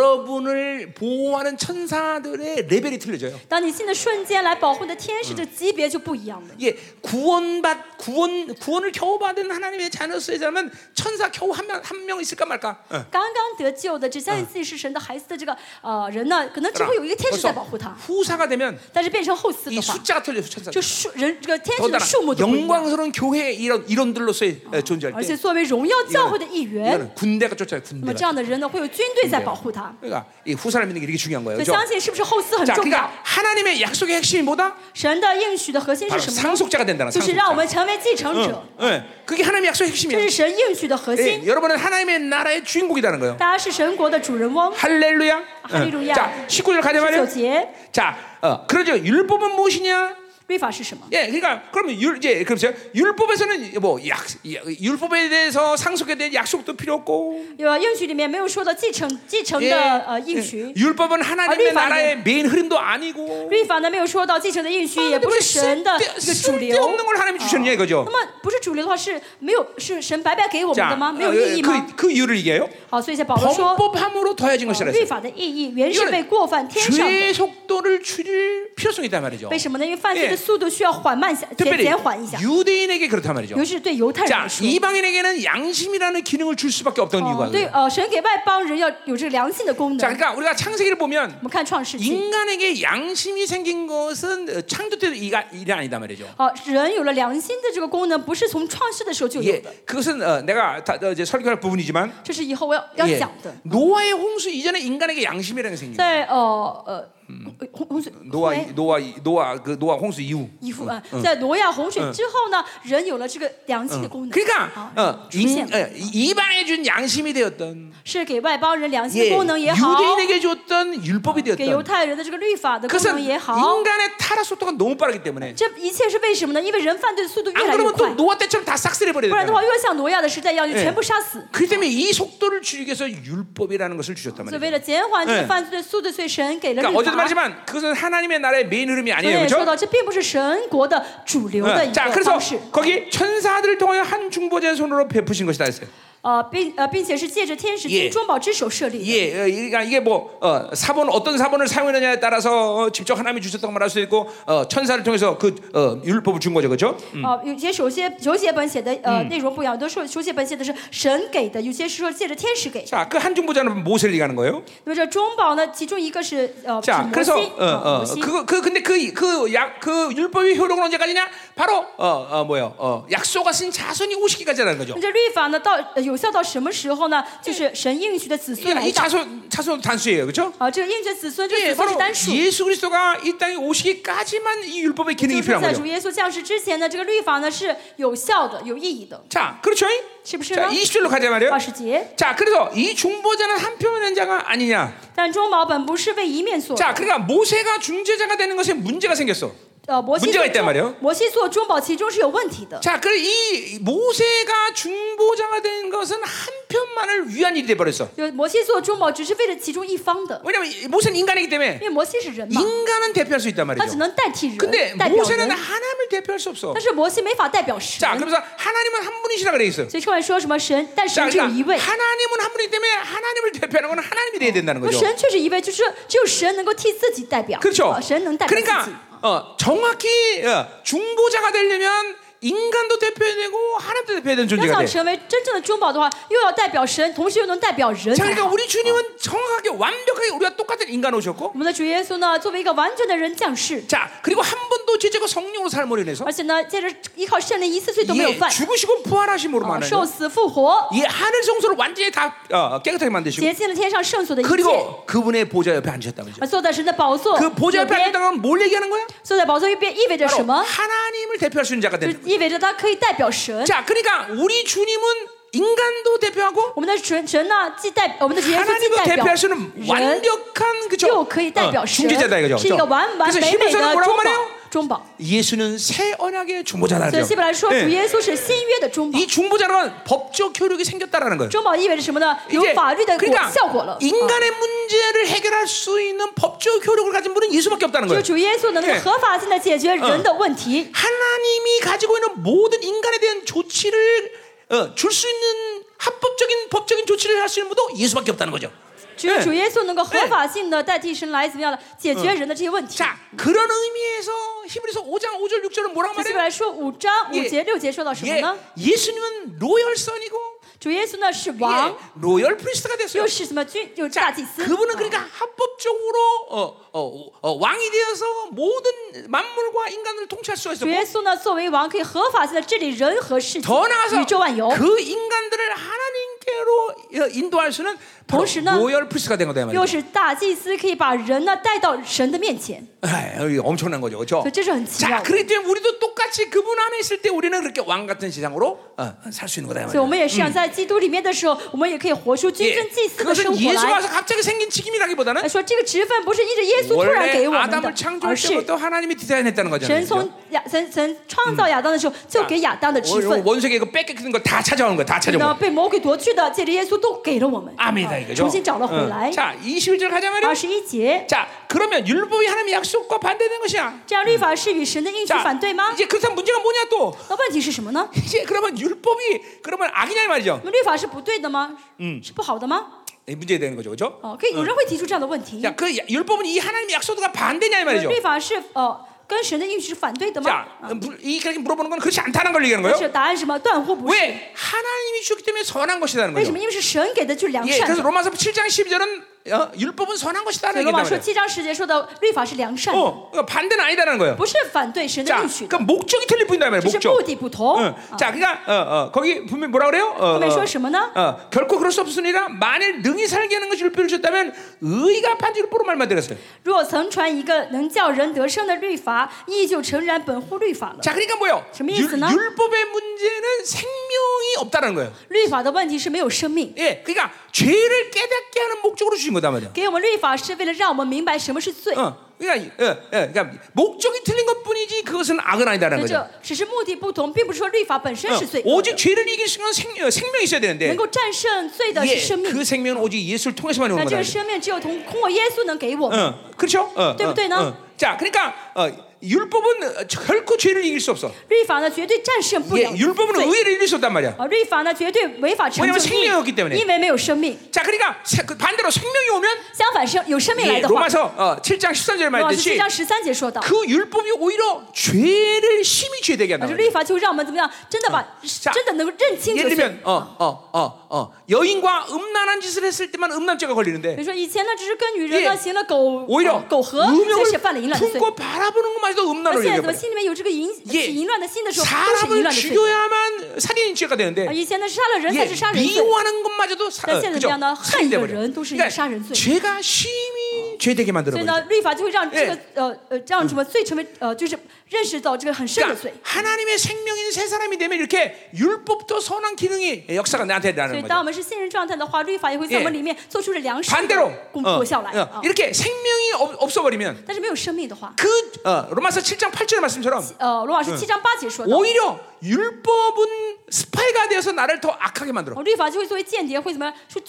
여러분을 보호하는 천사들의 레벨이 틀려져요.
当你信的瞬间，来保护你的天使的级别就不一样了。
이게 예, 구원받 구원 구원을 겨우 받은 하나님의 자녀로서의 사람은 천사 겨우 한 명 한 명 있을까 말까? 어.
刚刚得救的，只相信自己是神的孩子的这个呃人呢，可能只会有一个天使在
벌써
保护他，
후사가 되면
但是变成后嗣
이
的话，
숫자가 틀려요 천사.
就数人这个天使的
더다나
数目都不一样。
영광스러운 교회 이런 이런들로서의 어, 존재할
而且
때
作为荣耀教会的一员，
이거는 군대가 쫓아요
那么
군대가.
这样的人呢，会有军队在保护他。
그러니까 이 후사를 믿는 게 이렇게 중요한 거예요.
所以
그죠?
相信是不是后嗣很
자,
重要
그러니까 ？ 하나님의 약속의 핵심이 뭐다?
神的应许的核心
바로
是什么呢？
상속자가 된다는
就是让
상속자.
我们成为继承者，
응, 예. 그게 하나님의 약속의
这
핵심이에요.
是神应许的核
예,
心。
여러분은 하나님의 나라의 주인공이라는 거예요.
大家是神国的主人翁。
할렐루야.
아, 할렐루야.
응. 자, 19절 가자
九
말이에요.
节
자, 어, 그러죠. 율법은 무엇이냐?
律法是什么？
예, 그러니까 그러면 율 이제 그렇죠. 율법에서는 뭐약 율법에 대해서 상속에 대한 약속도 필요 없고.
有啊应许里面没有说的继承继承
예.
的呃应
예,
许，
율법은 하나님의
아, 율법은-
나라의 메인 흐름도 아니고. 뭐
律法呢没有说到继承的应许，也不是神的一个主流
쓸데없는 。걸 하나님이 주셨냐 이거죠.
那么不是主流的话，是没有是神白白给我们
자,
的吗？没
어,
有意义吗
그, ？그 이유를 얘기해요.
好，所以像保罗说，
범법함으로 더해진 것이라
律
했어요.
法的意义原是被
아, 이거는
过犯添上的。
죄의 속도를 줄일 필요성이 있단 말이죠.
为什么呢？因为犯罪的
예
速度需要缓慢下，减
특별히
减缓一下，
유대인에게 그렇죠. 그렇단 말이죠.
尤其是对犹太人
자,
来说。
이방인에게는 양심이라는 기능을 줄 수밖에 없던
哦
이유가 ，
对，
그래요.
呃，神给外邦人要有这个良性的功
자,
能。
그러니까 우리가 창세기를
我
보면
们看创世纪，
인간에게 양심이 생긴 것은 어, 창조 때도 이가 일이 아니다 말이죠.
哦，人有了良心的这个功能，不是从创世的时候就有
예,
的，
그것은 어, 내가 다, 어, 이제 설교할 부분이지만
这是以后我要要
예,
讲的。
노아의 홍수 이전에 인간에게 양심이라는 게 생긴 거예요.
在呃呃洪洪水
노아
洪
노아 노아 그 노아 홍수 이후
以后啊，在挪亚洪水之后呢，人有了这个良心的功能，
그러니까
啊
어,
出现
인, 어, 이방에 준 양심이 되었던
是给外邦人良心
예,
的功能也好，
유대인에게 줬던 율법이
给犹
되었던 예,
太人的这个律法的功
그것은
能也好，
인간의 타락 속도가 너무 빠르기 때문에
这一切是为什么呢？因为人犯罪的速度越
안
来越
그러면 또
快，
노아 때처럼 다 싹쓸이
不
버려야
然的话
돼요.
又要像挪亚的时代一样，就
예
全部杀死。
그렇기 때문에 이 속도를 줄이기 위해서 율법이라는 것을 주셨단
所以
말이에요.
为了减缓这
예
个犯罪的速度，所以神给了
그러니까
律
어제도
法。
말했지만 그것은 하나님의 나라의 메인 흐름이
所
아니에요.
以说
그렇죠?
到这并不是神国的主流的一
어,
个
자 그래서
方式，
거기 천사들을 통하여 한 중보자의 손으로 베푸신 것이다 했어요.
呃，并呃，并且是借着天使
예
金中保之手设立的。
예, 어, 그러니까 이게 뭐 어, 사본 어떤 사본을 사용했느냐에 따라서 어, 직접 하나님이 주셨다고 말할 수 있고 어, 천사를 통해서 그 어, 율법을 준 거죠, 그렇죠?
哦、有些手写手写本写的呃、内容不一样，有的手手写本写的是神给的，有些是说借着天使给。
자, 그 한 중보자는 모세를 얘기하는 거예요.
那么这中保呢，其中一个是呃指
자,
摩
그래서
西，
어,
呃
어,
摩西。
그거 그 근데 그 그 약 그 율법의 효력은 언제까지냐? 바로 어, 어 뭐요? 어, 약속하 신 자손이 오시기까지라는 거죠.
那这律法呢，到呃有效到什么时候呢？就是神应许的子孙
그러니까
来
이
到。
자손 자손 단수예요, 그렇죠?
啊，这个应许的子孙，这个
예,
子孙
바로
是单数。
예수 그리스도가 이 땅에 오시기까지만 이 율법의
就
기능이
是说
필요한
在
거죠.
主耶稣降世之前呢，这个律法呢是有效的、有意义的，
자, 그렇죠?
是不是
자 ？
呢
20절로 가자 말이에요.
二十节，
자, 그래서 이 중보자는 한표면의 자가 아니냐.
但中保本不是为一面做的，
자, 그러니까 모세가 중재자가 되는 것에 문제가 생겼어.
呃，摩西
문제가있단
做
말이에요
摩西做中保其中是有问题的。
자, 그래 이 모세가 중보자가 된 것은 한편만을 위한 일이 돼 버렸어.
就摩西做中保只是为了其中一方的，
왜냐면 이- 모세는 인간이기
因
때문에
为摩西是人嘛，
인간은 대표할 수 있단
他只
말이죠.
能代替
근데
人，代表
모세는
人。
하나님을 아. 대표할 수 없어.
但是摩西没法代表神
자, ， 그러면서 하나님은 한 분이시라 그래 있어요.
所以后来说什么神，但
자,
神只有
그러니까
一位。
하나님은 한 분이기 때문에 하나님을 대표하는 건 하나님이 돼야 된다는
那
거죠.
神确实一位，就是只有神能够替自己代表，
그렇죠.
啊神能代表自己。
그러니까 어, 정확히 어, 중보자가 되려면 인간도 대표해야 되고 하나님도 대표해야 되는
要
존재가 돼.
想
자,
成为真正的中保的话，又要代表神，同时又能代表人才好。
그러니까 우리 주님은 정확하게 완벽하게 우리가 똑같은 인간 오셨고,
我们的主耶稣呢，作为一个完全的人降世，
자 그리고 한 번도 죄죄고 성령으로 삶을 인해서
而且呢，借着依靠圣灵，一次罪都没有
예,
犯，
죽으시고 부활하심으로
啊
말하는
受死复活，
이 하늘 성소를 완전히 다 어, 깨끗하게 만드시고
洁净了天上圣所的一切，
그리고 그분의 보좌 옆에 앉으셨다는 거죠.
而坐在神的宝座
그 보좌
右
옆에
边，
앉았다는 건 뭘 얘기하는 거야?
坐在宝座右边意味着什
바로
么？
하나님을 하나님을 대표할 수 있는 자가
就
되는
意味着他可以代表神。
자, 그러니까 우리 주님은 인간도 대표하고
我们的神神呢，既代我们的耶稣既
하나님도
代表
대표할
人，
수는 완벽한 그죠? 어,
又可以代表神，
중재자다 이거죠.
是一个
그죠?
完完
그래서
美美
히브리서는
的中
뭐라고
保
말해요? 。
中保。
예수는 새 언약의 중보자다
所以
그죠?
希伯来说，主
예.
耶稣是新约的中保
이 。 중보자는 법적 효력이 생겼다라는 거예요.
中保意味着什么呢？有法律的果
그러니까
效果了。啊
인간의 문제를 해결할 수 있는 법적 효력을 가진 분은 예수밖에 없다는
啊就
거예요.
主耶稣能够
예
合法性的解决人的问
嗯
题，
하나님이 가지고 있는 모든 인간에 대한 조치를 어, 줄 수 있는 합법적인 법적인 조치를 할 수 있는 분도 예수밖에 없다는 거죠.
只有
예
主耶稣能够合法性的代替神来怎么样的解决人的这些问题。
자, 그런 의미에서 히브리서 5장 5절 6절은 뭐라고
这
말해요?
希伯来说五章五
예
节六节说到什么
예,
呢？
예수님은 로열 선이고
主耶稣呢是
예,
王，
로열 프리스트가 됐어요.
又是什么君，又是大
자,
祭司。
그분은
啊
그러니까 합법적으로 어, 어, 어, 왕이 되어서 모든 만물과 인간을 통치할 수가
主
있었고
耶稣呢作为王，可以合法性的治理人和世界
더 ， 나아가서
宇宙万有。
그 인간들을 하나님께로 어, 인도할 수는 바로
동시에는
로열 프리스트가 된 거다
又
말이에요.
是大祭司，可以把人呢带到神的面前，
에이, 아, 엄청난 거죠, 그렇죠?
所以这是很奇妙
자,
的。
그렇기 때문에 우리도 똑같이 그분 안에 있을 때 우리는 그렇게 왕 같은 세상으로 어, 살 수 있는 거다
所以我
말이에요.
们也是想啊在基督里面的时候，我们也可以活出君
예,
尊祭司的生
그것은
活
예수가
来。
와서 갑자기 생긴 직임이라기보다는
来说这个职分不是依着耶稣突然
원래
给我们的
아담을 ，
而
창조할
是
때부터 하나님이 디자인했다는 거잖아요.
神
그죠?
从亚神神创造亚当的时候就给亚当的职
원-
分，
원색에 그 뺏기는 거 다 찾아오는 거다
那
찾아오는 거.
被魔鬼夺去的，借着耶稣都给了我们，
아멘이다
啊
이거죠.
重新找了回
응.
来。
자, 21절 가자
二
말이야.
十一节，
자, 그러면 율법이 하나님의 약속과 반대되는 것이야.
这样律法是与神的应许
자,
反对吗？
이제 그렇다면 문제가 뭐냐 또.
那问题是什么呢？
이제 그러면 율법이 그러면 악이냐 이 말이죠.
那么律法是不对的吗？是不好的吗？
이 문제 되는 거죠. 그렇죠?
哦，可以有人会提出这样的问题。
자, 그 야- 율법은 이 하나님의 약속과 반대냐 이
那
말이죠.
律法是呃跟神的应许是反对的吗？
자, 음,
啊
물- 이 그렇게 물어보는 건 그렇지 않다는 걸 얘기하는
但是
거예요.
答案是什么？断乎不是。
왜 하나님이 주기 때문에 선한 것이라는
为
거죠.
什么？因为是神给的，就是良
예,
善的
그래서 。 로마서 7장 12절은 어, 율법은 선한 것이다라는
所以罗马
얘기다
说
말이야.
七章十节说的律法是良善的，
어, 그러니까 반대는 아니다라는 거예요.
不是反对神的
자,
应许
그러니까
的，
목적이 틀릴 뿐이다 말이야.
只是目
목적.
的不同。
응.
啊
자, 그러니까 어, 어, 거기 분명 히 뭐라 그래요? 어, 어,
后面说什么呢？
어, 결코 그럴 수 없으니라 만일 능히 살게 하는 것이 율법을 주셨다면 의가 반지 율법으로 말만들었어요.
若曾传一个能叫人得生的律法，亦就诚然本乎律法了。
자, 그러니까 뭐요?
지금 이
율,
있으나?
율법의 문제는 생명이 없다는 거예요.
律法的问题是没有生命，
예, 그러니까 죄를 깨닫게 하는 목적으로 주신 거다 말이야.
给我们律法是为了让我们明白什么是罪，
어, 그러니까, 예, 예, 그러니까 목적이 틀린 것뿐이지 그것은 악은 아니다라는
那
거죠.
这只是目的嗯不同，并不是说律法本身
어,
是罪恶的
오직 죄를 이길 수 있는 생, 어, 생명이 있어야
能
되는데
够战胜罪的是生
예,
命
그 。 생명은 오직 예수를 통해서만
那
오는
这
거다.
个生命只有通通过耶稣能给我们。
어, 그렇죠? 어,
네,
어,
네, 네.
어. 자, 그러니까 어, 율법은 어, 결코 죄를 이길 수 없어.
律法呢，绝对战胜不
예,
了
율법은
罪。
의를 이길 수 없단 말이야.
啊，律法呢，绝对违法成
왜냐면
就
생명이없기때문에
义，因为没有生命。
자, 그러니까 세- 그 반대로 생명이 오면
相反生有生命
예,
来的话，
로마서 어, 7장 13절에
罗马书七
말했듯이
章十三节说到，
그 율법이 오히려 죄를 심히 죄되게
可
한다.
是律法就让我们怎么样，真的把
자
真的能够认清这
예를
个罪。
들면 어, 어, 어, 어, 여인과 음란한 짓을 했을 때만 음란죄가
比
걸리는데
如说以前呢，只是跟女人
예
呢行了苟
오히려
苟合，这是犯了淫
음욕을
乱的罪。
품고 바라보는 것마저도
而
음란으로
现
얘기해
在怎么
버려.
心里面有这个淫
예
起淫乱的心的时候，都是淫
사람을
乱的罪。
죽여야만 살인죄가
啊，
되는데
以前呢是杀了人
예,
才是杀人罪，
미워하는 것마저도 사, 어,
但现在
그죠?
怎么样呢？
살인이
恨一个
돼버려.
人都是一个
그러니까
杀人罪。
죄가 심히 죄되게
所
만들어 버려.
以呢，律法就会让这个
예
呃呃让什么罪成为呃就是认识到这个很深的
그러니까
罪。
하나님의 생명인 새 사람이 되면 이렇게 율법도 선한 기능이 역사가 나한테
所以
나는
当我
거죠.
们是信任状态的话，律法也会在我们
예
里面做出了良善的
반대로
果
어,
果效来
어,
啊。
이렇게 생명이 없, 없어버리면
但是没有生命的话，
그 어, 로마서 7장 8절의 말씀처럼
呃，罗老师七章八节说的，
오히려 율법은 스파이가 되어서 나를 더 악하게 만들어.
哦律法就会作为间谍，会怎么样？去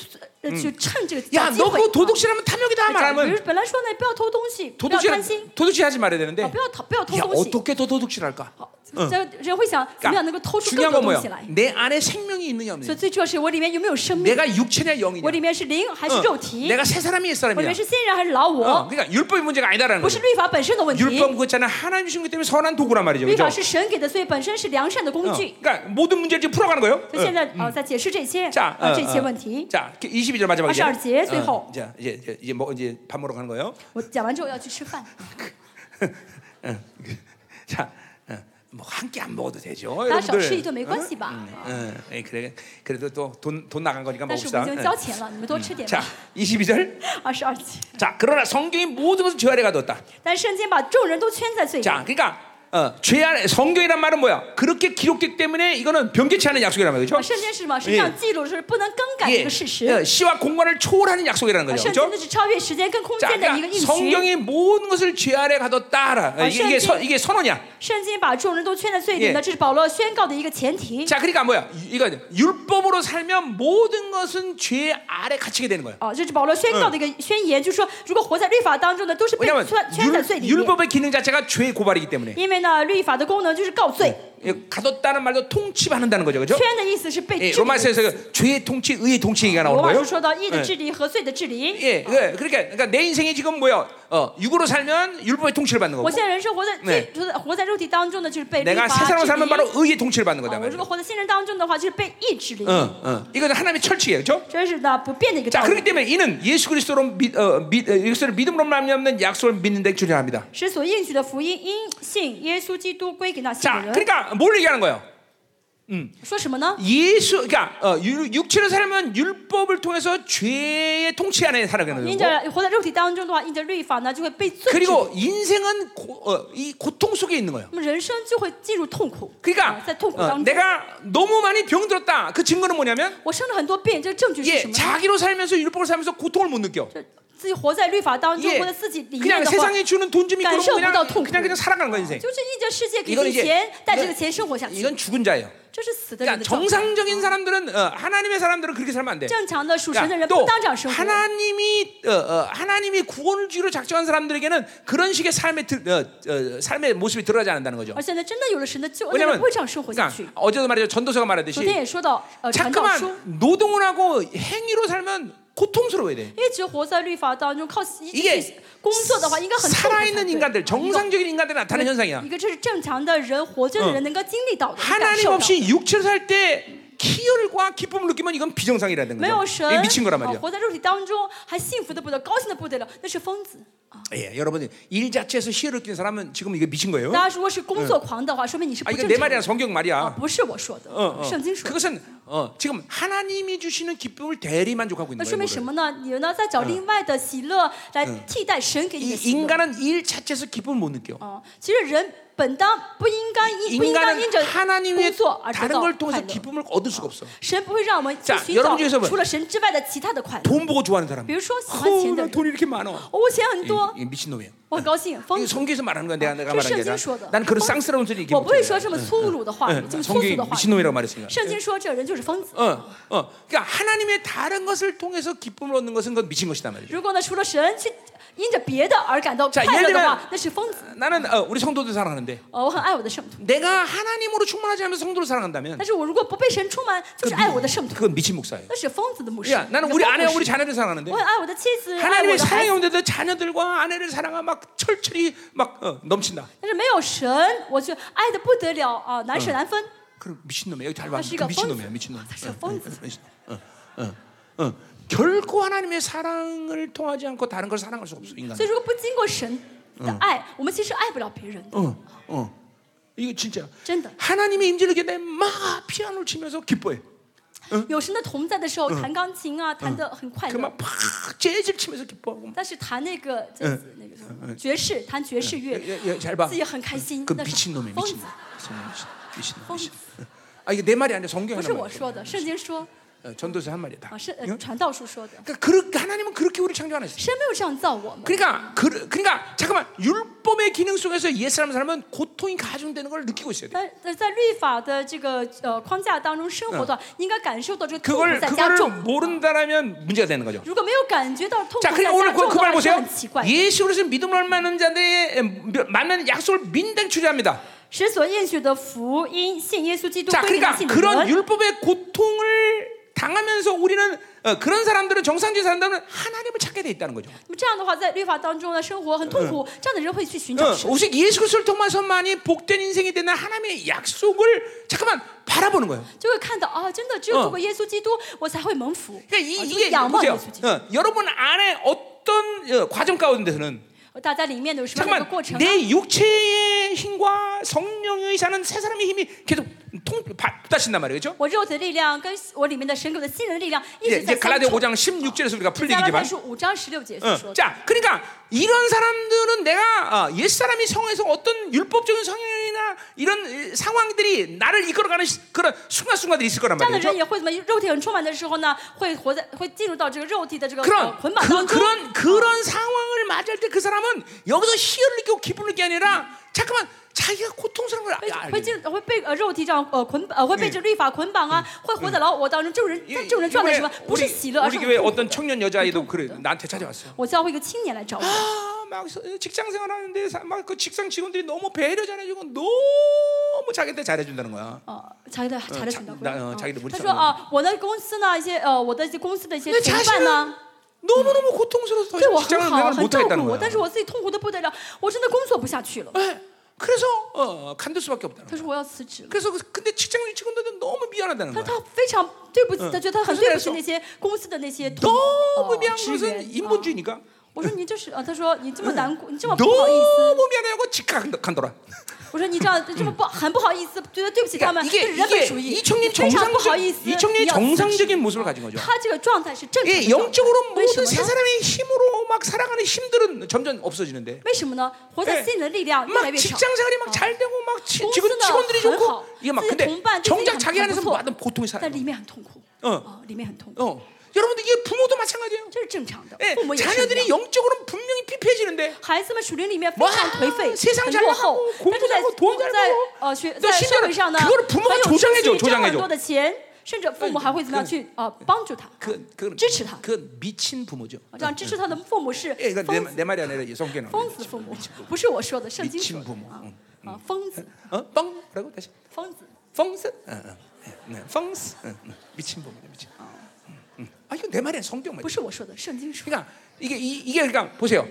呃去趁这个机
야,
会。
너
啊
그 도둑질하면 탐욕이다
比如
말하면
本来说呢，不要偷东西，不要贪心
도둑질 ， 도둑질하지 말아야
啊，
되는데
不要偷，不要偷
야
东西。
어떻게 더 도둑질할까? 그러니까
好，这人会想怎么样能够偷出更
중요한
多
건
东
뭐야?
西来？
내 안에 생명이 있느냐
所以
없느냐.
最重要是我里面有没有生命？
내가 육체냐
我
영이냐.
里面是灵还是
어,
肉体？
내가 새 사람이 새
我里
사람이냐.
面是新人还是老
어,
我？
그러니까 율법의 문제가 아니다라는
不
거죠.
是律法本身的问题，
율법 그잖아 하나님 주신 것 때문에 선한 도구란 말이죠.
律法
그렇죠?
是神给的，所以本身是良善的工具。
그러니까 모든 문제를 지금 풀어가는 거예요.
所以现在啊，在解释这些
자,
啊
어,
这些
어.
问题，
자, 22절 마지막 이제.
22절最后。
어, 자, 이제 이제 이제 뭐 이제 밥 먹으러 가는 거예요.
我讲完之后要去吃饭。
어. 자, 어, 뭐한 끼 안 먹어도 되죠.
大家少
여러분들.
吃一顿没关系吧？
어, 예, 그래 그래도 또 돈 돈 나간 거니까
但是我
먹읍시다.
嗯们已经
예.
交钱了，你们多吃点
자
吧。
22절
二十二节，
자 그러나 성경이 모든 것을 죄 아래 가두었다
但圣经把众人都圈在罪里，
자 그러니까 어, 죄 안에 성경이란 말은 뭐야? 그렇게 기록됐기 때문에 이거는 변개치 않은 약속이란 말이죠.
啊圣经是嘛，实际上记录是不能更改的一
예,
个事实。
예, 시와 공간을 초월하는 약속이라는
啊
거죠.
圣
그렇죠?
经的是超越时间跟空
자,
间的一个
그러니까
应许。
성경이 모든 것을 죄 아래 가뒀다라.
아,
이게, 이게, 선-
성경-
이게 선언이야.
圣经把众人都圈在罪里
예
呢，这是保罗宣告的一个前提。
자, 그러니까 뭐야? 이- 이거 율법으로 살면 모든 것은 죄 아래 갇히게 되는 거야.
啊，这是保罗宣告的一个宣言，就是说，如果活在律法当中的，都是被
왜냐하면
圈圈在罪
율,
里面。
율법의 기능 자체가 죄 고발이기 때문에
因为呢，律法的功能就是告罪，
예, 가뒀다는 말도 통치받는다는 거죠, 그렇죠?
圈的意思是被
예,
治理。
로마서에서 그 죄의 통치, 의의 통치 얘기가
罗
나오는
马
거예요.
书说到义的
예
治理和罪的治理。
예, 예, 그러니까, 그러니까 내 인생이 지금 뭐야? 어, 육으로 살면 율법의 통치를 받는
我
거고,
现在人生活在罪，活在肉体当中的，就是被律
哎 내가
法
새 사람으로
治
살면 바로
理。
의의 통치를 받는 거다
啊，我如
말이죠. 嗯
果活在新人当中的话，就是被义治理
어, 。 어. 이건 하나님의 철칙이에요, 그렇죠?
这是呢不变的一个
자,
道
그렇기
理。
때문에 이는 예수 그리스도로 믿, 어, 믿, 어, 예수를 믿음으로 말미 없는 약속을 믿는 데 출연합니다.
使所应许的福音因信耶稣基督归给那信
자,
的人。
그러니까 뭘 얘기하는 거예요?
说什么呢？
예수, 그러니까 어, 유- 육체로 살면 율법을 통해서 죄의 통치 안에 살아가는 거고,
因着活在肉体当中的话，因着律法呢就会被罪。
그리고 인생은 고, 어, 이 고통 속에 있는 거예요.
那么人生就会进入痛苦。啊
그러니까
在痛苦
어,
当中，
내가 너무 많이 병들었다. 그 증거는 뭐냐면
我生了很多病，这证据是什
예,
么呢？
자기로 살면서 율법을 살면서 고통을 못 느껴.
这自己活在律法当中，
예,
活在自己里面
그냥
的话，
세상이 주는 돈 좀 있고 그러면
感受
그냥
不到痛苦。
그냥 그냥 살아가는 거야 인생.
就是依着世界给
이거는
你
이제
钱，带着
이건
这个钱生活下去，
이건 죽은 자예요.
这是死的人
그러니까
的状态。
정상적인 사람들은 어, 하나님의 사람들은 그렇게 살면 안 돼.
正常的属神的
그러니까
人
또
不当场生活。
하나님이 어, 어, 하나님이 구원을 주기로 작정한 사람들에게는 그런 식의 삶의 드, 어, 어, 삶의 모습이 드러나지 않는다는 거죠.
而现在真的有了神的救恩，那
왜냐면
不会这样生活下去
그러니까 。 어제도 말했죠. 전도서가
昨天
말하듯이
也说到，
아,
呃，传道书，
자꾸만 노동을 하고 행위로 살면 고통스러워야 돼.
一直活在律法当中，靠一
이게
直去工作的话，应该很痛苦才对
살아있는 인간들
一个
정상적인 인간들 나타나는
一
현상이야.
个这是正常的人活着的人能够经历到的，能感
嗯 하나님
受到的。
없이 육체로 살 때 희열과 기쁨을 느끼면 이건 비정상이라는
没有
거죠.
神，
이게 미친 거란
啊
말이야.
活在肉体当中还幸福的不得了，高兴的不得了，那是疯子。
嗯 예, 여러분 일 자체에서 희열을 느끼는 사람은 지금 이게 미친 거예요.
大家如果是工作狂的话，说明你是
아
不
이거
正
내
常
말이야
的。
성경
啊，
말이야.
不是我说的，
어, 어.
圣经说的。
그것은 어, 지금 하나님이 주시는 기쁨을 대리 만족하고 있는
那说
거예요.
明
이거를.
什么呢？你呢在找另外的喜乐来
嗯
替代神给你
이
的喜乐。
인간은 일 자체에서 기쁨을 못 느껴.
啊，其实人本当不应该因不应该
아, 인간은
因着工
하나님의
作而得
다른
到快
걸 통해서
乐。
기쁨을 얻을 수가 없어.
神不会让我们去
자
寻
여러분중에서
找
봐
除了神之外的其他的快乐。
돈 보고 좋아하는 사람.
比如说喜欢钱
허우,
的
나
人，
돈 이렇게 많아.
哦我钱很多，
미친 놈이야.
我很高兴，疯
이
子。
성경에서 말하는 건 내가 내가
这是
말한 게
圣经
아니라
说的。
난 그런 쌍스러운 소리
我
얘기못
不会说这么粗鲁的嗯话，这么粗俗
성경이
的话。
미친놈이라고 말했습니다.
圣经说这人就是疯子。
어, 어. 그러니까 하나님의 다른 것을 통해서 기쁨을 얻는 것은 그 미친 것이단 말이죠.
如果呢，除了神去因着别的而感到
자
快乐的
예를들면
话，那是疯子。
나는 어, 우리 성도들 사랑하는데
哦，我很爱我的圣徒，
내가 하나님으로 충만하지 않으면서 성도를 사랑한다면
但是我如果不被神充满，就是爱我的圣徒，
그건 미친 목사예요.
那是疯子的牧师。
야,
那个
나는
疯
우리
子
아내와
牧
우리
师
자녀를 뭐 사랑하는데
我很爱我的妻子，爱我
하나님의
的孩
사랑이
子，
없는데도 자녀들과 아내를 사랑하 막 철철이 막 어, 넘친다.
但是没有神，我却爱的不得了啊，难舍难分。
그럼 미친놈이야. 여기 잘 봐. 그
다시가
미친놈이야.
펀스.
미친놈.
다시가 펀스.
어, 어, 어, 어. 결코 하나님의 사랑을 통하지 않고 다른 걸 사랑할 수 없어 인간.
所以，如果不经过神的爱，我们其实爱不了别人的。
어, 어. 이거 진짜.
쩐다.
하나님의 임재를 견내 막 피아노를 치면서 기뻐해. 그
有神的同在的时候，弹钢琴啊，弹得很快乐。
그막팍 재즈를 치면서 기뻐하고.
但是弹那个就是那个什么爵士，弹爵士乐，
야, 야, 잘 봐.
自己很开心。
그
那是
미친놈이야.
疯
미친.
子
놈. ， 미친. 놈, 미친. 놈,
펑스.
미친. 놈. 아 이게 내 말이 아니라 성경 하
不是我
말.
说的，圣经说
어, 전도서 한 말이다.
啊，是呃传道书说的，
그러니까 그렇게 하나님은 그렇게 우리 창조 안 했어.
神没有这样造我们。
그러니까 그, 그러니까 잠깐만 율법의 기능 속에서 옛사람 사람은 고통이 가중되는 걸 느끼고 있어야 돼.
但但在律法的这个呃框架当中生活的话，应该感受到这个痛
그걸
苦在加
그거를
重。
모른다라면 문제가 되는 거죠.
如果没有感觉到痛苦
자
在
그러니까 오늘
加
그
重的
그 말
话，是
보세요.
很奇怪的。
예수 그리스도 믿음을 만난 자들의 만난 약속을 민당 추리합니다.
使所应许的福音，信耶稣基督
자
归给那
그러니까
信的
그런
人。
율법의 고통을 당하면서 우리는 어, 그런 사람들은 정상적인 사람들은 하나님을 찾게 돼 있다는 거죠.
那么这样的话，在律法当中呢，生活很痛苦，这样的人会去寻找
어,
神。
오직 예수 그리스도를 통해서만이 복된 인생이 되는 하나님의 약속을 잠깐만 바라보는 거예요.
就会看到啊，真的只有
嗯
通过耶稣基督，我才会蒙福。
그러니까
啊
이,
就
이게
会仰望耶
보세요.
稣基督。
어, 여러분 안에 어떤 어, 과정 가운데서는
大家里面有什么样的
잠깐만
一个过程啊？
내 육체의 힘과 성령의 의사는 세 사람의 힘이 계속 통 바- 붙다신단 말이에요. 그렇죠?
我肉体的力量跟我里面的神给我的新人的力量一
예,
直在
이제
相
갈라디아
冲
5장 16절에서 우리가
加拉太
풀리기지만
书五章十六节
어,
是说的，
자, 그러니까 이런 사람들은 내가 어, 옛 사람이 성에서 어떤 율법적인 성향이나 이런 이, 상황들이 나를 이끌어가는 시- 그런 순간순간들이 있을 거란
这样的
말이죠.
人也会怎么？肉体很充满的时候呢，会活在会进入到这个肉体的这个呃
그런
捆绑
그
当中。
그런 그런 상황을 맞이할 때 그 사람은 여기서 희열을 느끼고 기쁨을 느끼는 게 아니라 잠깐만 자기가 고통스러운 걸
会
아,
会进入会被呃肉体这样呃捆绑呃会被这律法捆绑啊，会活在牢我当中。这种
嗯
人，在这种人状态是什么？不是
우리,
喜乐，而
우리
是
교회
痛苦
어떤 청년 여자아이도 그래 나한테 찾아왔어.
我教会一个青年来找我，
아, 막 서- 직장 생활하는데 막 그 직장 직원들이 너무 배려 잘해주고 너무 자기한테 잘해준다는 거야.
啊，查的查的
查
很到位。
那呃查给的不
嗯
是
他
查
说
的
啊，我的公司呢，一些呃，我的一些公司的一些
내
同伴
자신은
呢，
너무 너무 고통스러워서 더
对我
이상
很
직장을
好，
내가
很照顾
못하겠다는
我，但是
거야.
我自己痛苦的不得了，我真的工作不下去了。
네. 그래서 어, 간들 수밖에 없다는
他
거야.
说我要辞职了。
그래서 그- 근데 직장 직원들은 너무 미안하다는 거야.
他他非常对不起，他觉得他
他
很
说
对
那
不
时
起
候
那些公司的那些同呃
너무 미안
职
것은
员。啊
인본주의니까
我说你就是啊，他说你这么难过，你这么不好意思。
너무 미안하고 직각 간더라.
我说你这样这么不很不好意思，觉得对不起他
그러니까
们，这
이게
是人本主
이게 이
义，你
청년
非常不好意思。
정상적 이 청년의
你要辞职哦
정상적인 모습을 가진 거죠.
他这个状态是正常的
예,
状态。
영적으로
为
모든 세
什么呢？
사람의 힘으로 막 살아가는 힘들은 점점 없어지는데
为什么呢？活在
예
信的力量越来
막
越少。
직장 생활이 아. 막 잘 되고 막 지,
어,
직원
쓰나,
직원들이 좋고
어,
이게 막
쓰-
근데
동반,
정작
쓰-
자기 안에서
다
받은 보통이 살아.
但里面很痛苦，
嗯
啊，里面很痛苦，
어, 여러분들 이게 부모도 마찬가지예요.
这是正常的。
예,
父母也是一
자녀들이
样。
영적으로는 분명히 피폐해지는데
孩子们属灵里面非
뭐
常颓废，
啊세상
很
잘
落
나가고
后，
공부
但是在
잘하고돈잘
在
벌고
呃学
너
在
심지어
社会上呢，
그거를부모가
很有
조장해줘
出息
조장해
挣很
줘
多的钱，甚至父母还会怎么样去呃帮助他，
그 그건
支持他，
그 미친 부모죠.
这样支持他的父母是
예, 그러니까
疯
내, 내 말이 아니라 성경에
疯子父母，不是我说的，圣经
미친
说的
부모.
啊
응.
啊，疯子
어, 뻥라고 다시
疯子，
펑스, 어, 어. 네, 펑스, 응, 응. 미친 부모죠, 미친. 응. 아 이거 내 말이 아니라 성경 말.
不是我说的，圣经说的。
그러니까 이게 이, 이게 그러니까 보세요.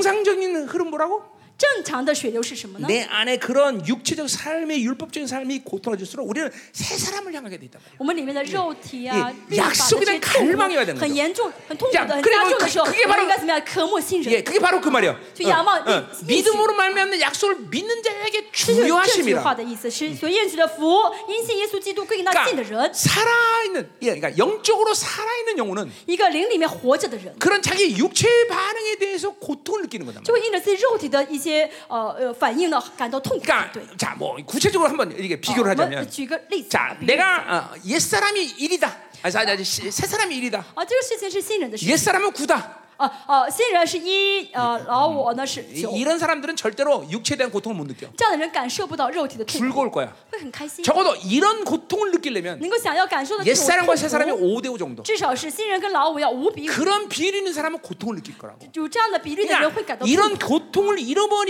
정상적인 흐름 뭐라고?
正常的血流是什么呢？
내 안에 그런 육체적 삶의 율법적인 삶이 고통해질수록 우리는 새 사람을 향하게 돼 있단 말이야.
我们里面的肉体
예
啊，律
예
法
약속에
的
대한
这些痛
갈망이어야되는 거죠
苦很严重、很痛苦
자,
的、很
그래,
加重的时候，
그,
我们
그게 바로
应该怎么样？渴慕信
예,
任，
그게 바로 그 말이야.
저 야망,
어,
이-
믿음으로 말미암는 약속을 믿는 자에게
这就是这句
중요하심이라.
话的意思。是所应许的福，因信耶稣基督归给那信的
그러니까
人，
살아있는, 예, 그러니까 영적으로 살아있는 영혼은
一个灵里面活着的人，
그런 자기 육체의 반응에 대해서 고통을 느끼는 거다.
就会因着自己肉体的一些呃呃反应呢，感到痛苦。对，
그러니까 자, 뭐 구체적으로 한번 이렇게
啊
비교를
我们
하자면,
举个例子，
자,
比喻
내가 어, 옛 사람이 일이다. 아, 자, 자, 시- 새 사람이 일이다.
啊，这个事情是新人的事，
옛 사람은 구다.
啊啊，新人是一，呃，老我呢是
이-
九，
이런 사람들은 절대로 육체에 대한 고통을 못 느껴.
这样的人感受不到肉体的痛苦，
즐거울 거야.
会很开心，
적어도 이런 고통을 느끼려면
能够想要感受的这
옛
种
사람과
痛
새
苦
사람이 5대 5 정도.
至少是新人跟老五要五比五，
그런 비율이 있는 사람은 고통을 느낄 거라고.
有这样的比率的人会感
그러니까
到痛
이런
苦。
고통을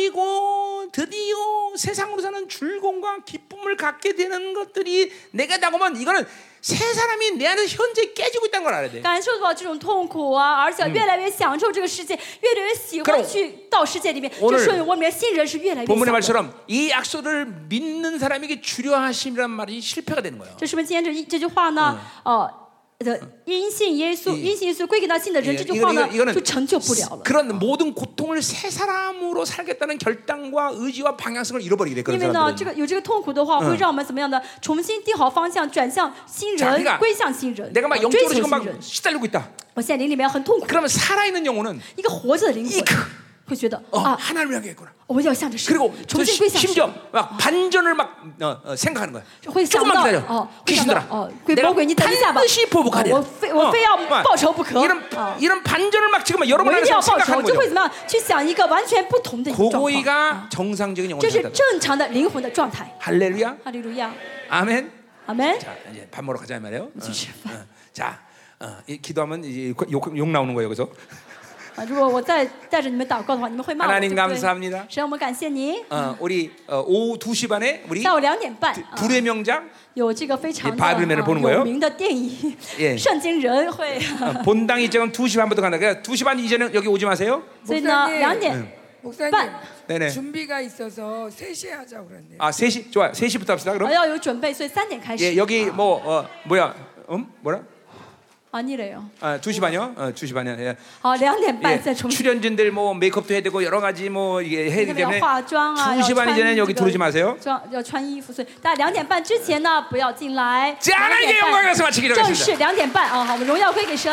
잃어버리고 드디어 세상으로 사는 즐거움과 기쁨을 갖게 되는 것들이 내가 다고만 이거는 세 사람이 내 안에서 현재 깨지고 있다는 걸 알아야 돼.
感受到这种痛苦啊，而且越来越享受这个世界，越来越喜
그럼
欢去到世界里面，
오늘
就说明我们里面新人是越来越享
본문의
受的。
말처럼 이 약속을 믿는 사람에게 주려하심이란 말이 실패가 되는 거예요.
这说明今天这一这句话呢，哦、的因信耶稣，因信耶稣归给那信的人，
예,
这句话
이거는-
呢
이거는
就成就不了了。
그런 모든 고통을 새 사람으로 살겠다는 결단과 의지와 방향성을 잃어버리게 돼
因
그런
为呢，这
사람들은.
个有这个痛苦的
嗯
话，会让我们怎么样呢？重新定好方向，转向新
자그러니까
人，归向新人，啊
내가 막
追
영적으로
求
지금 막
新人。
시달리고 있다.
我现在灵里面很痛苦，
그러면 살아있는 영혼은
一个活着的灵
이
魂
크
会觉得
어,
啊，
하나님을 향했구나.
我要向着神
그리고 ，
重新归向神。
심지어 막 반전을 막 어, 어, 생각하는 거야.
会想
조금만
到
기다려.
哦，会想到
귀신들아. 어, 그뭐
哦，鬼魔
내가
鬼，你等一下吧，
반드시
哦
보복하리.
我非
뭐, 어,
我非要报仇不可，
이런
啊，
이런 반전을 막 지금
我
여러분
一定要
안에서
报仇，
생각하는
就会
거죠.
怎么样去想一个完全不同的一个状况，
그 고고이가 정상적인
这是
영혼이다.
正常的灵魂的状态。
할렐루야.
哈利路亚，
아멘.
阿门。
자, 이제 밥 먹으러 가자 이 말이에요. 어,
去吃饭
어. 자, 어, 이 기도하면 이제 욕, 욕 나오는 거예요. 그래서
啊，如果我再带着你们祷告的话，你们会骂我，
하나
对
님
不
감사합니
对
다 ？
神，我们感谢您。
어, 우리 어, 오후 2시 반에 우리
下午两点半，啊
불의 명장
有这个非常
이
的啊
바이블맨을보는거예요
有名的电 影
예
《圣经人会》，
어, 본당 이전은 2시 반부터 간다. 그러니까 2시 반 이전은 여기 오지 마세요.
所以呢，
목사님,
两点
목사님
빤.
네네.
준비가 있어서 3시에 하자 그랬네요.
아, 3시 좋아요. 3시부터 합시다.
啊
그럼.
要有准备，所以三点开
예,
始
여기 뭐 어, 뭐야? 음? 뭐라?
啊 아니래요.
아, 2시 반이요? 어, 2시 반이야. 예.
아, 2点半
예,
再重新
출연진들 뭐 메이크업도 해야 되고 여러 가지 뭐 이게 해야 되기
因为要
때문에
化妆啊，要
2시
穿
반 이전에
这
여기
个
들어오지 마세요.
装要穿衣服，所以大家两点半之前呢不要进来。
자
两
하나님께
点
영광을
半
서 마치기로
正
하겠습니다.
哦式两点半啊，好，我们荣耀归给神。